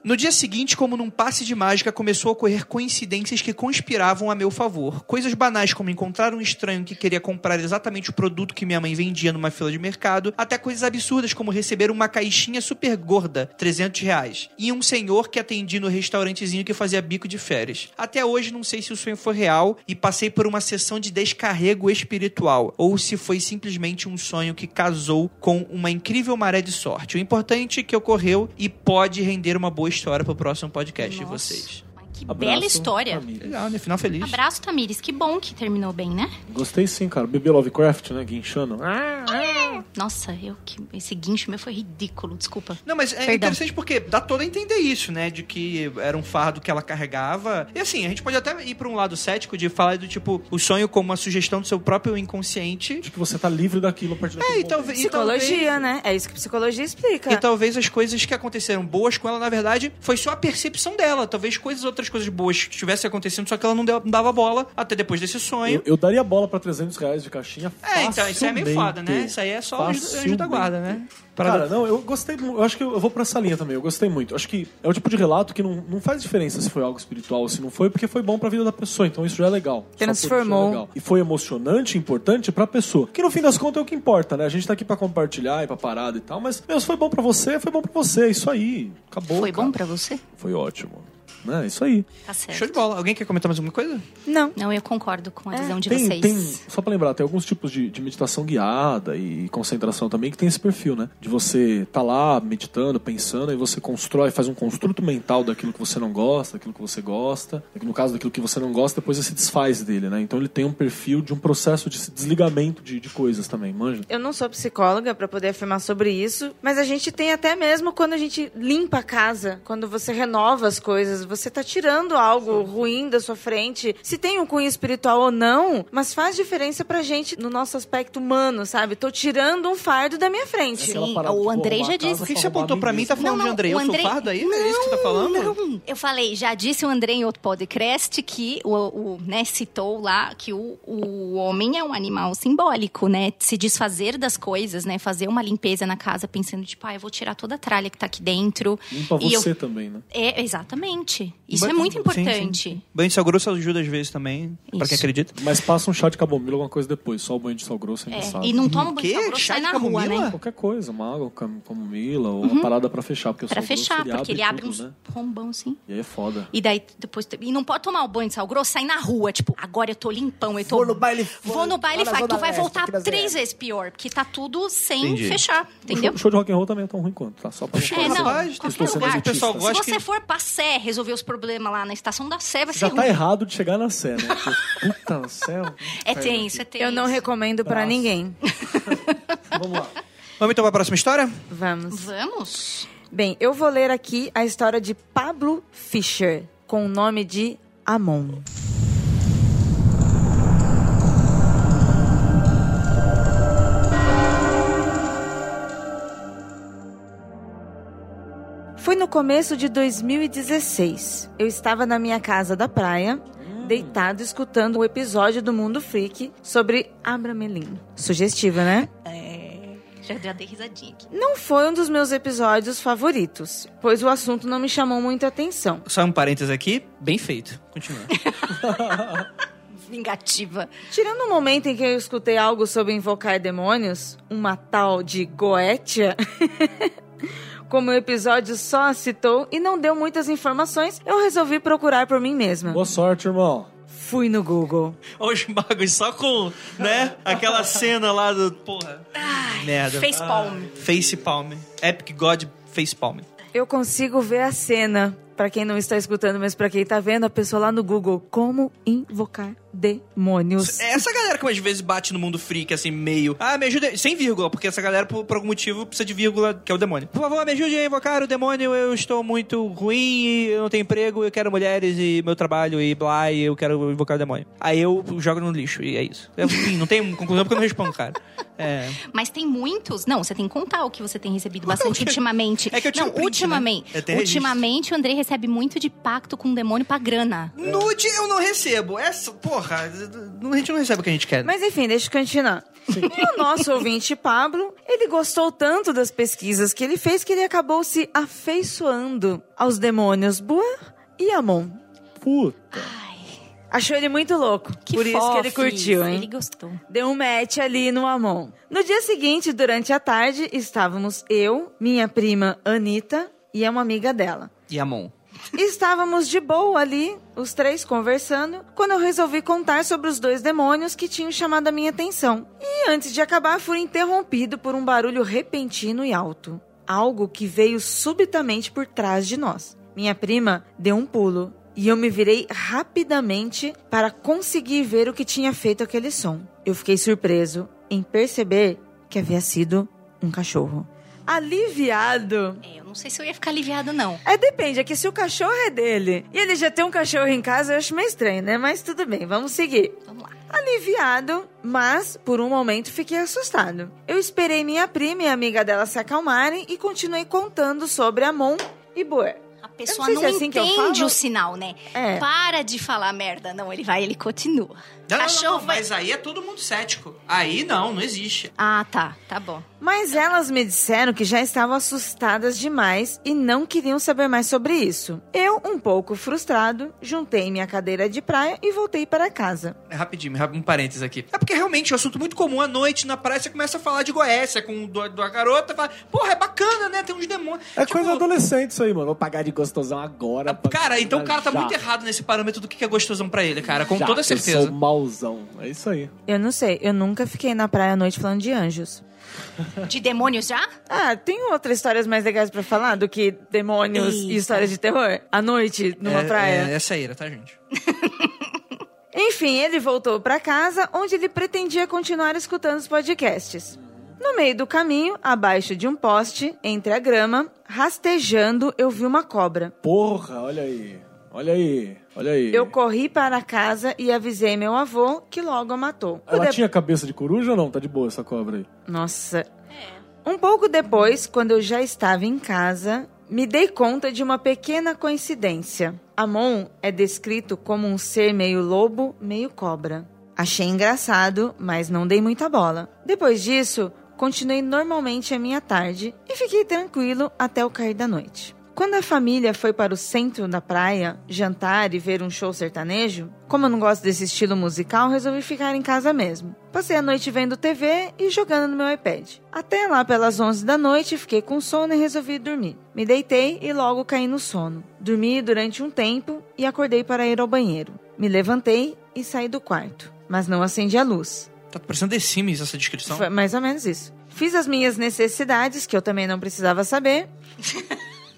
[SPEAKER 1] No dia seguinte, como num passe de mágica, começou a ocorrer coincidências que conspiravam a meu favor. Coisas banais como encontrar um estranho que queria comprar exatamente o produto que minha mãe vendia numa fila de mercado, até coisas absurdas como receber uma caixinha super gorda, 300 reais, e um senhor que atendi no restaurantezinho que fazia bico de férias. Até hoje não sei se o sonho foi real e passei por uma sessão de descarrego espiritual, ou se foi simplesmente um sonho que casou com uma incrível maré de sorte. O importante é que ocorreu e pode render uma boa história pro próximo podcast de
[SPEAKER 5] Nossa,
[SPEAKER 1] vocês.
[SPEAKER 5] mas Que
[SPEAKER 3] né? Abraço,
[SPEAKER 5] bela história.
[SPEAKER 3] família.
[SPEAKER 1] Legal, né? Final feliz.
[SPEAKER 5] Abraço, Tamires. Que bom que terminou bem, né?
[SPEAKER 3] Gostei sim, cara. Bebê Lovecraft, né? Guinchando.
[SPEAKER 5] Nossa, eu que esse guincho meu foi ridículo, desculpa.
[SPEAKER 1] Não, mas é
[SPEAKER 5] Perdão.
[SPEAKER 1] interessante porque dá todo a entender isso, né? De que era um fardo que ela carregava. E assim, a gente pode até ir pra um lado cético de falar do tipo, o sonho como uma sugestão do seu próprio inconsciente.
[SPEAKER 3] De que você tá livre daquilo a partir daquele
[SPEAKER 1] É, e
[SPEAKER 3] momento.
[SPEAKER 1] talvez. e talvez-
[SPEAKER 7] então,
[SPEAKER 4] Psicologia, né? É isso que psicologia explica.
[SPEAKER 1] E talvez as coisas que aconteceram boas com ela, na verdade, foi só a percepção dela. Talvez coisas, outras coisas boas estivessem acontecendo, só que ela não, deu- não dava bola até depois desse sonho.
[SPEAKER 3] Eu, eu daria bola pra 300 reais de caixinha
[SPEAKER 1] É, então, isso aí é meio foda, né? Isso aí é só o anjo- anjo da guarda, né? Parada-
[SPEAKER 3] Cara, não, eu gostei. mu- Eu acho que eu vou pra essa linha também. Eu gostei muito. Eu Acho que é o tipo de relato que não, não faz diferença se foi algo espiritual ou se não foi, porque foi bom pra vida da pessoa. Então isso já é legal. Só por isso já é
[SPEAKER 4] Transformou.
[SPEAKER 3] legal. E foi emocionante, importante pra pessoa. Que no fim das contas é o que importa, né? A gente tá aqui pra compartilhar e pra parada e tal. Mas, meu, se foi bom pra você, foi bom pra você. Isso é aí. Acabou.
[SPEAKER 5] foi
[SPEAKER 3] cara.
[SPEAKER 5] bom pra você?
[SPEAKER 3] Foi ótimo. É isso aí.
[SPEAKER 5] Tá certo.
[SPEAKER 1] Show de bola. Alguém quer comentar mais alguma coisa?
[SPEAKER 4] Não.
[SPEAKER 5] Não, eu concordo com a visão de
[SPEAKER 3] Tem,
[SPEAKER 5] vocês.
[SPEAKER 3] tem, só pra lembrar, tem alguns tipos de, de meditação guiada e concentração também que tem esse perfil, né? De você tá lá meditando, pensando, aí você constrói, faz um construto mental daquilo que você não gosta, daquilo que você gosta. No caso daquilo que você não gosta, depois você se desfaz dele, né? Então ele tem um perfil de um processo de desligamento de, de coisas também, manja?
[SPEAKER 4] Eu não sou psicóloga pra poder afirmar sobre isso, mas a gente tem até mesmo quando a gente limpa a casa, quando você renova as coisas, você tá tirando algo ruim da sua frente. Se tem um cunho espiritual ou não, mas faz diferença pra gente no nosso aspecto humano, sabe? Tô tirando um fardo da minha frente.
[SPEAKER 3] Aquela
[SPEAKER 5] Sim,
[SPEAKER 3] é parada
[SPEAKER 5] o
[SPEAKER 3] de, pô,
[SPEAKER 5] Andrei
[SPEAKER 3] arrumar
[SPEAKER 5] já
[SPEAKER 3] a casa
[SPEAKER 5] disse.
[SPEAKER 1] Por que, que
[SPEAKER 3] pra
[SPEAKER 1] você
[SPEAKER 3] arrumar
[SPEAKER 1] apontou
[SPEAKER 3] a
[SPEAKER 1] pra
[SPEAKER 3] mesa.
[SPEAKER 1] mim? Tá falando de
[SPEAKER 5] Não, não,
[SPEAKER 1] Andrei.
[SPEAKER 5] o
[SPEAKER 1] Eu sou
[SPEAKER 5] Andrei-
[SPEAKER 1] fardo aí? é isso que tá falando?
[SPEAKER 5] Não, eu falei, já disse o André em outro podcast que o, o, né, citou lá que o, o homem é um animal simbólico, né? Se desfazer das coisas, né? Fazer uma limpeza na casa pensando, tipo, ah, eu vou tirar toda a tralha que tá aqui dentro.
[SPEAKER 3] Limpa
[SPEAKER 5] E eu-
[SPEAKER 3] você também, né?
[SPEAKER 5] É, exatamente. Isso
[SPEAKER 1] Ba-
[SPEAKER 5] é muito
[SPEAKER 1] um sim,
[SPEAKER 5] importante.
[SPEAKER 1] sim. Banho de sal grosso ajuda às vezes também, pra
[SPEAKER 5] Isso.
[SPEAKER 1] quem acredita.
[SPEAKER 3] Mas passa um chá de camomila, alguma coisa depois, só um o banho de sal grosso, a gente
[SPEAKER 5] É,
[SPEAKER 3] sabe.
[SPEAKER 5] e não toma banho
[SPEAKER 1] Quê?
[SPEAKER 5] de sal grosso,
[SPEAKER 1] Chá
[SPEAKER 5] sai
[SPEAKER 1] de
[SPEAKER 5] na rua,
[SPEAKER 1] camomila?
[SPEAKER 5] né?
[SPEAKER 3] Qualquer coisa, uma água, cam- camomila ou uma parada pra fechar, porque o
[SPEAKER 5] Uhum. Pra
[SPEAKER 3] sal grosso,
[SPEAKER 5] fechar, porque ele abre
[SPEAKER 3] um tudo,
[SPEAKER 5] uns
[SPEAKER 3] né?
[SPEAKER 5] rombão assim.
[SPEAKER 3] E aí é foda.
[SPEAKER 5] E daí depois. E não pode tomar o banho de sal grosso, sai na rua. Tipo, agora eu tô limpão, eu tô.
[SPEAKER 10] Vou no baile funk,
[SPEAKER 5] Vou no baile
[SPEAKER 10] lá na
[SPEAKER 5] funk. Tu
[SPEAKER 10] Zona
[SPEAKER 5] vai
[SPEAKER 10] Leste,
[SPEAKER 5] voltar
[SPEAKER 10] aqui na
[SPEAKER 5] três
[SPEAKER 10] Zé.
[SPEAKER 5] vezes pior, porque tá tudo sem
[SPEAKER 11] Entendi.
[SPEAKER 5] fechar, entendeu?
[SPEAKER 3] O show de rock and roll também é tão ruim quanto, tá? Só pra
[SPEAKER 5] É,
[SPEAKER 1] Rapaz, tem
[SPEAKER 5] não, qualquer
[SPEAKER 3] que
[SPEAKER 5] lugar.
[SPEAKER 3] ser pessoal
[SPEAKER 5] Se
[SPEAKER 1] gosta
[SPEAKER 5] você
[SPEAKER 1] que-
[SPEAKER 5] for pra Sé resolver os problemas lá na estação da Sé, vai ser um-
[SPEAKER 3] Já tá
[SPEAKER 5] ruim.
[SPEAKER 3] errado de chegar na Sé, né? Porque, Puta no céu.
[SPEAKER 5] É tenso, é tenso.
[SPEAKER 4] Eu não recomendo pra
[SPEAKER 3] Nossa.
[SPEAKER 4] ninguém.
[SPEAKER 3] Vamos lá.
[SPEAKER 1] Vamos então pra próxima história?
[SPEAKER 4] Vamos.
[SPEAKER 5] Vamos?
[SPEAKER 4] Bem, eu vou ler aqui a história de Pablo Fischer, com o nome de Amon. Foi no começo de 2016. Eu estava na minha casa da praia, deitado escutando o episódio do Mundo Freak sobre Abramelin. Sugestiva, né?
[SPEAKER 5] Já, já dei risadinha aqui.
[SPEAKER 4] Não foi um dos meus episódios favoritos, pois o assunto não me chamou muita atenção.
[SPEAKER 1] Só um parênteses aqui, bem feito. Continua.
[SPEAKER 5] Vingativa.
[SPEAKER 4] Tirando o momento em que eu escutei algo sobre invocar demônios, uma tal de Goetia, como o episódio só a citou e não deu muitas informações, eu resolvi procurar por mim mesma.
[SPEAKER 3] Boa sorte, irmão.
[SPEAKER 4] Fui no Google.
[SPEAKER 1] Olha os magos só com, né? Aquela cena lá do. Porra. Merda.
[SPEAKER 5] Face palm.
[SPEAKER 1] Face Palm. Epic God Face Palm.
[SPEAKER 4] Eu consigo ver a cena. Pra quem não está escutando, mas pra quem tá vendo, a pessoa lá no Google, como invocar demônios.
[SPEAKER 1] É essa galera que às vezes bate no mundo freak, assim, meio. Ah, me ajuda. aí", Sem vírgula, porque essa galera, por, por algum motivo, precisa de vírgula, que é o demônio. Por favor, me ajude a invocar o demônio. Eu estou muito ruim, e eu não tenho emprego, eu quero mulheres e meu trabalho e blá, e eu quero invocar o demônio. Aí eu jogo no lixo, e é isso. Eu, enfim, não tem conclusão porque eu não respondo, cara. É.
[SPEAKER 5] Mas tem muitos. Não, você tem que contar o que você tem recebido bastante ultimamente.
[SPEAKER 1] É que eu tiro
[SPEAKER 5] Não,
[SPEAKER 1] print,
[SPEAKER 5] ultimamente.
[SPEAKER 1] né? É, tem registro.
[SPEAKER 5] Ultimamente o Andrei recebe muito de pacto com o demônio pra grana.
[SPEAKER 1] Nude eu não recebo. Essa, porra, a gente não recebe o que a gente quer.
[SPEAKER 4] Mas enfim, deixa eu continuar. E o nosso ouvinte Pablo, ele gostou tanto das pesquisas que ele fez que ele acabou se afeiçoando aos demônios Buar e Amon.
[SPEAKER 3] Puta.
[SPEAKER 4] Achou ele muito louco.
[SPEAKER 5] Que
[SPEAKER 4] por isso que ele
[SPEAKER 5] fofis.
[SPEAKER 4] curtiu, hein?
[SPEAKER 5] Ele gostou.
[SPEAKER 4] Deu um match ali no Amon. No dia seguinte, durante a tarde, estávamos eu, minha prima Anitta e uma amiga dela.
[SPEAKER 1] E a mão?
[SPEAKER 4] Estávamos de boa ali, os três conversando, quando eu resolvi contar sobre os dois demônios que tinham chamado a minha atenção. E antes de acabar, fui interrompido por um barulho repentino e alto. Algo que veio subitamente por trás de nós. Minha prima deu um pulo e eu me virei rapidamente para conseguir ver o que tinha feito aquele som. Eu fiquei surpreso em perceber que havia sido um cachorro. Aliviado,
[SPEAKER 5] É, eu não sei se eu ia ficar aliviada, não.
[SPEAKER 4] é, depende. É que se o cachorro é dele e ele já tem um cachorro em casa, eu acho meio estranho, né? Mas tudo bem, vamos seguir.
[SPEAKER 5] Vamos lá.
[SPEAKER 4] Aliviado, mas por um momento fiquei assustado. Eu esperei minha prima e a amiga dela se acalmarem e continuei contando sobre Amon e Boer.
[SPEAKER 5] A pessoa
[SPEAKER 4] sei
[SPEAKER 5] não,
[SPEAKER 4] se é assim que eu
[SPEAKER 5] entende
[SPEAKER 4] falo.
[SPEAKER 5] o sinal, né?
[SPEAKER 4] É.
[SPEAKER 5] Para de falar merda. Não, ele vai, ele continua.
[SPEAKER 1] Não, não, não,
[SPEAKER 5] Cachorro
[SPEAKER 1] não,
[SPEAKER 5] vai.
[SPEAKER 1] mas aí é todo mundo cético. Aí não, não existe.
[SPEAKER 5] Ah, tá. Tá bom.
[SPEAKER 4] Mas elas me disseram que já estavam assustadas demais e não queriam saber mais sobre isso. Eu, um pouco frustrado, juntei minha cadeira de praia e voltei para casa.
[SPEAKER 1] É Rapidinho, rap- um parênteses aqui. É porque realmente é um assunto muito comum. À noite, na praia, você começa a falar de Goécia com do, do- a garota. Fala, Porra, é bacana, né? Tem uns demônios.
[SPEAKER 3] É
[SPEAKER 1] Tipo,
[SPEAKER 3] coisa adolescente isso aí, mano. Vou pagar de gostosão agora. pra-
[SPEAKER 1] Cara, então o cara tá
[SPEAKER 3] já.
[SPEAKER 1] muito errado nesse parâmetro do que que é gostosão pra ele, cara. Com
[SPEAKER 3] Já,
[SPEAKER 1] toda
[SPEAKER 3] que Eu
[SPEAKER 1] certeza.
[SPEAKER 3] sou mauzão. É isso aí.
[SPEAKER 4] Eu não sei, eu nunca fiquei na praia à noite falando de anjos.
[SPEAKER 5] De demônios já?
[SPEAKER 4] Ah, tem outras histórias mais legais pra falar do que demônios e
[SPEAKER 5] Eita.
[SPEAKER 4] histórias de terror? À noite, numa
[SPEAKER 1] é,
[SPEAKER 4] praia?
[SPEAKER 1] É, essa era, tá, gente?
[SPEAKER 4] Enfim, ele voltou pra casa, onde ele pretendia continuar escutando os podcasts. No meio do caminho, abaixo de um poste, entre a grama, rastejando, eu vi uma cobra.
[SPEAKER 3] Porra, olha aí. Olha aí. Olha aí.
[SPEAKER 4] Eu corri para casa e avisei meu avô, que logo a matou. O
[SPEAKER 3] Ela
[SPEAKER 1] é
[SPEAKER 4] de-
[SPEAKER 3] tinha cabeça de coruja ou não? Tá de boa essa cobra aí.
[SPEAKER 4] Nossa. Um pouco depois, quando eu já estava em casa, me dei conta de uma pequena coincidência. Amon é descrito como um ser meio lobo, meio cobra. Achei engraçado, mas não dei muita bola. Depois disso, continuei normalmente a minha tarde e fiquei tranquilo até o cair da noite. Quando a família foi para o centro da praia jantar e ver um show sertanejo, como eu não gosto desse estilo musical, resolvi ficar em casa mesmo. Passei a noite vendo TV e jogando no meu iPad. Até lá pelas 11 da noite, fiquei com sono e resolvi dormir. Me deitei e logo caí no sono. Dormi durante um tempo e acordei para ir ao banheiro. Me levantei e saí do quarto, mas não acendi a luz.
[SPEAKER 1] Tá parecendo The Sims essa descrição.
[SPEAKER 4] Foi mais ou menos isso. Fiz as minhas necessidades, que eu também não precisava saber.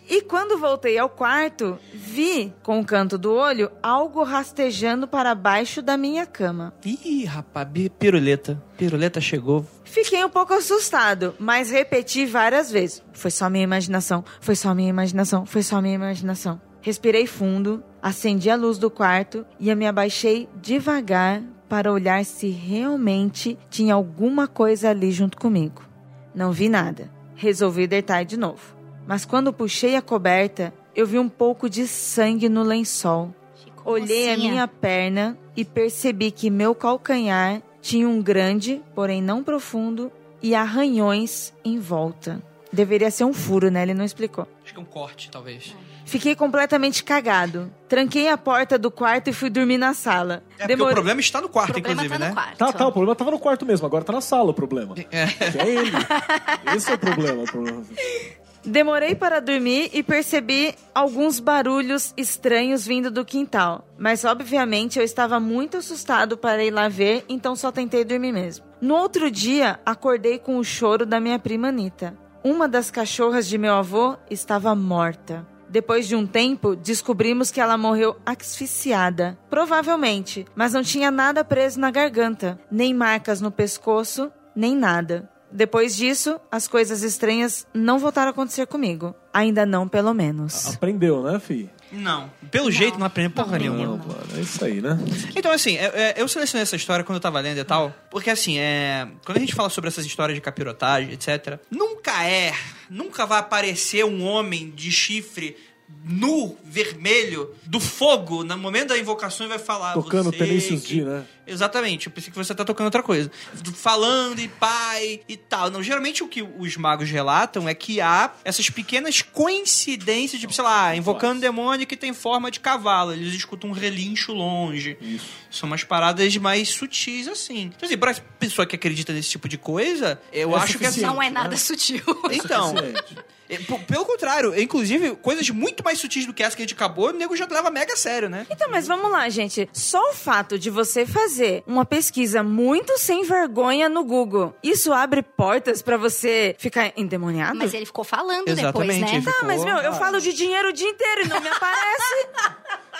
[SPEAKER 4] e quando voltei ao quarto, vi, com o canto do olho, algo rastejando para baixo da minha cama.
[SPEAKER 1] Ih, rapaz, bi- piruleta. Piruleta chegou.
[SPEAKER 4] Fiquei um pouco assustado, mas repeti várias vezes. Foi só minha imaginação, foi só minha imaginação, foi só minha imaginação. Respirei fundo, acendi a luz do quarto e eu me abaixei devagar para olhar se realmente tinha alguma coisa ali junto comigo. Não vi nada. Resolvi deitar de novo. Mas quando puxei a coberta, eu vi um pouco de sangue no lençol.
[SPEAKER 5] Ficou
[SPEAKER 4] Olhei a
[SPEAKER 1] assim?
[SPEAKER 5] mocinha.
[SPEAKER 4] minha perna e percebi que meu calcanhar tinha um grande, porém não profundo, e arranhões em volta. Deveria ser um furo, né? Ele não explicou.
[SPEAKER 1] Acho que é um corte, talvez.
[SPEAKER 4] Fiquei completamente cagado. Tranquei a porta do quarto e fui dormir na sala.
[SPEAKER 1] É, porque o
[SPEAKER 4] Demorei-
[SPEAKER 1] problema está no
[SPEAKER 5] O
[SPEAKER 1] quarto,
[SPEAKER 5] problema
[SPEAKER 1] inclusive,
[SPEAKER 5] tá no
[SPEAKER 1] né?
[SPEAKER 5] quarto.
[SPEAKER 3] Tá, tá, o problema tava no quarto mesmo, agora tá na sala o problema.
[SPEAKER 1] É.
[SPEAKER 3] Que é ele. Esse é o problema, o problema.
[SPEAKER 4] Demorei para dormir e percebi alguns barulhos estranhos vindo do quintal. Mas obviamente eu estava muito assustado para ir lá ver, então só tentei dormir mesmo. No outro dia, acordei com o choro da minha prima Anitta. Uma das cachorras de meu avô estava morta. Depois de um tempo, descobrimos que ela morreu asfixiada. Provavelmente, mas não tinha nada preso na garganta, nem marcas no pescoço, nem nada. Depois disso, as coisas estranhas não voltaram a acontecer comigo. Ainda não, pelo menos.
[SPEAKER 3] Aprendeu, né, fi?
[SPEAKER 1] Não. Pelo jeito, não aprendeu porra nenhuma.
[SPEAKER 3] Não, mano, é isso aí, né?
[SPEAKER 1] Então, assim, é- é, eu selecionei essa história quando eu tava lendo e tal, porque, assim, é, quando a gente fala sobre essas histórias de capirotagem, etc., nunca é, nunca vai aparecer um homem de chifre nu, vermelho, do fogo, no momento da invocação e vai falar...
[SPEAKER 3] Tocando
[SPEAKER 1] "Você
[SPEAKER 3] Tenacious
[SPEAKER 1] que-"
[SPEAKER 3] D, né?
[SPEAKER 1] Exatamente, eu pensei que você tá tocando outra coisa. Falando e pai e tal. Não, geralmente o que os magos relatam é que há essas pequenas coincidências, tipo, sei lá, invocando demônio que tem forma de cavalo. Eles escutam um relincho longe. São umas paradas mais sutis, assim. Então, assim, pra pessoa que acredita nesse tipo de coisa, eu
[SPEAKER 3] É
[SPEAKER 1] acho que assim.
[SPEAKER 3] suficiente.
[SPEAKER 5] Não é nada sutil.
[SPEAKER 1] Então,
[SPEAKER 3] Excelente.
[SPEAKER 1] é, p- pelo contrário, inclusive, coisas muito mais sutis do que essa que a gente acabou, o nego já leva mega a sério, né?
[SPEAKER 4] Então, mas vamos lá, gente. Só o fato de você fazer uma pesquisa muito sem vergonha no Google, isso abre portas pra você ficar endemoniado?
[SPEAKER 5] Mas ele ficou falando
[SPEAKER 1] Exatamente,
[SPEAKER 5] depois, né?
[SPEAKER 4] Tá, mas meu, eu
[SPEAKER 3] Porra.
[SPEAKER 4] falo de dinheiro o dia inteiro e não me aparece.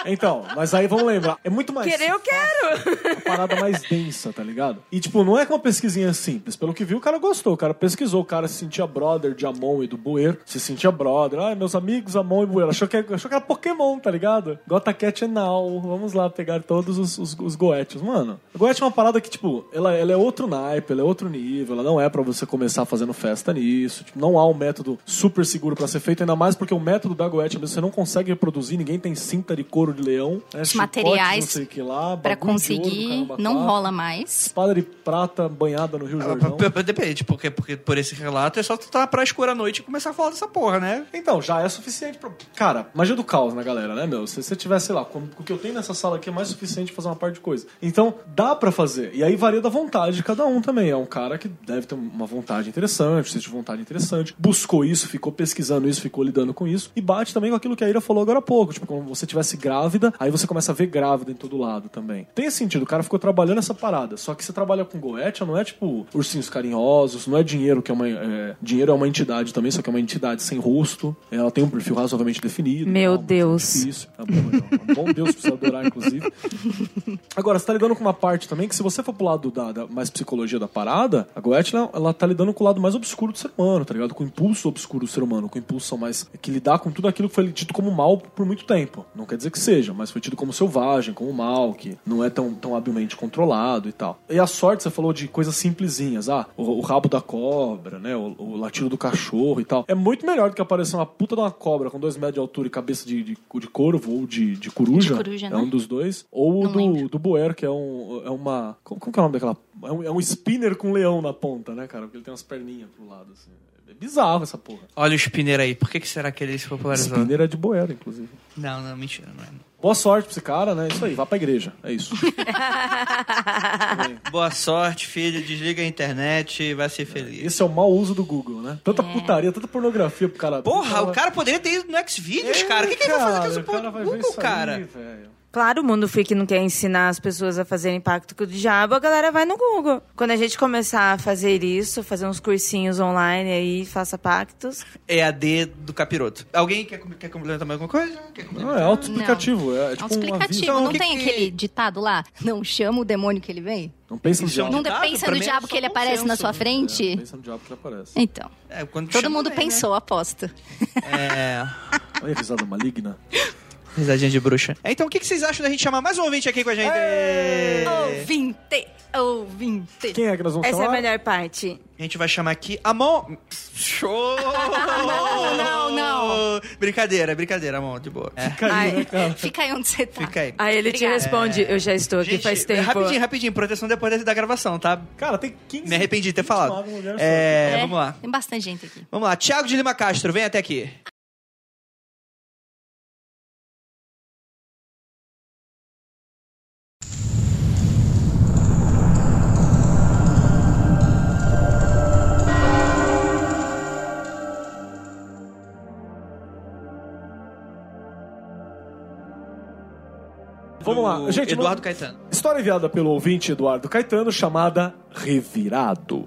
[SPEAKER 3] Então, mas aí vamos lembrar. É muito mais.
[SPEAKER 4] Querer, eu quero.
[SPEAKER 3] uma parada mais densa, tá ligado? E, tipo, não é com uma pesquisinha simples. Pelo que viu, o cara gostou. O cara pesquisou. O cara se sentia brother de Amon e do Buer. Se sentia brother. Ai, meus amigos, Amon e Buer. Achou que, é, achou que era Pokémon, tá ligado? Gota Cat é now. Vamos lá pegar todos os, os, os Goetes. Mano, o Goethe é uma parada que, tipo, ela, ela é outro naipe, ela é outro nível. Ela não é pra você começar fazendo festa nisso. Tipo, não há um é método super seguro pra ser feito. Ainda mais porque o método da Goethe mesmo, você não consegue reproduzir. Ninguém tem cinta de couro couro de leão, né?
[SPEAKER 5] Os
[SPEAKER 3] chicotes,
[SPEAKER 5] materiais
[SPEAKER 3] não sei o que lá,
[SPEAKER 5] Pra
[SPEAKER 3] bagulho de ouro do
[SPEAKER 5] conseguir,
[SPEAKER 3] caramba
[SPEAKER 5] não
[SPEAKER 3] quatro,
[SPEAKER 5] rola mais.
[SPEAKER 3] Espada de prata banhada no
[SPEAKER 1] Ah,
[SPEAKER 3] Rio Jordão.
[SPEAKER 7] P- p- Depende, porque, porque por esse relato é só tu tá pra escura à noite e começar a falar dessa porra, né?
[SPEAKER 3] Então, já é suficiente pra. Cara, magia do caos na galera, né, meu? Se você tiver, sei lá, com- o que eu tenho nessa sala aqui é mais suficiente pra fazer uma parte de coisa. Então, dá pra fazer. E aí varia da vontade de cada um também. É um cara que deve ter uma vontade interessante, precisa de vontade interessante, buscou isso, ficou pesquisando isso, ficou lidando com isso. E bate também com aquilo que a Ira falou agora há pouco. Tipo, quando você tivesse grávida, aí você começa a ver grávida em todo lado também. Tem esse sentido, o cara ficou trabalhando essa parada. Só que você trabalha com goethe, não é tipo ursinhos carinhosos, não é dinheiro que é uma. é, dinheiro é uma entidade também, só que é uma entidade sem rosto. Ela tem um perfil razoavelmente definido.
[SPEAKER 4] Meu
[SPEAKER 3] mas é
[SPEAKER 4] Deus.
[SPEAKER 3] Difícil. É bom, é um bom Deus pra você adorar, inclusive. Agora, você tá lidando com uma parte também que, se você for pro lado da, da mais psicologia da parada, a Goethe, ela, ela tá lidando com o lado mais obscuro do ser humano, tá ligado? Com o impulso obscuro do ser humano, com a impulsão mais. que lidar com tudo aquilo que foi tido como mal por muito tempo. Não quer dizer que seja, mas foi tido como selvagem, como mal, que não é tão, tão habilmente controlado e tal. E a sorte, você falou de coisas simplesinhas. Ah, o, o rabo da cobra, né? O, o latido do cachorro e tal. É muito melhor do que aparecer uma puta de uma cobra com dois metros de altura e cabeça de, de, de corvo ou de, de coruja.
[SPEAKER 5] De coruja,
[SPEAKER 3] é
[SPEAKER 5] né?
[SPEAKER 3] um dos dois. Ou o
[SPEAKER 5] Não
[SPEAKER 3] do,
[SPEAKER 5] lembro.
[SPEAKER 3] do Boer, que é, um, é uma. Como, como que é o nome daquela. É um, é um spinner com leão na ponta, né, cara? Porque ele tem umas perninhas pro lado, assim. É bizarro essa porra.
[SPEAKER 7] Olha o Spinner aí, por que, que será que ele se popularizou?
[SPEAKER 3] Spinner é de Boer, inclusive.
[SPEAKER 7] Não, não, mentira, não é.
[SPEAKER 3] Boa sorte pra esse cara, né? Isso aí, vá pra igreja. É isso.
[SPEAKER 7] Boa sorte, filho, desliga a internet e vai ser feliz.
[SPEAKER 3] Esse é o mau uso do Google, né? Tanta putaria, tanta pornografia pro cara.
[SPEAKER 7] É. Porra, o cara poderia ter ido no Xvideos, cara. O que, que ele vai fazer com essa
[SPEAKER 3] o
[SPEAKER 7] porra
[SPEAKER 3] cara
[SPEAKER 7] do
[SPEAKER 3] vai ver
[SPEAKER 7] Google,
[SPEAKER 3] isso aí,
[SPEAKER 7] cara?
[SPEAKER 3] velho.
[SPEAKER 4] Claro, o mundo freak não quer ensinar as pessoas a fazerem pacto com o diabo, a galera vai no Google. Quando a gente começar a fazer isso, fazer uns cursinhos online aí, faça pactos.
[SPEAKER 7] EAD do capiroto. Alguém quer, com- quer complementar mais alguma coisa? Quer
[SPEAKER 3] Não,
[SPEAKER 7] complementar?
[SPEAKER 3] é auto-explicativo. É,
[SPEAKER 5] É
[SPEAKER 3] tipo
[SPEAKER 5] um
[SPEAKER 3] um
[SPEAKER 5] explicativo.
[SPEAKER 3] aviso.
[SPEAKER 7] Então, o
[SPEAKER 5] não
[SPEAKER 7] que
[SPEAKER 5] tem
[SPEAKER 7] que-
[SPEAKER 5] aquele ditado lá? Não chama o demônio que ele vem?
[SPEAKER 3] Não pensa no
[SPEAKER 7] Isso é um
[SPEAKER 3] diabo.
[SPEAKER 5] Não
[SPEAKER 7] ditado?
[SPEAKER 5] pensa
[SPEAKER 7] Pra
[SPEAKER 5] no
[SPEAKER 7] mim é
[SPEAKER 5] diabo
[SPEAKER 7] só
[SPEAKER 5] que ele
[SPEAKER 7] bom
[SPEAKER 5] aparece na
[SPEAKER 7] senso,
[SPEAKER 5] sua frente?
[SPEAKER 3] É, pensa no diabo que ele aparece.
[SPEAKER 5] Então.
[SPEAKER 7] É, quando
[SPEAKER 5] Todo
[SPEAKER 7] chama
[SPEAKER 5] mundo
[SPEAKER 7] bem, né?
[SPEAKER 5] pensou, aposta.
[SPEAKER 7] É.
[SPEAKER 3] Olha a risada maligna.
[SPEAKER 7] Risadinha de bruxa. É, então, o que, que vocês acham da gente chamar mais um ouvinte aqui com a gente?
[SPEAKER 1] É.
[SPEAKER 5] Ouvinte! Ouvinte!
[SPEAKER 3] Quem é que nós vamos
[SPEAKER 4] Essa é a
[SPEAKER 3] chamar?
[SPEAKER 4] melhor parte.
[SPEAKER 7] A gente vai chamar aqui Amon. Show!
[SPEAKER 5] Não, não, não.
[SPEAKER 7] Brincadeira, brincadeira, Amon, de boa. É,
[SPEAKER 3] Caiu, né, cara?
[SPEAKER 5] Fica aí onde você tá.
[SPEAKER 7] fica aí.
[SPEAKER 4] Aí ele te
[SPEAKER 5] Obrigada.
[SPEAKER 4] responde, eu já estou aqui
[SPEAKER 7] Gente,
[SPEAKER 4] Ah, faz tempo.
[SPEAKER 7] Rapidinho, rapidinho. Proteção depois da- da gravação, tá?
[SPEAKER 3] Cara, tem 15
[SPEAKER 7] Me arrependi de ter
[SPEAKER 3] 20
[SPEAKER 7] falado.
[SPEAKER 3] vagas no lugar só.
[SPEAKER 7] É, vamos lá.
[SPEAKER 5] Tem bastante gente aqui.
[SPEAKER 7] Vamos lá. Tiago de Lima Castro, vem até aqui.
[SPEAKER 3] Vamos lá.
[SPEAKER 7] Do
[SPEAKER 3] Gente,
[SPEAKER 7] Eduardo
[SPEAKER 3] vamos-
[SPEAKER 7] Caetano.
[SPEAKER 3] História enviada pelo ouvinte Eduardo Caetano, chamada Revirado.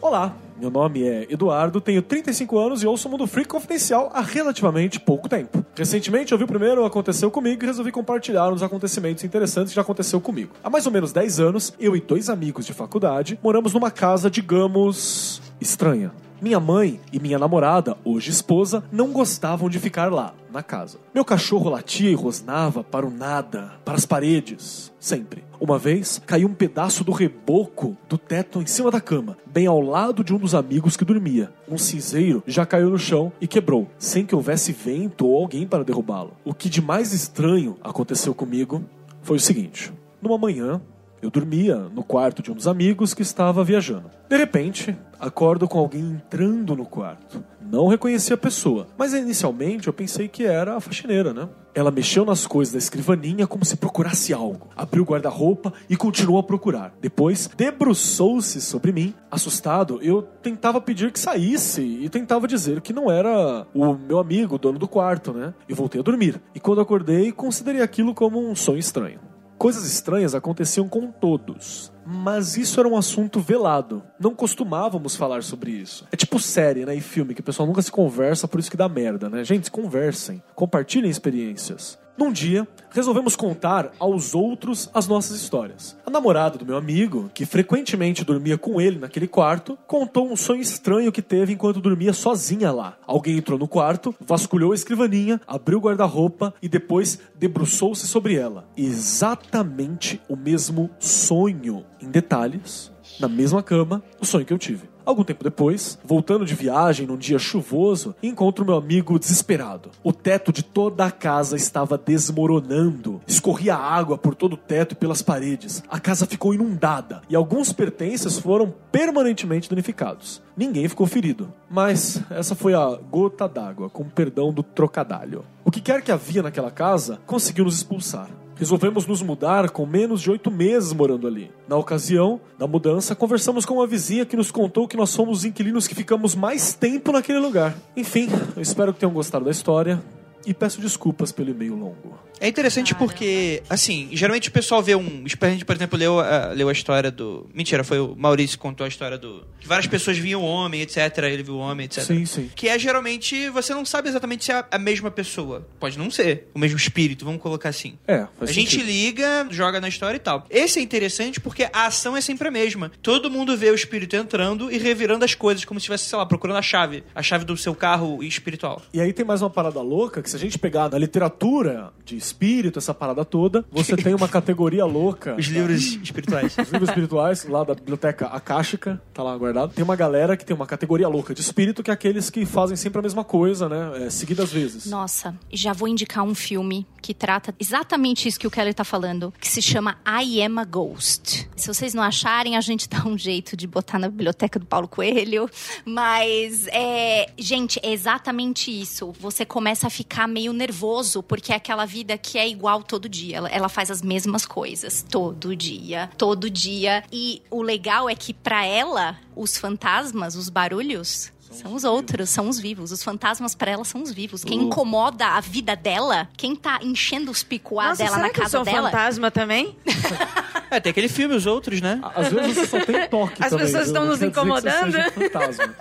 [SPEAKER 3] Olá, meu nome é Eduardo, tenho 35 anos e ouço o Mundo Freak Confidencial há relativamente pouco tempo. Recentemente ouvi o primeiro Aconteceu Comigo e resolvi compartilhar uns acontecimentos interessantes que já aconteceu comigo. Há mais ou menos 10 anos, eu e dois amigos de faculdade moramos numa casa, digamos, estranha. Minha mãe e minha namorada, hoje esposa, não gostavam de ficar lá, na casa. Meu cachorro latia e rosnava para o nada, para as paredes, sempre. Uma vez, caiu um pedaço do reboco do teto em cima da cama, bem ao lado de um dos amigos que dormia. Um cinzeiro já caiu no chão e quebrou, sem que houvesse vento ou alguém para derrubá-lo. O que de mais estranho aconteceu comigo foi o seguinte: numa manhã, eu dormia no quarto de um dos amigos que estava viajando. De repente, acordo com alguém entrando no quarto. Não reconheci a pessoa, mas inicialmente eu pensei que era a faxineira, né? Ela mexeu nas coisas da escrivaninha como se procurasse algo. Abriu o guarda-roupa e continuou a procurar. Depois, debruçou-se sobre mim. Assustado, eu tentava pedir que saísse e tentava dizer que não era o meu amigo, o dono do quarto, né? E voltei a dormir. E quando acordei, considerei aquilo como um sonho estranho. Coisas estranhas aconteciam com todos, mas isso era um assunto velado. Não costumávamos falar sobre isso. É tipo série, né, e filme que o pessoal nunca se conversa, por isso que dá merda, né? Gente, conversem, compartilhem experiências. Num dia, resolvemos contar aos outros as nossas histórias. A namorada do meu amigo, que frequentemente dormia com ele naquele quarto, contou um sonho estranho que teve enquanto dormia sozinha lá. Alguém entrou no quarto, vasculhou a escrivaninha, abriu o guarda-roupa e depois debruçou-se sobre ela. Exatamente o mesmo sonho, em detalhes, na mesma cama, o sonho que eu tive. Algum tempo depois, voltando de viagem num dia chuvoso, encontro meu amigo desesperado. O teto de toda a casa estava desmoronando. Escorria água por todo o teto e pelas paredes. A casa ficou inundada e alguns pertences foram permanentemente danificados. Ninguém ficou ferido, mas essa foi a gota d'água, com perdão do trocadalho. O que quer que havia naquela casa conseguiu nos expulsar. Resolvemos nos mudar com menos de oito meses morando ali. Na ocasião da mudança, conversamos com uma vizinha que nos contou que nós fomos os inquilinos que ficamos mais tempo naquele lugar. Enfim, eu espero que tenham gostado da história e peço desculpas pelo e-mail longo.
[SPEAKER 1] É interessante porque, assim, geralmente o pessoal vê um. A gente, por exemplo, leu a, leu a história do. Mentira, foi o Maurício que contou a história do. Que várias pessoas viam o homem, etc. Ele viu o homem, etc.
[SPEAKER 3] Sim, sim.
[SPEAKER 1] Que é geralmente. Você não sabe exatamente se é a- a mesma pessoa. Pode não ser. O mesmo espírito, vamos colocar assim.
[SPEAKER 3] É,
[SPEAKER 1] A
[SPEAKER 3] faz
[SPEAKER 1] gente
[SPEAKER 3] sentido.
[SPEAKER 1] liga, joga na história e tal. Esse é interessante porque a ação é sempre a mesma. Todo mundo vê o espírito entrando e revirando as coisas, como se estivesse, sei lá, procurando a chave. A chave do seu carro espiritual.
[SPEAKER 3] E aí tem mais uma parada louca que se a gente pegar na literatura de espírito, essa parada toda, você tem uma categoria louca.
[SPEAKER 1] Os livros espirituais.
[SPEAKER 3] Os livros espirituais, lá da biblioteca Akashica, tá lá guardado. Tem uma galera que tem uma categoria louca de espírito, que é aqueles que fazem sempre a mesma coisa, né? É, seguidas vezes.
[SPEAKER 5] Nossa, já vou indicar um filme que trata exatamente isso que o Kelly tá falando, que se chama I Am a Ghost. Se vocês não acharem, a gente dá um jeito de botar na biblioteca do Paulo Coelho. Mas, é, gente, é exatamente isso. Você começa a ficar meio nervoso, porque é aquela vida que é igual todo dia. Ela, ela faz as mesmas coisas todo dia, todo dia. E o legal é que, pra ela, os fantasmas, os barulhos, são os outros, são os vivos. Os fantasmas pra ela são os vivos. Quem incomoda a vida dela, quem tá enchendo os picuá
[SPEAKER 4] Nossa,
[SPEAKER 5] dela
[SPEAKER 4] será
[SPEAKER 5] na
[SPEAKER 4] que eu
[SPEAKER 5] casa
[SPEAKER 4] sou um
[SPEAKER 5] dela.
[SPEAKER 4] fantasma também?
[SPEAKER 1] é, tem aquele filme, os outros, né?
[SPEAKER 3] À- Às vezes você só tem toque
[SPEAKER 4] As
[SPEAKER 3] também,
[SPEAKER 4] pessoas
[SPEAKER 3] viu?
[SPEAKER 4] estão
[SPEAKER 3] Não
[SPEAKER 4] nos
[SPEAKER 3] quer dizer que você
[SPEAKER 4] incomodando.
[SPEAKER 3] seja um fantasma.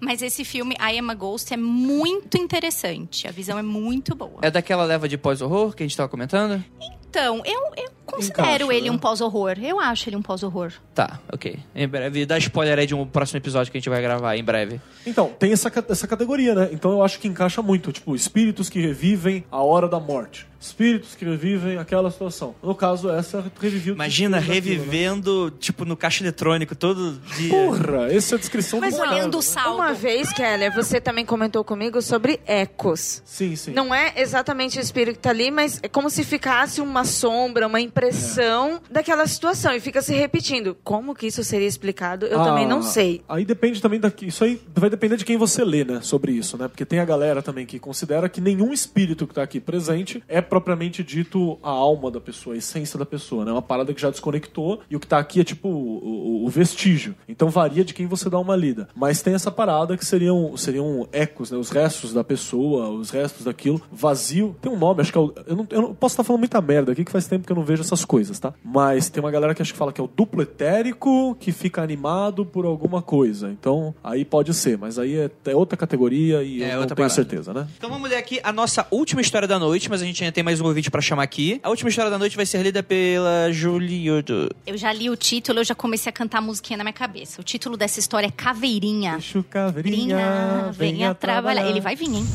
[SPEAKER 5] Mas esse filme, I Am a Ghost, é muito interessante. A visão é muito boa.
[SPEAKER 1] É daquela leva de pós-horror que a gente tava comentando?
[SPEAKER 5] Então, eu, eu considero
[SPEAKER 3] Encaixa,
[SPEAKER 5] ele
[SPEAKER 3] né?
[SPEAKER 5] um pós-horror. Eu acho ele um pós-horror.
[SPEAKER 1] Tá, ok. Em breve, dá spoiler aí de um próximo episódio que a gente vai gravar em breve.
[SPEAKER 3] Então, tem essa, ca- essa categoria, né? Então eu acho que encaixa muito. Tipo, espíritos que revivem a hora da morte. Espíritos que revivem aquela situação. No caso, essa reviviu.
[SPEAKER 1] Imagina
[SPEAKER 3] tudo daquilo, né?
[SPEAKER 1] revivendo, tipo, no caixa eletrônico todo dia.
[SPEAKER 3] Porra, essa é a descrição
[SPEAKER 4] Mas
[SPEAKER 3] do
[SPEAKER 4] olha,
[SPEAKER 5] Olhando o
[SPEAKER 3] cara.
[SPEAKER 5] saldo.
[SPEAKER 4] Uma vez, Keller, você também comentou comigo sobre ecos.
[SPEAKER 3] Sim, sim.
[SPEAKER 4] Não é exatamente o espírito que tá ali, mas é como se ficasse uma sombra, uma impressão
[SPEAKER 3] É.
[SPEAKER 4] daquela situação e fica se repetindo. Como que isso seria explicado? Eu
[SPEAKER 3] Ah,
[SPEAKER 4] também não sei.
[SPEAKER 3] Aí depende também da. Isso aí vai depender de quem você lê, né? Sobre isso, né? Porque tem a galera também que considera que nenhum espírito que tá aqui presente é propriamente dito a alma da pessoa, a essência da pessoa, né? É uma parada que já desconectou e o que tá aqui é tipo o, o- o vestígio. Então varia de quem você dá uma lida. Mas tem essa parada né, que seriam, seriam ecos, né? Os restos da pessoa, os restos daquilo, vazio. Tem um nome, acho que é o. Eu não, eu não- posso estar falando muita merda aqui que faz tempo que eu não vejo essas coisas, tá? Mas tem uma galera que acho que fala que é o duplo etérico que fica animado por alguma coisa. Então, aí pode ser, mas aí é, é outra categoria e
[SPEAKER 1] É,
[SPEAKER 3] eu não
[SPEAKER 1] outra
[SPEAKER 3] tenho
[SPEAKER 1] parada.
[SPEAKER 3] certeza, né?
[SPEAKER 1] Então vamos ler aqui a nossa última história da noite, mas a gente ainda tem mais um ouvinte pra chamar aqui. A última história da noite vai ser lida pela Juliodo.
[SPEAKER 5] Eu já li o título, eu já comecei a cantar a musiquinha na minha cabeça. O título dessa história é Caveirinha.
[SPEAKER 3] Deixa o
[SPEAKER 5] Caveirinha, venha trabalhar. Ele vai vir, hein?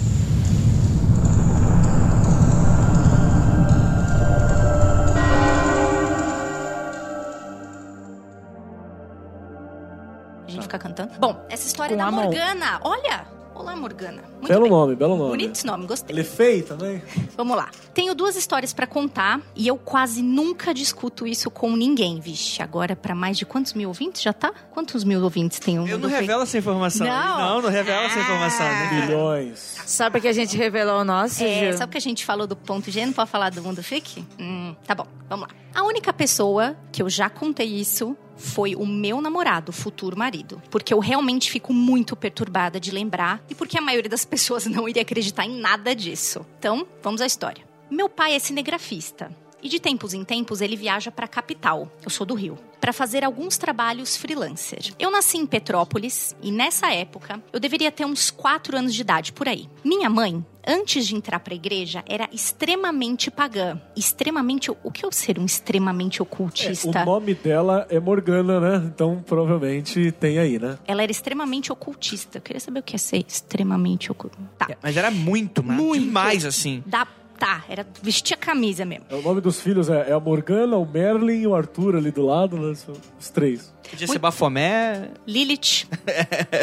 [SPEAKER 5] A gente fica cantando? Bom, essa história
[SPEAKER 4] Com
[SPEAKER 5] é
[SPEAKER 4] a
[SPEAKER 5] da
[SPEAKER 4] mão.
[SPEAKER 5] Morgana. Olha! Olá, Morgana. Muito
[SPEAKER 3] Belo
[SPEAKER 5] bem.
[SPEAKER 3] nome, belo nome.
[SPEAKER 5] Bonito esse nome, gostei.
[SPEAKER 3] Ele é feio também?
[SPEAKER 5] Vamos lá. Tenho duas histórias pra contar e eu quase nunca discuto isso com ninguém. Vixe, agora pra mais de quantos mil ouvintes já tá? Quantos mil ouvintes tem um o
[SPEAKER 1] Eu não
[SPEAKER 5] Mundo Freak?
[SPEAKER 1] revelo essa informação.
[SPEAKER 5] Não.
[SPEAKER 1] não, não revela essa informação. Né?
[SPEAKER 3] Bilhões.
[SPEAKER 4] Só porque a gente revelou o nosso,
[SPEAKER 5] É,
[SPEAKER 4] Ju?
[SPEAKER 5] só porque a gente falou do ponto G, não pode falar do mundo fique? Hum, tá bom, vamos lá. A única pessoa que eu já contei isso foi o meu namorado, futuro marido. Porque eu realmente fico muito perturbada de lembrar e porque a maioria das pessoas não iria acreditar em nada disso. Então, vamos à história. Meu pai é cinegrafista. E de tempos em tempos ele viaja para a capital, eu sou do Rio, para fazer alguns trabalhos freelancer. Eu nasci em Petrópolis e nessa época eu deveria ter uns 4 anos de idade por aí. Minha mãe, antes de entrar para a igreja, era extremamente pagã. Extremamente. O que é ser um extremamente ocultista?
[SPEAKER 3] O nome dela é Morgana, né? Então provavelmente tem aí, né?
[SPEAKER 5] Ela era extremamente ocultista. Eu queria saber o que é ser extremamente ocultista. Tá.
[SPEAKER 1] Mas era muito, mano. Demais, assim.
[SPEAKER 5] Da, matar. Era vestir a camisa mesmo.
[SPEAKER 3] O nome dos filhos é, é a Morgana, o Merlin e o Arthur ali do lado, né? São Os três.
[SPEAKER 7] Podia ser Bafomé.
[SPEAKER 5] Lilith.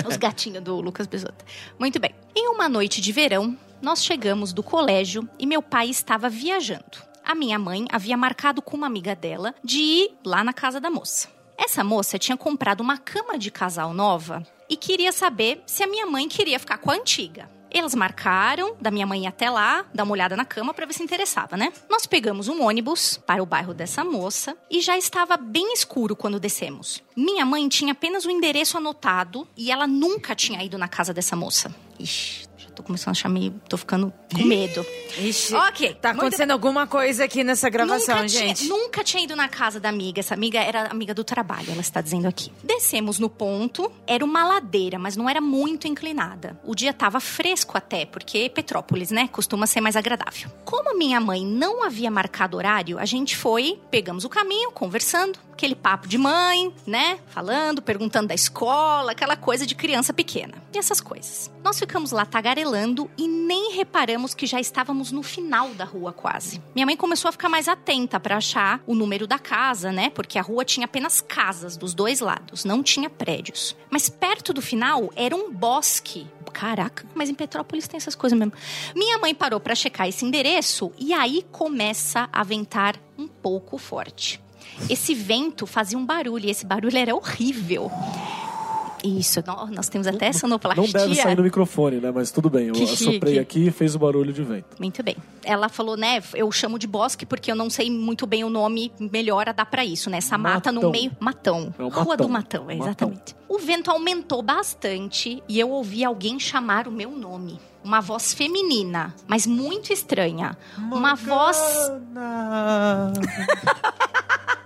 [SPEAKER 5] os gatinhos do Lucas Besotta. Muito bem. Em uma noite de verão, nós chegamos do colégio e meu pai estava viajando. A minha mãe havia marcado com uma amiga dela de ir lá na casa da moça. Essa moça tinha comprado uma cama de casal nova e queria saber se a minha mãe queria ficar com a antiga. Elas marcaram da minha mãe ir até lá, dar uma olhada na cama para ver se interessava, né? Nós pegamos um ônibus para o bairro dessa moça e já estava bem escuro quando descemos. Minha mãe tinha apenas o endereço anotado e ela nunca tinha ido na casa dessa moça. Ixi, já tô começando a achar meio. tô ficando com medo.
[SPEAKER 4] Ixi,
[SPEAKER 5] Ok,
[SPEAKER 4] tá
[SPEAKER 5] muito
[SPEAKER 4] acontecendo alguma coisa aqui nessa gravação,
[SPEAKER 5] nunca
[SPEAKER 4] gente.
[SPEAKER 5] Tinha, nunca tinha ido na casa da amiga. Essa amiga era amiga do trabalho, ela está dizendo aqui. Descemos no ponto, era uma ladeira, mas não era muito inclinada. O dia estava fresco até, porque Petrópolis, né, costuma ser mais agradável. Como a minha mãe não havia marcado horário, a gente foi, pegamos o caminho, conversando, aquele papo de mãe, né, falando, perguntando da escola, aquela coisa de criança pequena. E essas coisas. Nós ficamos lá tagarelando e nem reparamos que já estávamos no final da rua quase. Minha mãe começou a ficar mais atenta para achar o número da casa, né? Porque a rua tinha apenas casas dos dois lados, não tinha prédios. Mas perto do final era um bosque. Caraca, mas em Petrópolis tem essas coisas mesmo. Minha mãe parou para checar esse endereço e aí começa a ventar um pouco forte. Esse vento fazia um barulho e esse barulho era horrível. Isso, nó- nós temos até sonoplastia.
[SPEAKER 3] Não deve sair no microfone, né? Mas tudo bem. Eu
[SPEAKER 5] Que
[SPEAKER 3] assoprei
[SPEAKER 5] chique.
[SPEAKER 3] aqui e fez o barulho de vento.
[SPEAKER 5] Muito bem. Ela falou, né? Eu chamo de bosque porque eu não sei muito bem o nome melhor a dar pra isso, né? Essa mata no
[SPEAKER 3] Matão.
[SPEAKER 5] meio. Matão.
[SPEAKER 3] É o
[SPEAKER 5] Rua
[SPEAKER 3] Matão.
[SPEAKER 5] do Matão, é,
[SPEAKER 3] Matão.
[SPEAKER 5] exatamente. O vento aumentou bastante e eu ouvi alguém chamar o meu nome. Uma voz feminina, mas muito estranha. Uma voz.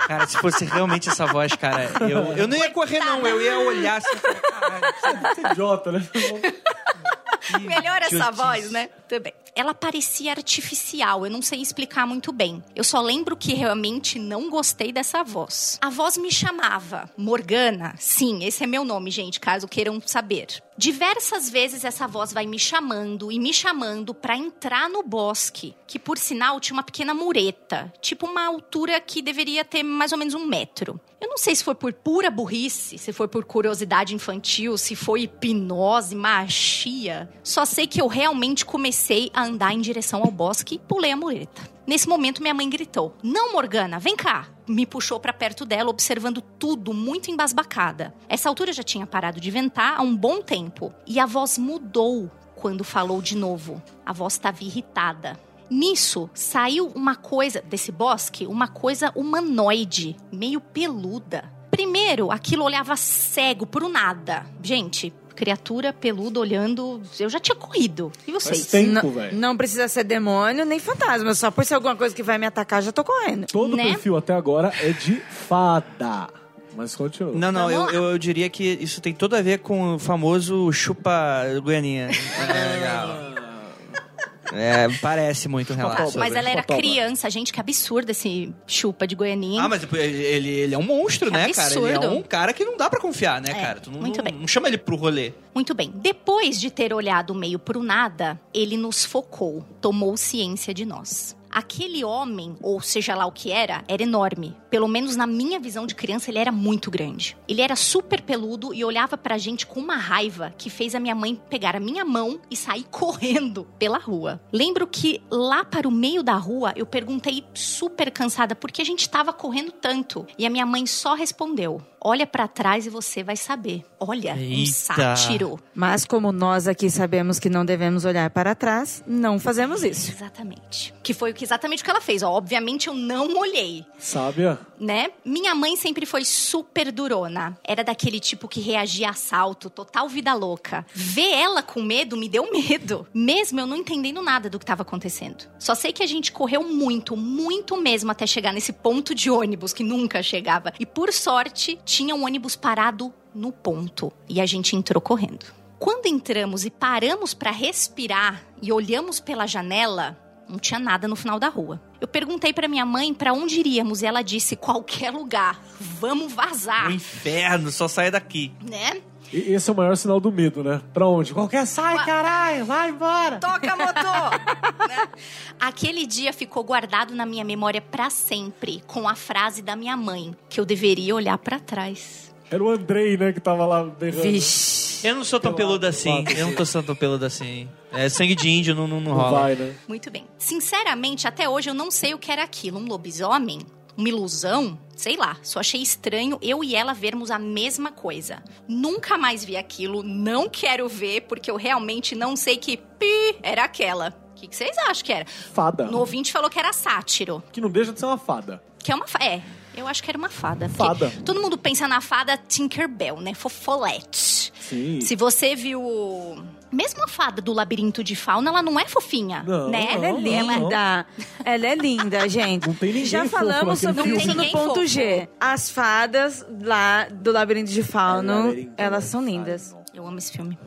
[SPEAKER 7] Cara, se fosse realmente essa voz, cara, eu, eu não ia correr, não. Eu ia olhar assim. e falar, "Caralho,
[SPEAKER 3] Idiota, né?
[SPEAKER 5] Melhor essa
[SPEAKER 7] idiotice."
[SPEAKER 5] voz, né? Tudo bem. Ela parecia artificial, eu não sei explicar muito bem. Eu só lembro que realmente não gostei dessa voz. A voz me chamava Morgana. Sim, esse é meu nome, gente, caso queiram saber. Diversas vezes essa voz vai me chamando e me chamando pra entrar no bosque, que por sinal tinha uma pequena mureta, tipo uma altura que deveria ter mais ou menos um metro. Eu não sei se foi por pura burrice, se foi por curiosidade infantil, se foi hipnose, machia. Só sei que eu realmente comecei a andar em direção ao bosque e pulei a mureta. Nesse momento, minha mãe gritou: Não, Morgana, vem cá! Me puxou pra perto dela, observando tudo, muito embasbacada. Essa altura já tinha parado de ventar há um bom tempo. E a voz mudou quando falou de novo. A voz estava irritada. Nisso, saiu uma coisa desse bosque, uma coisa humanoide, meio peluda. Primeiro, aquilo olhava cego pro nada. Gente, criatura peluda olhando, eu já tinha corrido. E
[SPEAKER 3] Faz
[SPEAKER 5] vocês?
[SPEAKER 3] tempo,
[SPEAKER 4] Não-
[SPEAKER 3] velho.
[SPEAKER 4] Não precisa ser demônio nem fantasma. Só por ser alguma coisa que vai me atacar, já tô correndo.
[SPEAKER 3] Todo
[SPEAKER 5] né?
[SPEAKER 3] perfil até agora é de fada. Mas continua.
[SPEAKER 7] Não, não, eu,
[SPEAKER 5] Vamos lá.
[SPEAKER 7] eu, eu diria que isso tem tudo a ver com o famoso chupa goianinha. É, parece muito o
[SPEAKER 5] Tá,
[SPEAKER 7] relato. sobre.
[SPEAKER 5] mas ela era
[SPEAKER 3] Fotógrafo.
[SPEAKER 5] criança, gente, que absurdo esse chupa de goianinha.
[SPEAKER 7] Ah, mas ele, ele é um monstro,
[SPEAKER 5] Que
[SPEAKER 7] né, cara? Ele é
[SPEAKER 5] absurdo. É,
[SPEAKER 7] um cara que não dá pra confiar, né, cara? Tu não,
[SPEAKER 5] muito
[SPEAKER 7] não-
[SPEAKER 5] bem.
[SPEAKER 7] não chama ele pro rolê.
[SPEAKER 5] Muito bem. Depois de ter olhado meio pro nada, ele nos focou, tomou ciência de nós. Aquele homem, ou seja lá o que era, era enorme. Pelo menos na minha visão de criança, ele era muito grande. Ele era super peludo e olhava pra gente com uma raiva que fez a minha mãe pegar a minha mão e sair correndo pela rua. Lembro que lá para o meio da rua, eu perguntei super cansada por que a gente tava correndo tanto. E a minha mãe só respondeu: Olha pra trás e você vai saber. Olha, um
[SPEAKER 7] Eita.
[SPEAKER 5] sátiro.
[SPEAKER 4] Mas como nós aqui sabemos que não devemos olhar para trás, não fazemos isso.
[SPEAKER 5] Exatamente. Que foi o que exatamente o que ela fez. Ó, obviamente eu não olhei,
[SPEAKER 3] Sábia.
[SPEAKER 5] né? Minha mãe sempre foi super durona. Era daquele tipo que reagia a assalto, total vida louca. Ver ela com medo me deu medo, mesmo eu não entendendo nada do que estava acontecendo. Só sei que a gente correu muito, muito mesmo até chegar nesse ponto de ônibus que nunca chegava. E por sorte, tinha um ônibus parado no ponto e a gente entrou correndo. Quando entramos e paramos para respirar e olhamos pela janela, não tinha nada no final da rua. Eu perguntei para minha mãe para onde iríamos e ela disse qualquer lugar. Vamos
[SPEAKER 7] O
[SPEAKER 5] vazar,
[SPEAKER 7] inferno, só sai daqui.
[SPEAKER 5] né?
[SPEAKER 3] E esse é o maior sinal do medo, né? Pra onde? Qualquer sai, caralho, vai embora.
[SPEAKER 5] Toca, motor! Né? Aquele dia ficou guardado na minha memória pra sempre, com a frase da minha mãe, que eu deveria olhar pra trás.
[SPEAKER 3] Era o Andrei, né, que tava lá berrando.
[SPEAKER 4] Vixe.
[SPEAKER 12] Eu não sou tão peludo assim. Eu não tô sendo tão peludo assim. É sangue de índio, não, não, não
[SPEAKER 3] Não
[SPEAKER 12] rola.
[SPEAKER 3] vai, né?
[SPEAKER 5] Muito bem. Sinceramente, até hoje eu não sei o que era aquilo. Um lobisomem? Uma ilusão? Sei lá, só achei estranho eu e ela vermos a mesma coisa. Nunca mais vi aquilo, não quero ver, porque eu realmente não sei que pi era aquela. O que, que vocês acham que era?
[SPEAKER 3] Fada.
[SPEAKER 5] No ouvinte falou que era sátiro.
[SPEAKER 3] Que não deixa de ser uma fada.
[SPEAKER 5] Que é uma fa- É, eu acho que era uma fada. porque
[SPEAKER 3] Fada.
[SPEAKER 5] Todo mundo pensa na fada Tinkerbell, né? Fofolete.
[SPEAKER 3] Sim.
[SPEAKER 5] Se você viu. Mesmo a fada do labirinto de fauna, ela não é fofinha.
[SPEAKER 3] Não,
[SPEAKER 5] né?
[SPEAKER 3] não,
[SPEAKER 4] Ela
[SPEAKER 5] ela
[SPEAKER 4] é
[SPEAKER 5] é
[SPEAKER 3] não.
[SPEAKER 4] linda. Ela é linda, gente.
[SPEAKER 3] Não tem ninguém
[SPEAKER 4] Já
[SPEAKER 3] fofo
[SPEAKER 4] falamos
[SPEAKER 3] naquele
[SPEAKER 4] sobre
[SPEAKER 5] filme.
[SPEAKER 4] isso
[SPEAKER 5] Não tem
[SPEAKER 4] no
[SPEAKER 5] ninguém
[SPEAKER 4] ponto
[SPEAKER 5] fofo.
[SPEAKER 4] G. As fadas lá do Labirinto de
[SPEAKER 3] é
[SPEAKER 4] Fauno, elas são lindas.
[SPEAKER 5] Eu amo esse filme.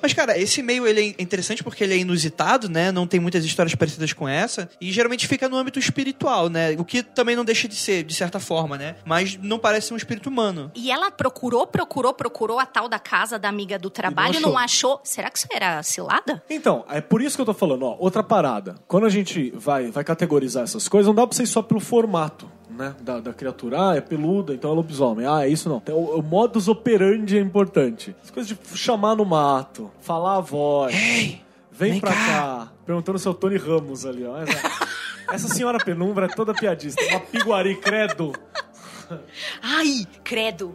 [SPEAKER 7] Mas, cara, esse meio ele é interessante porque ele é inusitado, né? Não tem muitas histórias parecidas com essa. E geralmente fica no âmbito espiritual, né? O que também não deixa de ser, de certa forma, né? Mas não parece um espírito humano.
[SPEAKER 5] E ela procurou, procurou, procurou a tal da casa da amiga do trabalho,
[SPEAKER 3] E
[SPEAKER 5] não
[SPEAKER 3] não achou.
[SPEAKER 5] achou. Será que isso era cilada?
[SPEAKER 3] Então, é por isso que eu tô falando, ó, outra parada. Quando a gente vai, vai categorizar essas coisas, não dá pra você ir só pelo formato, né? Da, da criatura. Ah, é peluda, então é lobisomem. Ah, é isso não. Tem O, o modus operandi é importante. As coisas de chamar no mato, falar a voz. vem, pra cá. Perguntando se é o Tony Ramos ali, ó. Essa, essa senhora penumbra é toda piadista. Uma piguari, credo.
[SPEAKER 5] Ai, credo.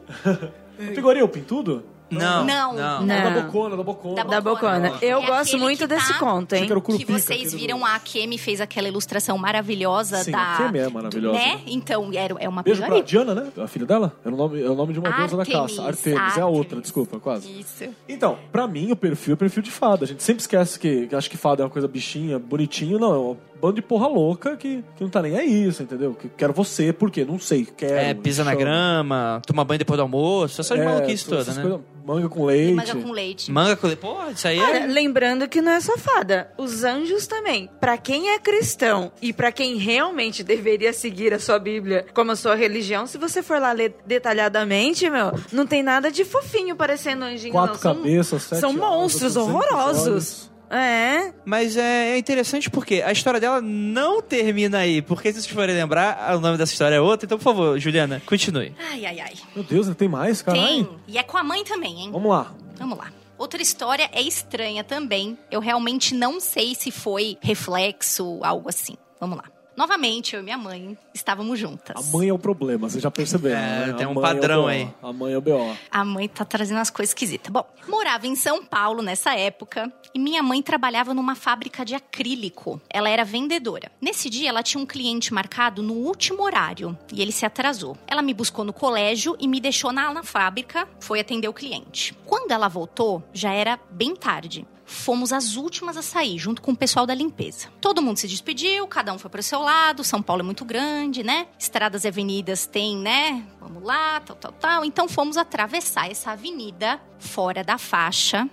[SPEAKER 3] Piguari é o pintudo?
[SPEAKER 1] Não.
[SPEAKER 5] Não.
[SPEAKER 4] Não.
[SPEAKER 3] É Da bocona, da bocona.
[SPEAKER 5] Da
[SPEAKER 4] Da Bocona.
[SPEAKER 5] Bocona.
[SPEAKER 4] Eu
[SPEAKER 5] É
[SPEAKER 4] gosto
[SPEAKER 5] aquele
[SPEAKER 4] muito
[SPEAKER 5] que
[SPEAKER 4] desse
[SPEAKER 5] tá-
[SPEAKER 4] conto,
[SPEAKER 3] Achei
[SPEAKER 4] hein?
[SPEAKER 3] que era o
[SPEAKER 5] que
[SPEAKER 3] Curupica,
[SPEAKER 5] vocês
[SPEAKER 3] aquele
[SPEAKER 5] viram
[SPEAKER 3] do-
[SPEAKER 5] a Akemi fez aquela ilustração maravilhosa
[SPEAKER 3] Sim,
[SPEAKER 5] da.
[SPEAKER 3] a Akemi é maravilhosa,
[SPEAKER 5] Né?
[SPEAKER 3] né?
[SPEAKER 5] Então, era, é uma
[SPEAKER 3] Beijo pra
[SPEAKER 5] pioria.
[SPEAKER 3] Diana, né? A filha dela? É o nome, é o nome de uma deusa da caça. Artemis. É a outra,
[SPEAKER 5] Artemis.
[SPEAKER 3] desculpa, quase.
[SPEAKER 5] Isso.
[SPEAKER 3] Então, pra mim, o perfil é perfil de fada. A gente sempre esquece que, que acha que fada é uma coisa bichinha, bonitinho. Não, é um bando de porra louca que, que não tá nem aí, você entendeu? Que quero você, por quê? Não sei, quero.
[SPEAKER 12] É, pisa na
[SPEAKER 3] chama.
[SPEAKER 12] grama, toma banho depois do almoço, essas
[SPEAKER 3] É,
[SPEAKER 12] maluquices
[SPEAKER 3] todas
[SPEAKER 12] todas,
[SPEAKER 3] essas
[SPEAKER 12] né?
[SPEAKER 3] coisas, manga com leite.
[SPEAKER 5] Manga com leite.
[SPEAKER 12] Manga com... Porra, isso aí
[SPEAKER 4] Olha,
[SPEAKER 12] é...
[SPEAKER 4] lembrando que não é só fada, os anjos também. Pra quem é cristão e pra quem realmente deveria seguir a sua Bíblia como a sua religião, se você for lá ler detalhadamente, meu, não tem nada de fofinho parecendo um anjinho.
[SPEAKER 3] Quatro
[SPEAKER 4] não. São-
[SPEAKER 3] cabeças, sete
[SPEAKER 4] são
[SPEAKER 3] asas,
[SPEAKER 4] monstros
[SPEAKER 3] 800
[SPEAKER 4] horrorosos.
[SPEAKER 3] olhos.
[SPEAKER 4] É.
[SPEAKER 1] Mas é, é interessante porque a história dela não termina aí. Porque se vocês forem lembrar, o nome dessa história é outra. Então, por favor, Juliana, continue.
[SPEAKER 5] Ai, ai, ai.
[SPEAKER 3] Meu Deus, ainda tem mais, caralho.
[SPEAKER 5] Tem. E é com a mãe também, hein?
[SPEAKER 3] Vamos lá.
[SPEAKER 5] Vamos lá. Outra história é estranha também. Eu realmente não sei se foi reflexo, algo assim. Vamos lá. Novamente, eu e minha mãe estávamos juntas.
[SPEAKER 3] A mãe é o problema, você já percebeu.
[SPEAKER 12] É,
[SPEAKER 3] né?
[SPEAKER 12] tem
[SPEAKER 3] A
[SPEAKER 12] um
[SPEAKER 3] mãe é o
[SPEAKER 12] padrão
[SPEAKER 3] BO.
[SPEAKER 12] aí.
[SPEAKER 3] A mãe é o B.O.
[SPEAKER 5] A mãe tá trazendo as coisas esquisitas. Bom, morava em São Paulo nessa época e minha mãe trabalhava numa fábrica de acrílico. Ela era vendedora. Nesse dia, ela tinha um cliente marcado no último horário e ele se atrasou. Ela me buscou no colégio e me deixou na, na fábrica, foi atender o cliente. Quando ela voltou, já era bem tarde. Fomos as últimas a sair, junto com o pessoal da limpeza. Todo mundo se despediu, cada um foi pro seu lado. São Paulo é muito grande, né? Estradas e avenidas tem, né? Vamos lá, tal, tal, tal. Então fomos atravessar essa avenida fora da faixa.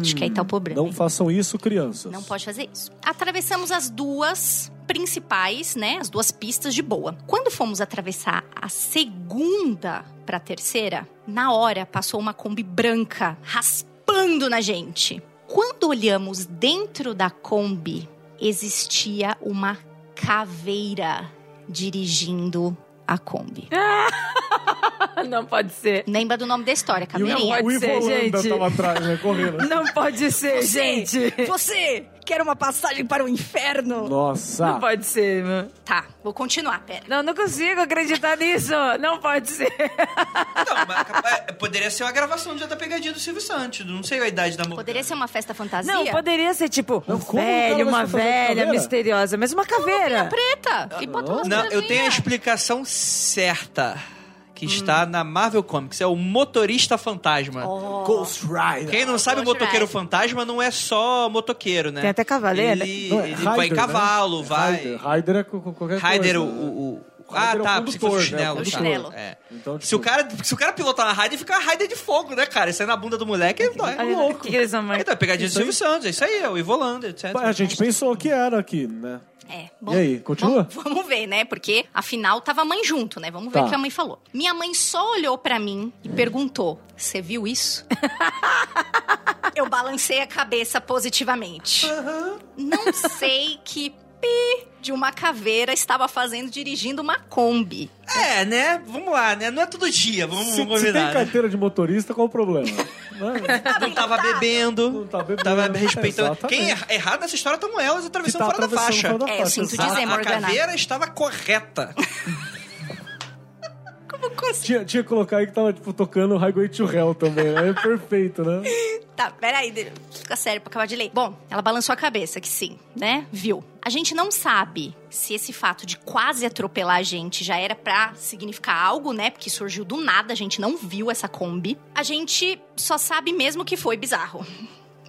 [SPEAKER 5] Acho que é Itaú Pobrana.
[SPEAKER 3] Hum, Não façam isso, crianças.
[SPEAKER 5] Não pode fazer isso. Atravessamos as duas principais, né? As duas pistas de boa. Quando fomos atravessar a segunda pra terceira, na hora passou uma Kombi branca raspando na gente. Quando olhamos dentro da Kombi, existia uma caveira dirigindo a Kombi.
[SPEAKER 3] É.
[SPEAKER 4] Não pode ser.
[SPEAKER 5] Lembra do nome da história,
[SPEAKER 3] E o,
[SPEAKER 5] caveirinha?
[SPEAKER 3] o
[SPEAKER 4] Pode
[SPEAKER 3] Ivo
[SPEAKER 4] ser,
[SPEAKER 3] Holanda
[SPEAKER 4] gente.
[SPEAKER 3] tava atrás, né? Correndo.
[SPEAKER 4] Não pode ser, gente.
[SPEAKER 5] Você quer uma passagem para o inferno?
[SPEAKER 3] Nossa!
[SPEAKER 4] Não pode ser, meu.
[SPEAKER 5] Tá, vou continuar, pera.
[SPEAKER 4] Não, não consigo acreditar nisso. Não pode ser.
[SPEAKER 7] Não, mas capaz- poderia ser uma gravação já da pegadinha do Silvio Santos. Não sei a idade da mulher.
[SPEAKER 5] Poderia ser uma festa fantasia?
[SPEAKER 4] Não, poderia ser tipo um
[SPEAKER 3] Não, como o cara vai
[SPEAKER 4] velho, uma
[SPEAKER 3] se fazer de
[SPEAKER 4] velha
[SPEAKER 3] caveira?
[SPEAKER 4] misteriosa, mas uma caveira.
[SPEAKER 5] preta. E bota umas
[SPEAKER 1] Não, eu tenho a
[SPEAKER 5] estrelinhas.
[SPEAKER 1] explicação certa. Que está na Marvel Comics. É o motorista fantasma.
[SPEAKER 3] Oh, Ghost Rider.
[SPEAKER 1] Quem não sabe, o
[SPEAKER 5] Ghost
[SPEAKER 1] motoqueiro
[SPEAKER 5] Rider.
[SPEAKER 1] fantasma não é só motoqueiro, né?
[SPEAKER 4] Tem até cavaleiro,
[SPEAKER 1] Ele,
[SPEAKER 3] Não, é
[SPEAKER 1] ele
[SPEAKER 3] Rider,
[SPEAKER 1] vai em
[SPEAKER 3] né?
[SPEAKER 1] cavalo,
[SPEAKER 3] É
[SPEAKER 1] vai...
[SPEAKER 3] Rider, Rider é co- co- qualquer
[SPEAKER 1] Rider, o,
[SPEAKER 3] coisa. né?
[SPEAKER 1] o, Ah,
[SPEAKER 3] Rider é o
[SPEAKER 1] tá. Porque
[SPEAKER 3] condutor,
[SPEAKER 1] fosse o
[SPEAKER 3] né?
[SPEAKER 1] chinelo.
[SPEAKER 5] O
[SPEAKER 1] tá.
[SPEAKER 5] chinelo.
[SPEAKER 1] É.
[SPEAKER 3] Então,
[SPEAKER 1] Se o cara, se o cara pilotar na Raider, fica a Raider de fogo, né, cara? Isso aí na bunda do moleque, ele é dói.
[SPEAKER 4] Olha, o que, que eles vão
[SPEAKER 1] Aí tá
[SPEAKER 4] marcar?
[SPEAKER 1] dá pegadinha do
[SPEAKER 3] Isso aí.
[SPEAKER 1] Silvio Santos, é isso aí, é o Ivolanda, etc.
[SPEAKER 3] A gente pensou que era aqui, né?
[SPEAKER 5] É,
[SPEAKER 3] E aí, continua?
[SPEAKER 5] Vamos, vamos ver, né? Porque afinal tava a mãe junto, né? Vamos ver
[SPEAKER 3] Tá.
[SPEAKER 5] o que a mãe falou. Minha mãe só olhou pra mim e perguntou: Você viu isso? Eu balancei a cabeça positivamente. Não sei que pi de uma caveira estava fazendo dirigindo uma Kombi.
[SPEAKER 1] É, né? Vamos lá, né? Não é todo dia, vamos,
[SPEAKER 3] Se,
[SPEAKER 1] vamos
[SPEAKER 3] se tem
[SPEAKER 1] combinar. né? É,
[SPEAKER 3] carteira de motorista, qual o problema? Né?
[SPEAKER 1] Não tava
[SPEAKER 3] Não
[SPEAKER 1] bebendo.
[SPEAKER 3] tá bebendo.
[SPEAKER 1] Tava respeitando.
[SPEAKER 3] Exatamente.
[SPEAKER 1] Quem é erra- errado nessa história estão elas
[SPEAKER 3] Que
[SPEAKER 1] atravessando
[SPEAKER 3] tá
[SPEAKER 1] fora da
[SPEAKER 3] atravessando
[SPEAKER 1] faixa.
[SPEAKER 3] fora da
[SPEAKER 5] É, eu
[SPEAKER 3] faixa,
[SPEAKER 5] sinto
[SPEAKER 3] exato.
[SPEAKER 5] dizer.
[SPEAKER 1] a, a
[SPEAKER 5] Morgana.
[SPEAKER 1] caveira estava correta.
[SPEAKER 3] Tinha, tinha que colocar aí que tava, tipo, tocando Highway to Hell também, né? É perfeito, né?
[SPEAKER 5] Tá, peraí, de- fica sério pra acabar de ler. Bom, ela balançou a cabeça, que sim, né? Viu. A gente não sabe se esse fato de quase atropelar a gente já era pra significar algo, né? Porque surgiu do nada, a gente não viu essa Kombi. A gente só sabe mesmo que foi bizarro.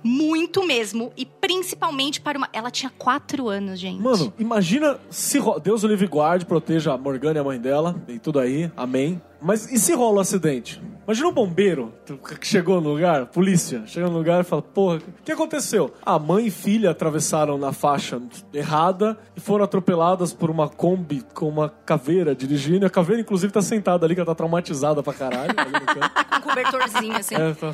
[SPEAKER 5] Muito mesmo. E principalmente para uma. Ela tinha quatro anos, gente.
[SPEAKER 3] Mano, imagina se ro... Deus o livre guarde, proteja a Morgana e a mãe dela, e tudo aí, amém. Mas e se rola um acidente? Imagina um bombeiro que chegou no lugar, polícia, chega no lugar e fala: Porra, o que aconteceu? A mãe e filha atravessaram na faixa errada e foram atropeladas por uma Kombi com uma caveira dirigindo. E a caveira, inclusive, tá sentada ali, que ela tá traumatizada pra caralho. ali no canto.
[SPEAKER 5] Com um cobertorzinho, assim.
[SPEAKER 3] É, tá-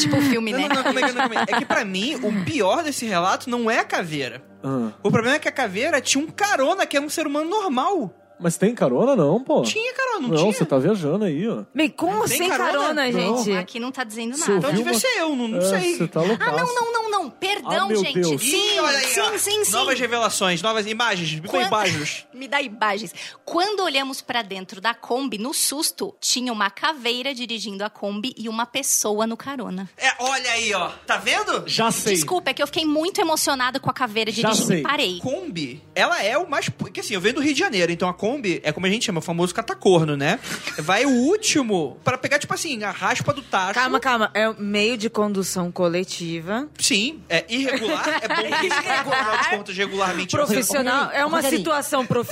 [SPEAKER 5] Tipo filme,
[SPEAKER 1] Não,
[SPEAKER 5] né?
[SPEAKER 1] não, não, calma aí, calma aí, calma aí. É que pra mim, o pior desse relato não é a caveira.
[SPEAKER 3] Ah,
[SPEAKER 1] O problema é que a caveira tinha um carona que era um ser humano normal.
[SPEAKER 3] Mas tem carona, não, pô?
[SPEAKER 1] Tinha carona, não,
[SPEAKER 3] Não,
[SPEAKER 1] tinha?
[SPEAKER 3] você tá viajando aí, ó.
[SPEAKER 4] Bem, como
[SPEAKER 1] Tem
[SPEAKER 4] sem carona,
[SPEAKER 1] carona?
[SPEAKER 4] gente?
[SPEAKER 5] Aqui não tá dizendo
[SPEAKER 3] Você
[SPEAKER 5] nada.
[SPEAKER 1] Então
[SPEAKER 3] ouviu
[SPEAKER 1] devia
[SPEAKER 3] uma-
[SPEAKER 1] ser eu, não, não
[SPEAKER 3] É,
[SPEAKER 1] sei.
[SPEAKER 3] Você tá
[SPEAKER 5] Ah, não, não, não, não. Perdão,
[SPEAKER 3] Ah, meu
[SPEAKER 5] gente.
[SPEAKER 3] Deus.
[SPEAKER 5] Sim,
[SPEAKER 1] Ih, olha aí, ó.
[SPEAKER 5] sim, sim, sim.
[SPEAKER 1] Novas revelações, novas imagens, me dê
[SPEAKER 5] Quando-
[SPEAKER 1] imagens.
[SPEAKER 5] Me dá imagens. Quando olhamos pra dentro da Kombi, no susto, tinha uma caveira dirigindo a Kombi e uma pessoa no carona.
[SPEAKER 1] É, olha aí, ó. Tá vendo?
[SPEAKER 3] Já sei.
[SPEAKER 5] Desculpa, é que eu fiquei muito emocionada com a caveira
[SPEAKER 3] Já
[SPEAKER 5] dirigindo
[SPEAKER 3] sei.
[SPEAKER 5] e parei.
[SPEAKER 1] Kombi, ela é o mais. Porque assim, eu venho do Rio de Janeiro, então a Kombi é como a gente chama, o famoso catacorno, né? Vai o último pra pegar, tipo assim, a raspa do tacho.
[SPEAKER 4] Calma, calma. É um meio de condução coletiva.
[SPEAKER 1] Sim, é irregular, é bom que isso é igual de contas regularmente.
[SPEAKER 4] Profissional. É uma
[SPEAKER 13] Rogerinho.
[SPEAKER 4] situação profissional.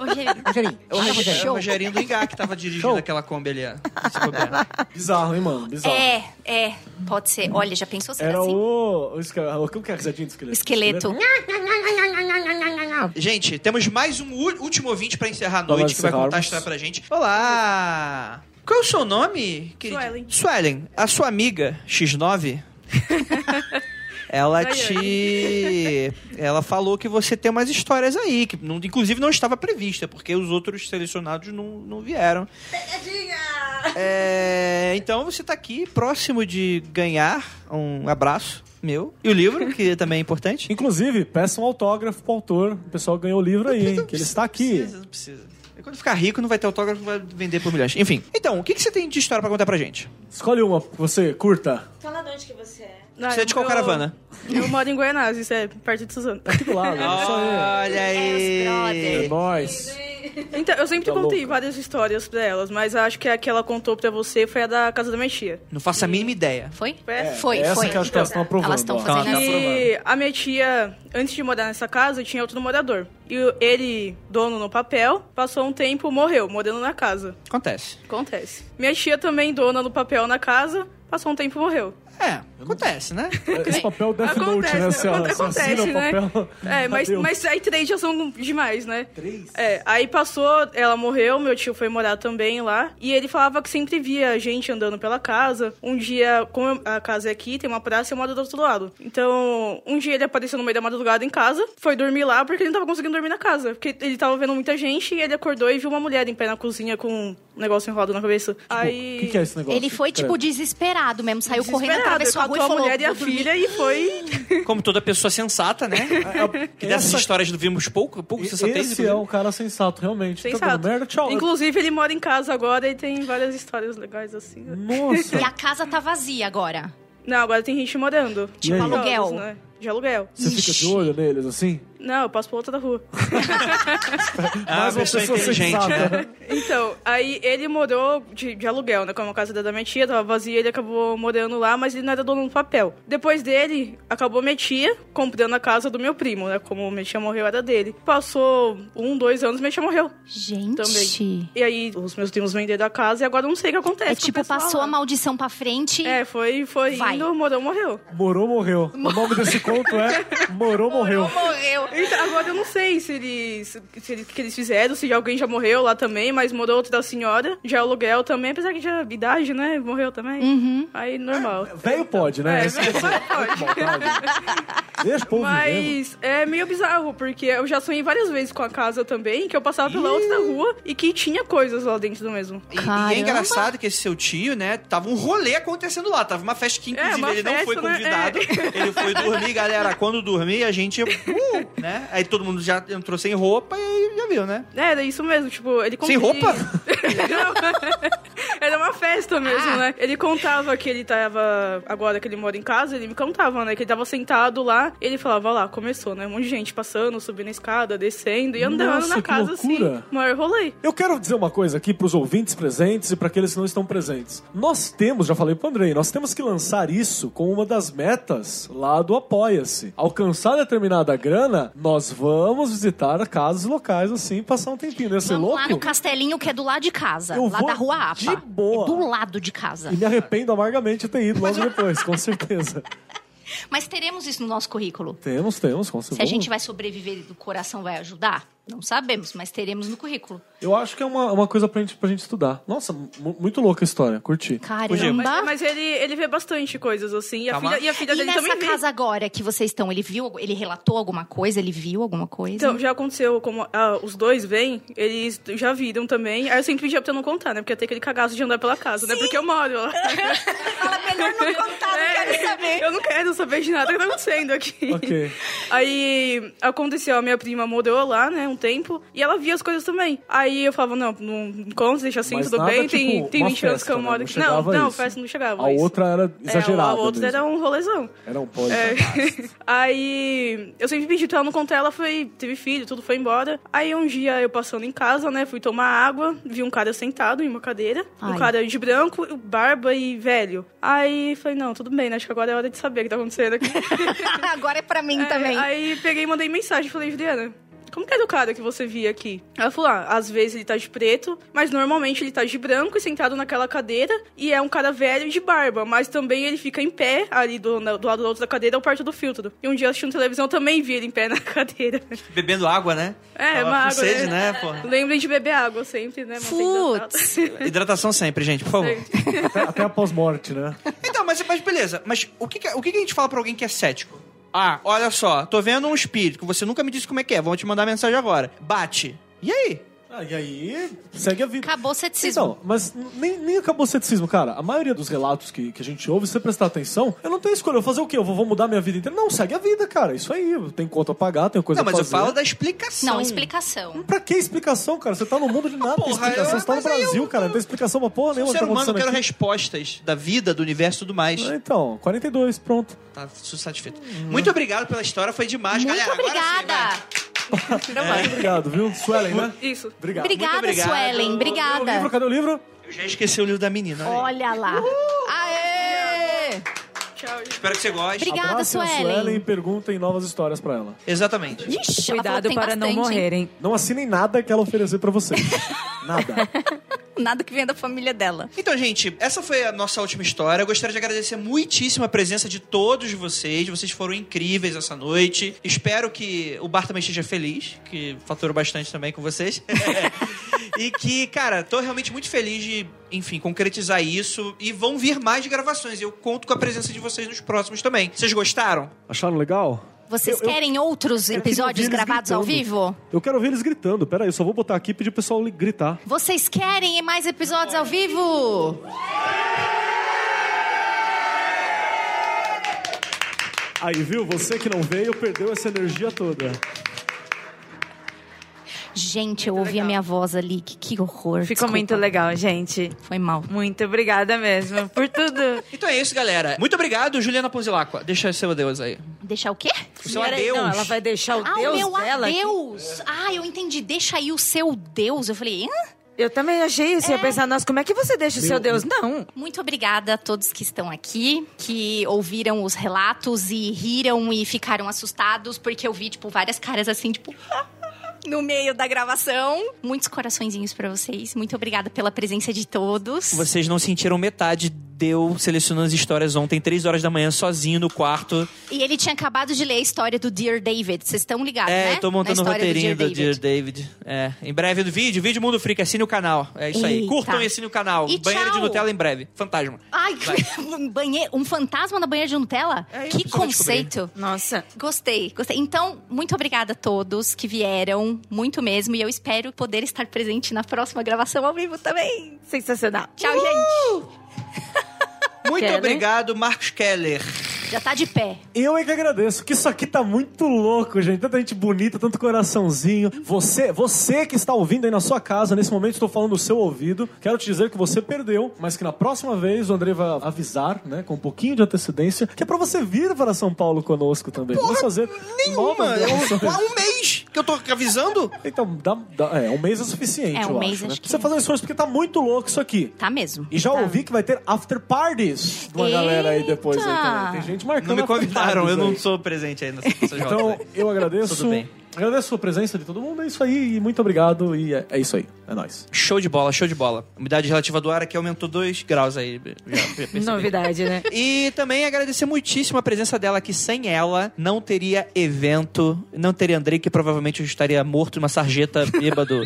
[SPEAKER 5] Rogerinho,
[SPEAKER 13] Rogerinho,
[SPEAKER 1] É o Rogério, é o
[SPEAKER 13] olha, Rogerinho.
[SPEAKER 1] Rogerinho do Ingá que tava dirigindo
[SPEAKER 3] Show.
[SPEAKER 1] aquela Kombi ali, ó. Se bobear.
[SPEAKER 3] Bizarro, hein, mano? Bizarro.
[SPEAKER 5] É, é, pode ser. Olha, já pensou se era,
[SPEAKER 3] Era
[SPEAKER 5] assim?
[SPEAKER 3] o. O, esque... o que é a risadinha do esqueleto?
[SPEAKER 5] O esqueleto.
[SPEAKER 1] Gente, temos mais um ú- último ouvinte pra encerrar a
[SPEAKER 3] Vamos
[SPEAKER 1] noite que vai contar a
[SPEAKER 3] encerrarmos.
[SPEAKER 1] história pra gente. Olá! Qual é o seu nome? querida?
[SPEAKER 4] Suelen.
[SPEAKER 1] Suelen, a sua amiga X9. Ela
[SPEAKER 4] Ai,
[SPEAKER 1] te. Ela falou que você tem umas histórias aí, que não- inclusive não estava prevista, porque os outros selecionados não, não vieram. É, então você tá aqui próximo de ganhar um abraço meu e o livro, que também é importante.
[SPEAKER 3] Inclusive, peça um autógrafo pro autor. O pessoal ganhou o livro aí, hein? Que ele está
[SPEAKER 1] Não
[SPEAKER 3] aqui.
[SPEAKER 1] precisa, não precisa. E Quando ficar rico, não vai ter autógrafo, vai vender por milhões. Enfim, então, o que, que você tem de história pra contar pra gente?
[SPEAKER 3] Escolhe uma que você curta.
[SPEAKER 4] Fala de onde que você é.
[SPEAKER 1] Você é de qual caravana?
[SPEAKER 13] Eu moro em Goianazes, é, perto de Suzano.
[SPEAKER 3] Aqui do lado, é isso aí.
[SPEAKER 1] Olha
[SPEAKER 3] É
[SPEAKER 1] aí!
[SPEAKER 3] nóis.
[SPEAKER 13] Então, eu
[SPEAKER 3] Tá
[SPEAKER 13] sempre contei
[SPEAKER 3] louca.
[SPEAKER 13] várias histórias pra elas, mas acho que a que ela contou pra você foi a da casa da minha tia.
[SPEAKER 1] Não faço a mínima ideia.
[SPEAKER 5] Foi? É,
[SPEAKER 13] Foi essa?
[SPEAKER 5] Foi,
[SPEAKER 3] É, Essa
[SPEAKER 5] foi.
[SPEAKER 3] que eu acho que elas estão aprovando.
[SPEAKER 5] Elas estão
[SPEAKER 3] ó.
[SPEAKER 5] fazendo assim.
[SPEAKER 13] E a minha tia, antes de morar nessa casa, tinha outro morador. E o- ele, dono no papel, passou um tempo, morreu, morando na casa.
[SPEAKER 1] Acontece.
[SPEAKER 13] Acontece. Minha tia também, dona no papel na casa, passou um tempo, morreu.
[SPEAKER 1] É, acontece, né?
[SPEAKER 3] Esse papel Death Note,
[SPEAKER 13] Acontece,
[SPEAKER 3] né?
[SPEAKER 13] né?
[SPEAKER 3] Você você assina o
[SPEAKER 13] Acontece, né?
[SPEAKER 3] papel.
[SPEAKER 13] É, mas,
[SPEAKER 3] Adeus.
[SPEAKER 13] mas aí três já são demais, né? Três? É, aí passou, ela morreu, meu tio foi morar também lá. E ele falava que sempre via gente andando pela casa. Um dia, como a casa é aqui, tem uma praça e eu moro do outro lado. Então, um dia ele apareceu no meio da madrugada em casa, foi dormir lá porque ele não tava conseguindo dormir na casa. Porque ele tava vendo muita gente e ele acordou e viu uma mulher em pé na cozinha com um negócio enrolado na cabeça. aí.
[SPEAKER 3] O que, que é esse negócio?
[SPEAKER 5] Ele foi, tipo, desesperado mesmo. Saiu correndo,
[SPEAKER 13] desesperado,
[SPEAKER 5] atravessou a rua
[SPEAKER 13] catou
[SPEAKER 5] e falou...
[SPEAKER 13] a mulher e a
[SPEAKER 5] "Vou dormir".
[SPEAKER 13] filha e foi.
[SPEAKER 1] Como toda pessoa sensata, né?
[SPEAKER 3] É,
[SPEAKER 1] Que dessas histórias do vimos pouco, pouco sensatez.
[SPEAKER 14] né?
[SPEAKER 3] Esse é um cara sensato, realmente. Tá
[SPEAKER 13] Sensato.
[SPEAKER 3] dando merda? Tchau.
[SPEAKER 13] Inclusive, ele mora em casa agora e tem várias histórias legais assim. né?
[SPEAKER 3] Nossa.
[SPEAKER 5] E a casa tá vazia agora.
[SPEAKER 13] Não, agora tem gente morando.
[SPEAKER 3] E aí?
[SPEAKER 5] Tipo aluguel.
[SPEAKER 13] Todos, né? de aluguel.
[SPEAKER 3] Você fica de olho neles, assim?
[SPEAKER 13] Não, eu passo pra outra da rua.
[SPEAKER 14] Ah,
[SPEAKER 3] Mas
[SPEAKER 14] uma pessoa inteligente, né?
[SPEAKER 13] Então, aí ele morou de, de aluguel, né? Como a casa da minha tia tava vazia, ele acabou morando lá, mas ele não era dono do papel. Depois dele, acabou minha tia comprando a casa do meu primo, né? Como minha tia morreu, era dele. Passou um, dois anos, minha tia morreu.
[SPEAKER 5] Gente.
[SPEAKER 13] Também. E aí, os meus primos venderam a casa e agora eu não sei o que acontece.
[SPEAKER 5] É
[SPEAKER 13] com o
[SPEAKER 5] tipo,
[SPEAKER 13] pessoal
[SPEAKER 5] passou
[SPEAKER 13] lá.
[SPEAKER 5] a maldição pra frente.
[SPEAKER 13] É, foi, foi
[SPEAKER 5] Vai.
[SPEAKER 13] indo, morou, morreu.
[SPEAKER 3] Morou, morreu. O nome desse conto é Morou, morreu.
[SPEAKER 5] Morreu.
[SPEAKER 13] Então, agora eu não sei se eles, se eles, que eles fizeram, se alguém já morreu lá também, mas morou outra da senhora, já é aluguel também, apesar que já idade, né? Morreu também. Aí, normal.
[SPEAKER 3] Velho pode, né?
[SPEAKER 13] É,
[SPEAKER 3] Esse- é
[SPEAKER 13] velho
[SPEAKER 3] pode. Deixa o né? povo viver, mano.
[SPEAKER 13] Mas é meio bizarro, porque eu já sonhei várias vezes com a casa também, que eu passava pela outra rua e que tinha coisas lá dentro do mesmo.
[SPEAKER 1] E, e
[SPEAKER 5] Caramba.
[SPEAKER 1] é engraçado que esse seu tio, né, tava um rolê acontecendo lá. Tava uma festa que, inclusive,
[SPEAKER 13] É, uma
[SPEAKER 1] ele não foi
[SPEAKER 13] festa, né?
[SPEAKER 1] convidado. Ele foi dormir, galera. Quando dormir, a gente... uh, né? Aí todo mundo já entrou sem roupa e aí já viu, né?
[SPEAKER 13] É, Era isso mesmo, tipo, ele
[SPEAKER 1] Sem roupa?
[SPEAKER 13] Não. Era uma festa
[SPEAKER 3] Ah.
[SPEAKER 13] mesmo, né? Ele contava que ele tava. Agora que ele mora em casa, ele me contava, né? Que ele tava sentado lá, ele falava, "Ó lá, começou, né? Um monte de gente passando, subindo a escada, descendo e andando
[SPEAKER 3] Nossa,
[SPEAKER 13] na
[SPEAKER 3] que
[SPEAKER 13] casa assim.
[SPEAKER 3] loucura.
[SPEAKER 13] Maior rolê.
[SPEAKER 3] Eu quero dizer uma coisa aqui pros ouvintes presentes e pra aqueles que não estão presentes. Nós temos, já falei pro Andrei, nós temos que lançar isso como uma das metas lá do Apoia-se. Alcançar determinada grana, nós vamos visitar casas locais assim, e passar um tempinho. Não Ia ser
[SPEAKER 5] Vamos lá
[SPEAKER 3] louco?
[SPEAKER 5] no castelinho que é do lado de casa.
[SPEAKER 3] Eu
[SPEAKER 5] lá
[SPEAKER 3] vou
[SPEAKER 5] da rua APA.
[SPEAKER 3] de boa.
[SPEAKER 5] É Do lado de casa.
[SPEAKER 3] E me arrependo amargamente de ter ido logo depois, com certeza.
[SPEAKER 5] Mas teremos isso no nosso currículo.
[SPEAKER 3] Temos, temos, com certeza.
[SPEAKER 5] Se a gente vai sobreviver e do coração vai ajudar, não sabemos, mas teremos no currículo.
[SPEAKER 3] Eu acho que é uma, uma coisa pra gente, pra gente estudar. Nossa, mu- muito louca a história, curti.
[SPEAKER 5] Caramba.
[SPEAKER 13] Mas, mas ele, ele vê bastante coisas assim. E
[SPEAKER 3] Tá
[SPEAKER 13] a
[SPEAKER 1] Calma.
[SPEAKER 13] filha, e a filha
[SPEAKER 5] e
[SPEAKER 13] dele
[SPEAKER 5] nessa
[SPEAKER 13] também vê.
[SPEAKER 5] casa agora que vocês estão, ele viu, ele relatou alguma coisa, ele viu alguma coisa?
[SPEAKER 13] Então, já aconteceu, como ah, os dois vêm, eles já viram também. Aí eu sempre pedia pra eu não contar, né? Porque tem aquele cagaço de andar pela casa, né? Porque eu moro lá.
[SPEAKER 5] Fala Tá melhor não contar,
[SPEAKER 13] É. Eu não quero saber de nada que tá acontecendo aqui.
[SPEAKER 3] Ok.
[SPEAKER 13] Aí aconteceu, a minha prima morou lá, né, um tempo, e ela via as coisas também. Aí eu falava, não, não conta, deixa assim,
[SPEAKER 3] Mas
[SPEAKER 13] tudo
[SPEAKER 3] nada,
[SPEAKER 13] bem,
[SPEAKER 3] tipo,
[SPEAKER 13] tem, tem
[SPEAKER 3] uma
[SPEAKER 13] 20 anos que eu
[SPEAKER 3] festa, né? Não
[SPEAKER 13] moro aqui. Não,
[SPEAKER 3] chegava a
[SPEAKER 13] não,
[SPEAKER 3] isso.
[SPEAKER 13] festa não chegava.
[SPEAKER 3] A
[SPEAKER 13] isso.
[SPEAKER 3] outra era
[SPEAKER 13] É,
[SPEAKER 3] exagerada.
[SPEAKER 13] a outra
[SPEAKER 3] mesmo.
[SPEAKER 13] era um rolezão.
[SPEAKER 3] Era um pós.
[SPEAKER 13] É. Aí eu sempre pedi pra ela não contar, ela foi, teve filho, tudo foi embora. Aí um dia eu passando em casa, né, fui tomar água, vi um cara sentado em uma cadeira, um
[SPEAKER 5] Ai.
[SPEAKER 13] cara de branco, barba e velho. Aí falei, não, tudo bem, né, acho que agora é hora de saber o que tá acontecendo aqui.
[SPEAKER 5] Agora é pra mim
[SPEAKER 13] É,
[SPEAKER 5] também.
[SPEAKER 13] Aí peguei e mandei mensagem, falei, Juliana... Como que era o cara que você via aqui? Ela falou, ah, às vezes ele tá de preto, mas normalmente ele tá de branco e sentado naquela cadeira. E é um cara velho e de barba, mas também ele fica em pé ali do, na- do lado do outro da cadeira ou perto do filtro. E um dia eu assistindo televisão também vi ele em pé na cadeira.
[SPEAKER 1] Bebendo água, né?
[SPEAKER 13] É,
[SPEAKER 1] Tava
[SPEAKER 13] uma
[SPEAKER 1] com
[SPEAKER 13] água,
[SPEAKER 1] sede,
[SPEAKER 13] né?
[SPEAKER 1] né, porra?
[SPEAKER 13] Lembrem de beber água sempre, né? tá. Mantém
[SPEAKER 4] Putz.
[SPEAKER 13] hidratado.
[SPEAKER 1] Hidratação sempre, gente, por favor.
[SPEAKER 3] Até, até a pós-morte, né?
[SPEAKER 1] Então, mas, mas beleza. Mas o que, que- o que que a gente fala pra alguém que é cético? Ah, olha só, tô vendo um espírito que você nunca me disse como é que é. Vão te mandar mensagem agora. Bate. E aí?
[SPEAKER 3] Ah, e aí, segue a vida.
[SPEAKER 5] Acabou o ceticismo.
[SPEAKER 3] Então, mas nem, nem acabou o ceticismo, cara. A maioria dos relatos que, que a gente ouve, se você prestar atenção, eu não tenho escolha. Eu vou fazer o quê? Eu vou, vou mudar minha vida inteira? Não, segue a vida, cara. Isso aí. Tem conta a pagar, tem coisa
[SPEAKER 1] não, mas
[SPEAKER 3] a
[SPEAKER 1] eu
[SPEAKER 3] fazer.
[SPEAKER 1] falo da explicação.
[SPEAKER 5] Não, explicação.
[SPEAKER 3] Pra que explicação, cara? Você tá no mundo de nada, tem
[SPEAKER 1] porra,
[SPEAKER 3] explicação.
[SPEAKER 1] eu-
[SPEAKER 3] Você tá no
[SPEAKER 1] mas aí eu
[SPEAKER 3] Brasil,
[SPEAKER 1] não-
[SPEAKER 3] cara. Não tem explicação pra
[SPEAKER 1] Sou um
[SPEAKER 3] porra nenhuma. que
[SPEAKER 1] ser
[SPEAKER 3] tá
[SPEAKER 1] humano, eu quero
[SPEAKER 3] acontecendo aqui.
[SPEAKER 1] respostas da vida, do universo e tudo mais.
[SPEAKER 3] Ah, Então, 42, pronto.
[SPEAKER 1] Tá sou satisfeito. Muito obrigado pela história, foi demais,
[SPEAKER 5] Muito
[SPEAKER 1] galera. Agora sim,
[SPEAKER 5] obrigada.
[SPEAKER 1] vai.
[SPEAKER 3] Muito obrigado, viu? Suelen, né?
[SPEAKER 13] Isso.
[SPEAKER 3] Obrigado.
[SPEAKER 5] Obrigada,
[SPEAKER 1] obrigado.
[SPEAKER 5] Suelen.
[SPEAKER 3] Cadê o
[SPEAKER 5] Obrigada.
[SPEAKER 3] livro? Cadê o livro?
[SPEAKER 1] Eu já esqueci o livro da menina. olha aí.
[SPEAKER 5] Olha lá. Aê!
[SPEAKER 13] Tchau, gente.
[SPEAKER 1] Espero que você goste.
[SPEAKER 5] Obrigada,
[SPEAKER 3] Abracem a
[SPEAKER 5] Suelen.
[SPEAKER 3] Suelen e perguntem novas histórias pra ela.
[SPEAKER 1] Exatamente.
[SPEAKER 5] Ixi, ela falou que
[SPEAKER 4] Cuidado
[SPEAKER 5] tem
[SPEAKER 4] para não
[SPEAKER 5] bastante, hein?
[SPEAKER 4] morrerem.
[SPEAKER 3] Não assinem nada que ela oferecer pra vocês. nada.
[SPEAKER 5] Nada que venha da família dela.
[SPEAKER 1] Então, gente, essa foi a nossa última história. Eu gostaria de agradecer muitíssimo a presença de todos vocês. Vocês foram incríveis essa noite. Espero que o bar também esteja feliz, que faturou bastante também com vocês. e que, cara, tô realmente muito feliz de, enfim, concretizar isso. E vão vir mais gravações. Eu conto com a presença de vocês nos próximos também. Vocês gostaram?
[SPEAKER 3] Acharam legal?
[SPEAKER 5] Vocês
[SPEAKER 3] Eu- eu-
[SPEAKER 5] querem outros
[SPEAKER 3] queria
[SPEAKER 5] episódios
[SPEAKER 3] ouvir eles
[SPEAKER 5] gravados ao
[SPEAKER 3] gritando.
[SPEAKER 5] vivo?
[SPEAKER 3] Eu quero ouvir eles gritando. Pera aí, eu só vou botar aqui e pedir o pessoal li- gritar.
[SPEAKER 5] Vocês querem mais episódios ao vivo?
[SPEAKER 3] Aí, viu? Você que não veio perdeu essa energia toda.
[SPEAKER 5] Gente, eu ouvi a minha voz ali. Que, que horror.
[SPEAKER 4] Ficou
[SPEAKER 5] Desculpa.
[SPEAKER 4] muito legal, gente.
[SPEAKER 5] Foi mal.
[SPEAKER 4] Muito obrigada mesmo por tudo.
[SPEAKER 1] Então é isso, galera. Muito obrigado, Juliana Ponzilacqua. Deixa seu adeus aí.
[SPEAKER 5] Deixar o quê?
[SPEAKER 1] O seu
[SPEAKER 4] Peraí,
[SPEAKER 1] adeus.
[SPEAKER 4] Não, ela vai deixar o
[SPEAKER 5] ah, o
[SPEAKER 4] Deus
[SPEAKER 5] meu
[SPEAKER 4] dela. aqui?
[SPEAKER 5] adeus. Ah, eu entendi. Deixa aí o seu Deus. Eu falei, hã?
[SPEAKER 4] Eu também achei isso. Eu ia pensar, nossa, como é que você deixa o seu Deus? Não.
[SPEAKER 5] Muito obrigada a todos que estão aqui, que ouviram os relatos e riram e ficaram assustados, porque eu vi, tipo, várias caras assim, tipo. No meio da gravação. Muitos coraçõezinhos pra vocês. Muito obrigada pela presença de todos.
[SPEAKER 1] Vocês não sentiram metade de eu selecionando as histórias ontem, três horas da manhã, sozinho no quarto.
[SPEAKER 5] E ele tinha acabado de ler a história do Dear David. Vocês estão ligados,
[SPEAKER 1] é,
[SPEAKER 5] né?
[SPEAKER 1] eu tô
[SPEAKER 5] Na
[SPEAKER 1] montando o
[SPEAKER 5] história
[SPEAKER 1] roteirinho do Dear
[SPEAKER 5] David.
[SPEAKER 1] David. É, em breve do vídeo, vídeo Mundo Freak, assine o canal. É isso aí.
[SPEAKER 5] Eita.
[SPEAKER 1] Curtam e assine o canal.
[SPEAKER 5] E
[SPEAKER 1] Banheiro de
[SPEAKER 5] tchau.
[SPEAKER 1] Nutella em breve. Fantasma.
[SPEAKER 5] Ai, um, banhe... um fantasma na banheira de Nutella?
[SPEAKER 1] É,
[SPEAKER 5] que
[SPEAKER 1] precisava descobrir.
[SPEAKER 5] conceito.
[SPEAKER 4] Nossa.
[SPEAKER 5] Gostei, gostei. Então, muito obrigada a todos que vieram, muito mesmo. E eu espero poder estar presente na próxima gravação ao vivo também.
[SPEAKER 4] Sensacional.
[SPEAKER 5] Tchau, gente.
[SPEAKER 1] Muito
[SPEAKER 4] Quer, né?
[SPEAKER 1] obrigado, Marcos Keller.
[SPEAKER 5] Já tá de pé.
[SPEAKER 3] Eu é que agradeço, que isso aqui tá muito louco, gente. Tanta gente bonita, tanto coraçãozinho. Você, você que está ouvindo aí na sua casa, nesse momento estou falando no seu ouvido. Quero te dizer que você perdeu, mas que na próxima vez o André vai avisar, né, com um pouquinho de antecedência, que é pra você vir para São Paulo conosco também. Vamos fazer
[SPEAKER 15] Nenhuma!
[SPEAKER 3] novas
[SPEAKER 15] É um,
[SPEAKER 3] gravações.
[SPEAKER 15] há um mês que eu tô avisando.
[SPEAKER 3] Então, dá, dá- é, um mês é suficiente,
[SPEAKER 5] É, um
[SPEAKER 3] eu
[SPEAKER 5] mês
[SPEAKER 3] acho. né?
[SPEAKER 5] acho que
[SPEAKER 3] Você
[SPEAKER 5] é.
[SPEAKER 3] fazer um esforço porque tá muito louco isso aqui.
[SPEAKER 5] Tá mesmo.
[SPEAKER 3] E já ouvi que vai ter after parties de uma galera aí depois aí
[SPEAKER 5] Eita!
[SPEAKER 3] também. Tem gente marcando
[SPEAKER 1] Não me
[SPEAKER 3] after
[SPEAKER 1] convidaram, eu é.
[SPEAKER 3] parties
[SPEAKER 1] não
[SPEAKER 3] aí.
[SPEAKER 1] sou presente ainda.
[SPEAKER 3] Então, eu agradeço.
[SPEAKER 1] Tudo bem.
[SPEAKER 3] Agradeço a presença de todo mundo, é isso aí, e muito obrigado, e é, é isso aí, é nóis.
[SPEAKER 1] Show de bola, show de bola. Umidade relativa do ar aqui aumentou 2 graus aí. já- já percebi.
[SPEAKER 4] Novidade, né?
[SPEAKER 1] E também agradecer muitíssimo a presença dela, que sem ela não teria evento, não teria Andrei, que provavelmente eu estaria morto numa sarjeta bêbado.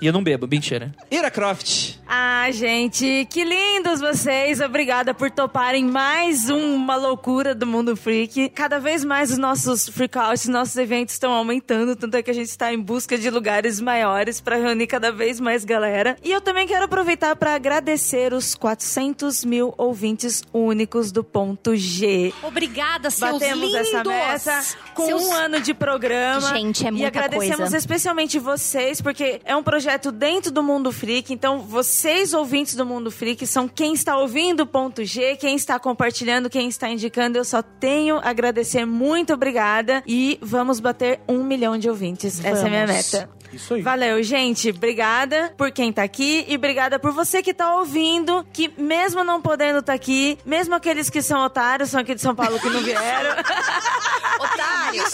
[SPEAKER 1] e eu não bebo, mentira. Ira Croft.
[SPEAKER 4] Ah, gente, que lindos vocês! Obrigada por toparem mais uma loucura do Mundo Freak. Cada vez mais os nossos freakouts, nossos eventos estão aumentando, tanto é que a gente está em busca de lugares maiores para reunir cada vez mais galera. E eu também quero aproveitar para agradecer os 400 mil ouvintes únicos do Ponto G.
[SPEAKER 5] Obrigada, seus
[SPEAKER 4] Batemos
[SPEAKER 5] lindos.
[SPEAKER 4] essa meta com
[SPEAKER 5] Seus-
[SPEAKER 4] um ano de programa.
[SPEAKER 5] Gente, é
[SPEAKER 4] E
[SPEAKER 5] muita
[SPEAKER 4] agradecemos
[SPEAKER 5] coisa.
[SPEAKER 4] especialmente vocês, porque é um projeto dentro do Mundo Freak. Então, vocês, ouvintes do Mundo Freak, são quem está ouvindo o Ponto G, quem está compartilhando, quem está indicando. Eu só tenho a agradecer. Muito obrigada. E vamos bater um milhão de ouvintes. Essa é a minha meta.
[SPEAKER 3] Isso aí.
[SPEAKER 4] Valeu, gente. Obrigada por quem tá aqui e obrigada por você que tá ouvindo, que mesmo não podendo tá aqui, mesmo aqueles que são otários, são aqui de São Paulo que não vieram.
[SPEAKER 5] Otários.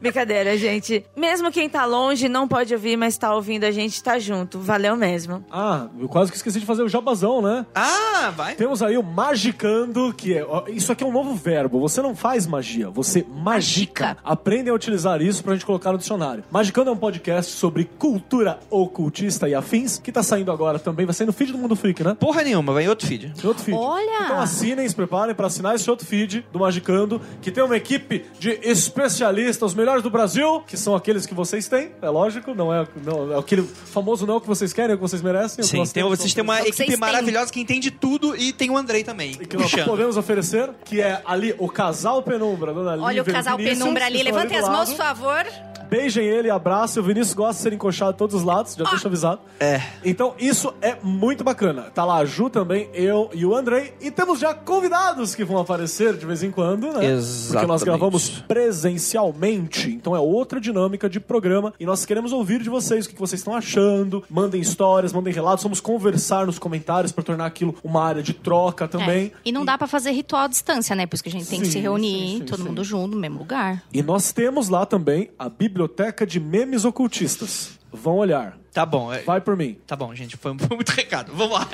[SPEAKER 4] Brincadeira, gente. Mesmo quem tá longe, não pode ouvir, mas tá ouvindo a gente, tá junto. Valeu mesmo.
[SPEAKER 3] Ah, eu quase que esqueci de fazer o jabazão, né?
[SPEAKER 1] Ah, vai.
[SPEAKER 3] Temos aí o magicando, que é. ó, Isso aqui é um novo verbo. Você não faz magia, você magica.
[SPEAKER 5] Magica.
[SPEAKER 3] Aprendem a utilizar isso pra gente colocar no dicionário. Magicando é um podcast sobre cultura ocultista e afins, que tá saindo agora também, vai sair no feed do Mundo Freak, né?
[SPEAKER 1] Porra nenhuma, vai em outro vídeo.
[SPEAKER 3] Tem outro feed.
[SPEAKER 5] Olha!
[SPEAKER 3] Então assinem, se preparem para assinar esse outro feed do Magicando, que tem uma equipe de especialistas, os melhores do Brasil, que são aqueles que vocês têm, é lógico, não é, não, é aquele famoso não que vocês querem, é o que vocês merecem. é o que
[SPEAKER 1] Sim,
[SPEAKER 3] nós
[SPEAKER 1] tem,
[SPEAKER 3] temos,
[SPEAKER 1] vocês
[SPEAKER 3] é
[SPEAKER 1] têm
[SPEAKER 3] o que
[SPEAKER 1] uma
[SPEAKER 5] vocês
[SPEAKER 1] equipe
[SPEAKER 5] têm.
[SPEAKER 1] maravilhosa que entende tudo e tem o Andrei também.
[SPEAKER 3] e que nós
[SPEAKER 1] puxando.
[SPEAKER 3] podemos oferecer, que é ali o casal Penumbra, Dona Lívia
[SPEAKER 5] Olha o
[SPEAKER 3] e
[SPEAKER 5] casal
[SPEAKER 3] Vinícius,
[SPEAKER 5] penumbra
[SPEAKER 3] que
[SPEAKER 5] ali.
[SPEAKER 3] estão
[SPEAKER 5] Levantem
[SPEAKER 3] do
[SPEAKER 5] as mãos,
[SPEAKER 3] lado.
[SPEAKER 5] por favor.
[SPEAKER 3] Beijem ele, abraço. O Vinícius gosta de ser encoxado de todos os lados, já
[SPEAKER 5] Ah.
[SPEAKER 3] deixa avisado. É. Então, isso é muito bacana. Tá lá a Ju também, eu e o Andrei. E temos já convidados que vão aparecer de vez em quando, né? Porque nós
[SPEAKER 1] Exatamente.
[SPEAKER 3] gravamos presencialmente. Então, é outra dinâmica de programa. E nós queremos ouvir de vocês o que vocês estão achando. Mandem histórias, mandem relatos. Vamos conversar nos comentários pra tornar aquilo uma área de troca também.
[SPEAKER 5] É. E não dá pra fazer ritual à distância, né? Por isso que a gente tem que
[SPEAKER 3] Sim,
[SPEAKER 5] se reunir,
[SPEAKER 3] sim, sim,
[SPEAKER 5] todo
[SPEAKER 3] sim.
[SPEAKER 5] mundo junto, no mesmo lugar.
[SPEAKER 3] E nós temos lá também a Biblioteca de Memes Ocultistas. Vão olhar.
[SPEAKER 1] Tá bom. é-
[SPEAKER 3] Vai por mim.
[SPEAKER 1] Tá bom, gente, foi muito recado. Vamos lá.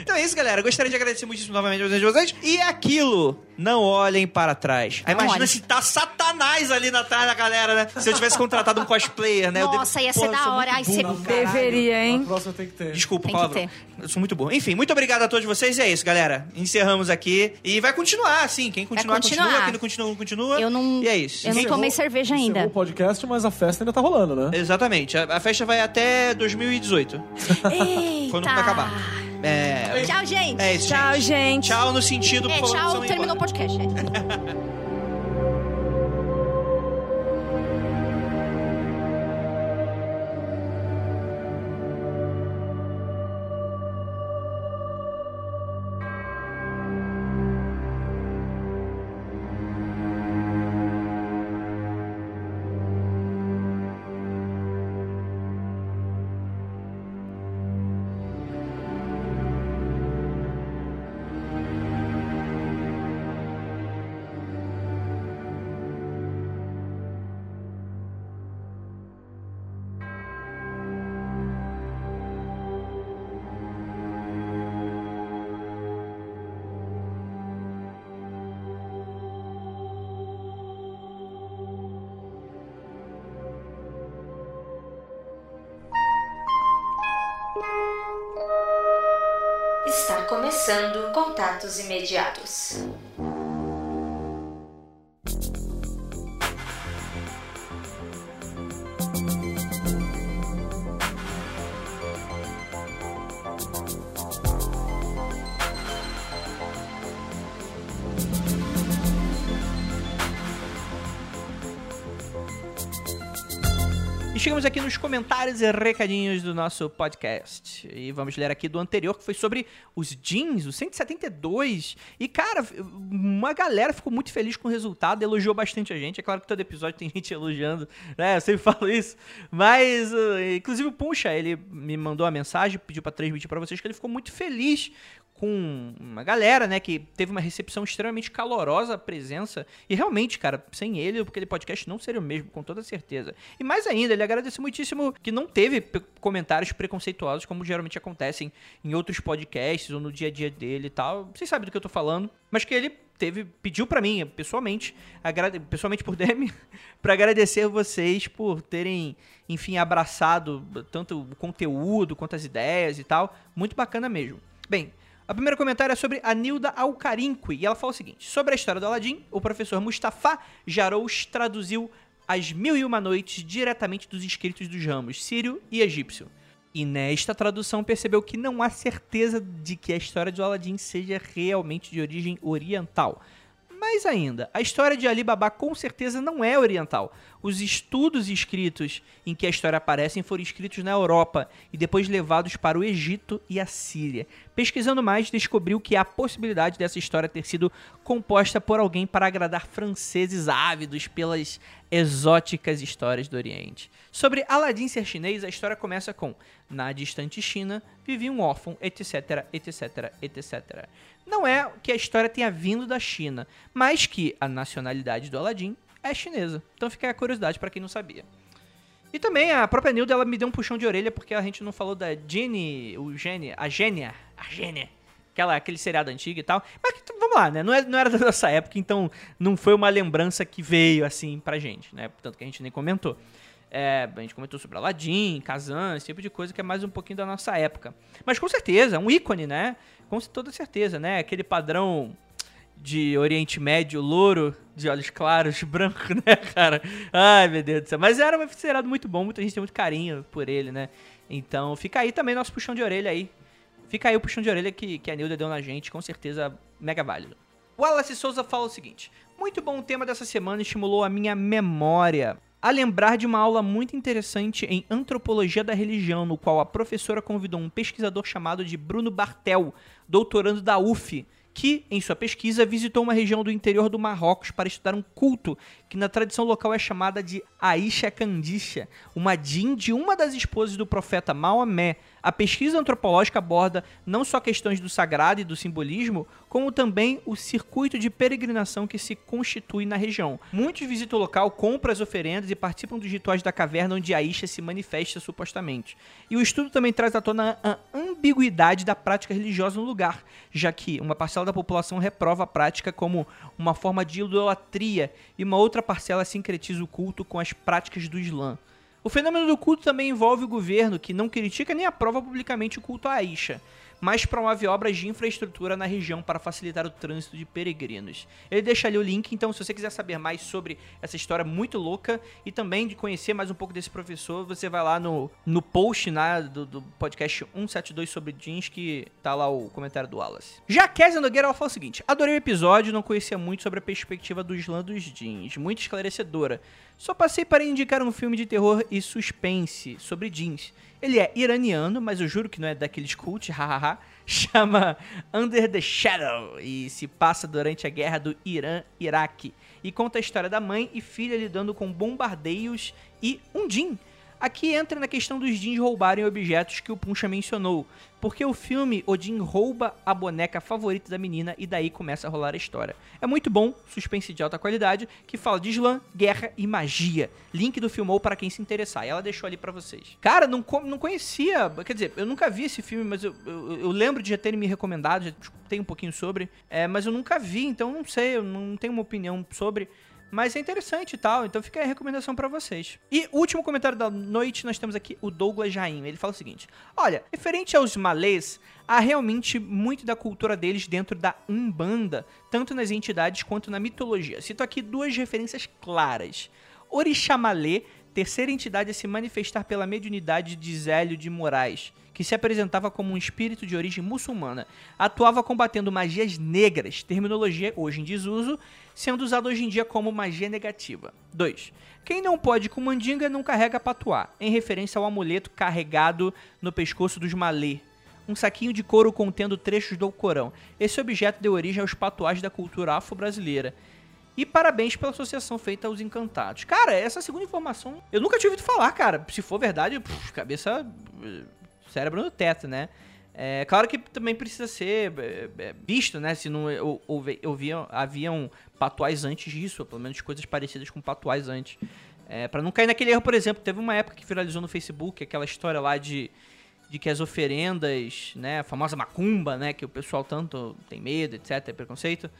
[SPEAKER 1] Então é isso, galera. Gostaria de agradecer muitíssimo novamente a presença de vocês. E é aquilo, não olhem para trás. Aí
[SPEAKER 5] Não
[SPEAKER 1] imagina
[SPEAKER 5] olhem.
[SPEAKER 1] se tá Satanás ali na trás da galera, né? Se eu tivesse contratado um cosplayer, né? Eu
[SPEAKER 5] Nossa, ia ser
[SPEAKER 1] Porra, eu
[SPEAKER 5] da
[SPEAKER 1] sou
[SPEAKER 5] hora.
[SPEAKER 1] muito
[SPEAKER 5] Ai, ser
[SPEAKER 1] burro.
[SPEAKER 4] Deveria,
[SPEAKER 3] A
[SPEAKER 4] hein?
[SPEAKER 3] próxima tem que ter.
[SPEAKER 1] Desculpa,
[SPEAKER 5] Tem que
[SPEAKER 1] palavrão. Eu sou muito burro. Enfim, muito obrigado a todos vocês. E é isso, galera. Encerramos aqui. E vai continuar, assim. Quem continuar,
[SPEAKER 5] continuar.
[SPEAKER 1] continua. Quem não continua, não continua.
[SPEAKER 5] Eu não-
[SPEAKER 1] E é isso.
[SPEAKER 5] eu não
[SPEAKER 1] Quem-
[SPEAKER 5] tomei cerveja
[SPEAKER 3] Encerrou
[SPEAKER 5] ainda.
[SPEAKER 3] o podcast, mas a festa ainda tá rolando, né?
[SPEAKER 1] Exatamente. A, a festa vai até 2018.
[SPEAKER 5] Eita.
[SPEAKER 1] Quando tudo acabar. É...
[SPEAKER 5] Tchau, gente.
[SPEAKER 1] É isso,
[SPEAKER 4] Tchau, gente.
[SPEAKER 1] Tchau no sentido...
[SPEAKER 5] É,
[SPEAKER 1] por favor,
[SPEAKER 5] tchau.
[SPEAKER 1] não
[SPEAKER 5] Terminou o
[SPEAKER 1] embora.
[SPEAKER 5] podcast. é.
[SPEAKER 3] Thank
[SPEAKER 16] Está começando Contatos Imediatos.
[SPEAKER 1] E chegamos aqui nos comentários e recadinhos do nosso podcast. E vamos ler aqui do anterior, que foi sobre os jeans, o 172. E, cara, uma galera ficou muito feliz com o resultado, elogiou bastante a gente. É claro que todo episódio tem gente elogiando, né? Eu sempre falo isso. Mas, uh, inclusive, o Puncha, ele me mandou uma mensagem, pediu para transmitir para vocês que ele ficou muito feliz com uma galera, né, que teve uma recepção extremamente calorosa à presença. E realmente, cara, sem ele, aquele podcast não seria o mesmo, com toda certeza. E mais ainda, ele agradece muitíssimo que não teve comentários preconceituosos, como geralmente acontecem em outros podcasts ou no dia a dia dele e tal. Vocês sabem do que eu tô falando. Mas que ele teve pediu para mim pessoalmente agrade, pessoalmente por DM para agradecer vocês por terem enfim abraçado tanto o conteúdo quanto as ideias e tal muito bacana mesmo bem a primeira comentário é sobre a Nilda Alcarinque, e ela fala o seguinte: sobre a história do Aladim, o professor Mustafa Jarous traduziu As Mil e Uma Noites diretamente dos escritos dos ramos sírio e egípcio. E nesta tradução percebeu que não há certeza de que a história do Aladim seja realmente de origem oriental. Mais ainda, a história de Ali Baba com certeza não é oriental. Os estudos escritos em que a história aparecem foram escritos na Europa e depois levados para o Egito e a Síria. Pesquisando mais, descobriu que há a possibilidade dessa história ter sido composta por alguém para agradar franceses ávidos pelas exóticas histórias do Oriente. Sobre Aladim ser chinês, a história começa com: na distante China, vivia um órfão, etc, etc, etc. Não é que a história tenha vindo da China, mas que a nacionalidade do Aladim é chinesa. Então fica a curiosidade para quem não sabia. E também a própria Nilda ela me deu um puxão de orelha porque a gente não falou da Jenny, o Gênia, a Gênia, a Gênia aquela, aquele seriado antigo e tal. Mas vamos lá, né? Não, é, não era da nossa época, então não foi uma lembrança que veio assim pra gente, né? Tanto que a gente nem comentou. É, a gente comentou sobre Aladdin, Kazan, esse tipo de coisa que é mais um pouquinho da nossa época. Mas com certeza, um ícone, né? Com toda certeza, né? Aquele padrão de Oriente Médio, louro, de olhos claros, branco, né, cara? Ai, meu Deus do céu. Mas era um seriado muito bom, muita gente tem muito carinho por ele, né? Então fica aí também nosso puxão de orelha aí Fica aí o puxão de orelha que, que a Nilda deu na gente, com certeza mega válido. Wallace Souza fala o seguinte: Muito bom o tema dessa semana, estimulou a minha memória. A lembrar de uma aula muito interessante em Antropologia da Religião, no qual a professora convidou um pesquisador chamado de Bruno Bartel, doutorando da UF, que, em sua pesquisa, visitou uma região do interior do Marrocos para estudar um culto que na tradição local é chamada de Aisha Candisha, uma din de uma das esposas do profeta Maomé. A pesquisa antropológica aborda não só questões do sagrado e do simbolismo, como também o circuito de peregrinação que se constitui na região. Muitos visitam o local, compram as oferendas e participam dos rituais da caverna onde Aisha se manifesta supostamente. E o estudo também traz à tona a ambiguidade da prática religiosa no lugar, já que uma parcela da população reprova a prática como uma forma de idolatria e uma outra parcela sincretiza o culto com as práticas do Islã. O fenômeno do culto também envolve o governo, que não critica nem aprova publicamente o culto a Aisha, mas promove obras de infraestrutura na região para facilitar o trânsito de peregrinos. Ele deixa ali o link, então se você quiser saber mais sobre essa história muito louca e também de conhecer mais um pouco desse professor, você vai lá no, no post né, do, do podcast 172 sobre jeans, que tá lá o comentário do Wallace. Já a Kézia Nogueira ela fala o seguinte, adorei o episódio, não conhecia muito sobre a perspectiva do Islã dos jeans, muito esclarecedora. Só passei para indicar um filme de terror e suspense sobre jeans. Ele é iraniano, mas eu juro que não é daqueles cult, hahaha. Chama Under the Shadow e se passa durante a guerra do Irã-Iraque. E conta a história da mãe e filha lidando com bombardeios e um jean. Aqui entra na questão dos jeans roubarem objetos que o Puncha mencionou, porque o filme Odin rouba a boneca favorita da menina e daí começa a rolar a história. É muito bom, suspense de alta qualidade, que fala de Islã, guerra e magia. Link do filmou para quem se interessar. E ela deixou ali para vocês. Cara, não, não conhecia, quer dizer, eu nunca vi esse filme, mas eu, eu, eu lembro de já terem me recomendado, já escutei um pouquinho sobre, é, mas eu nunca vi, então não sei, eu não tenho uma opinião sobre Mas é interessante e tal, então fica aí a recomendação pra vocês. E último comentário da noite, nós temos aqui o Douglas Jaim. Ele fala o seguinte: Olha, referente aos malês, há realmente muito da cultura deles dentro da Umbanda, tanto nas entidades quanto na mitologia. Cito aqui duas referências claras. Orixamalê, terceira entidade a se manifestar pela mediunidade de Zélio de Moraes, que se apresentava como um espírito de origem muçulmana, atuava combatendo magias negras, terminologia hoje em desuso, sendo usada hoje em dia como magia negativa. 2. Quem não pode com mandinga não carrega patuá, em referência ao amuleto carregado no pescoço dos malê, um saquinho de couro contendo trechos do Corão. Esse objeto deu origem aos patuás da cultura afro-brasileira. E parabéns pela associação feita aos encantados. Cara, essa segunda informação eu nunca tinha ouvido falar, cara. Se for verdade, puf, cabeça. eh, cérebro no teto, né? É, claro que também precisa ser é, visto, né? Se não houve, houve, haviam patuais antes disso, ou pelo menos coisas parecidas com patuais antes. É, para não cair naquele erro, por exemplo, teve uma época que viralizou no Facebook aquela história lá de de que as oferendas, né, a famosa macumba, né, que o pessoal tanto tem medo, etc, preconceito,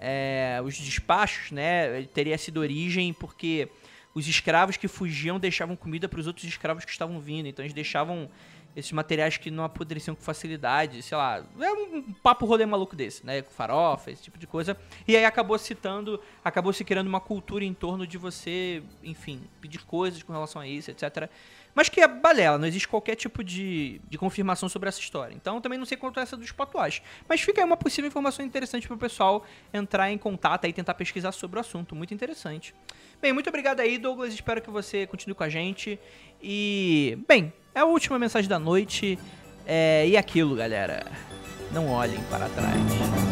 [SPEAKER 1] é, os despachos, né, teria sido origem porque os escravos que fugiam deixavam comida para os outros escravos que estavam vindo, então eles deixavam esses materiais que não apodreciam com facilidade, sei lá, é um papo rolê maluco desse, né, com farofa, esse tipo de coisa, e aí acabou citando, acabou se criando uma cultura em torno de você, enfim, pedir coisas com relação a isso, etc, mas que é balela, não existe qualquer tipo de, de confirmação sobre essa história. Então também não sei quanto é essa dos patuais. Mas fica aí uma possível informação interessante para o pessoal entrar em contato e tentar pesquisar sobre o assunto. Muito interessante. Bem, muito obrigado aí, Douglas. Espero que você continue com a gente. E, bem, é a última mensagem da noite. É, e aquilo, galera. Não olhem para trás.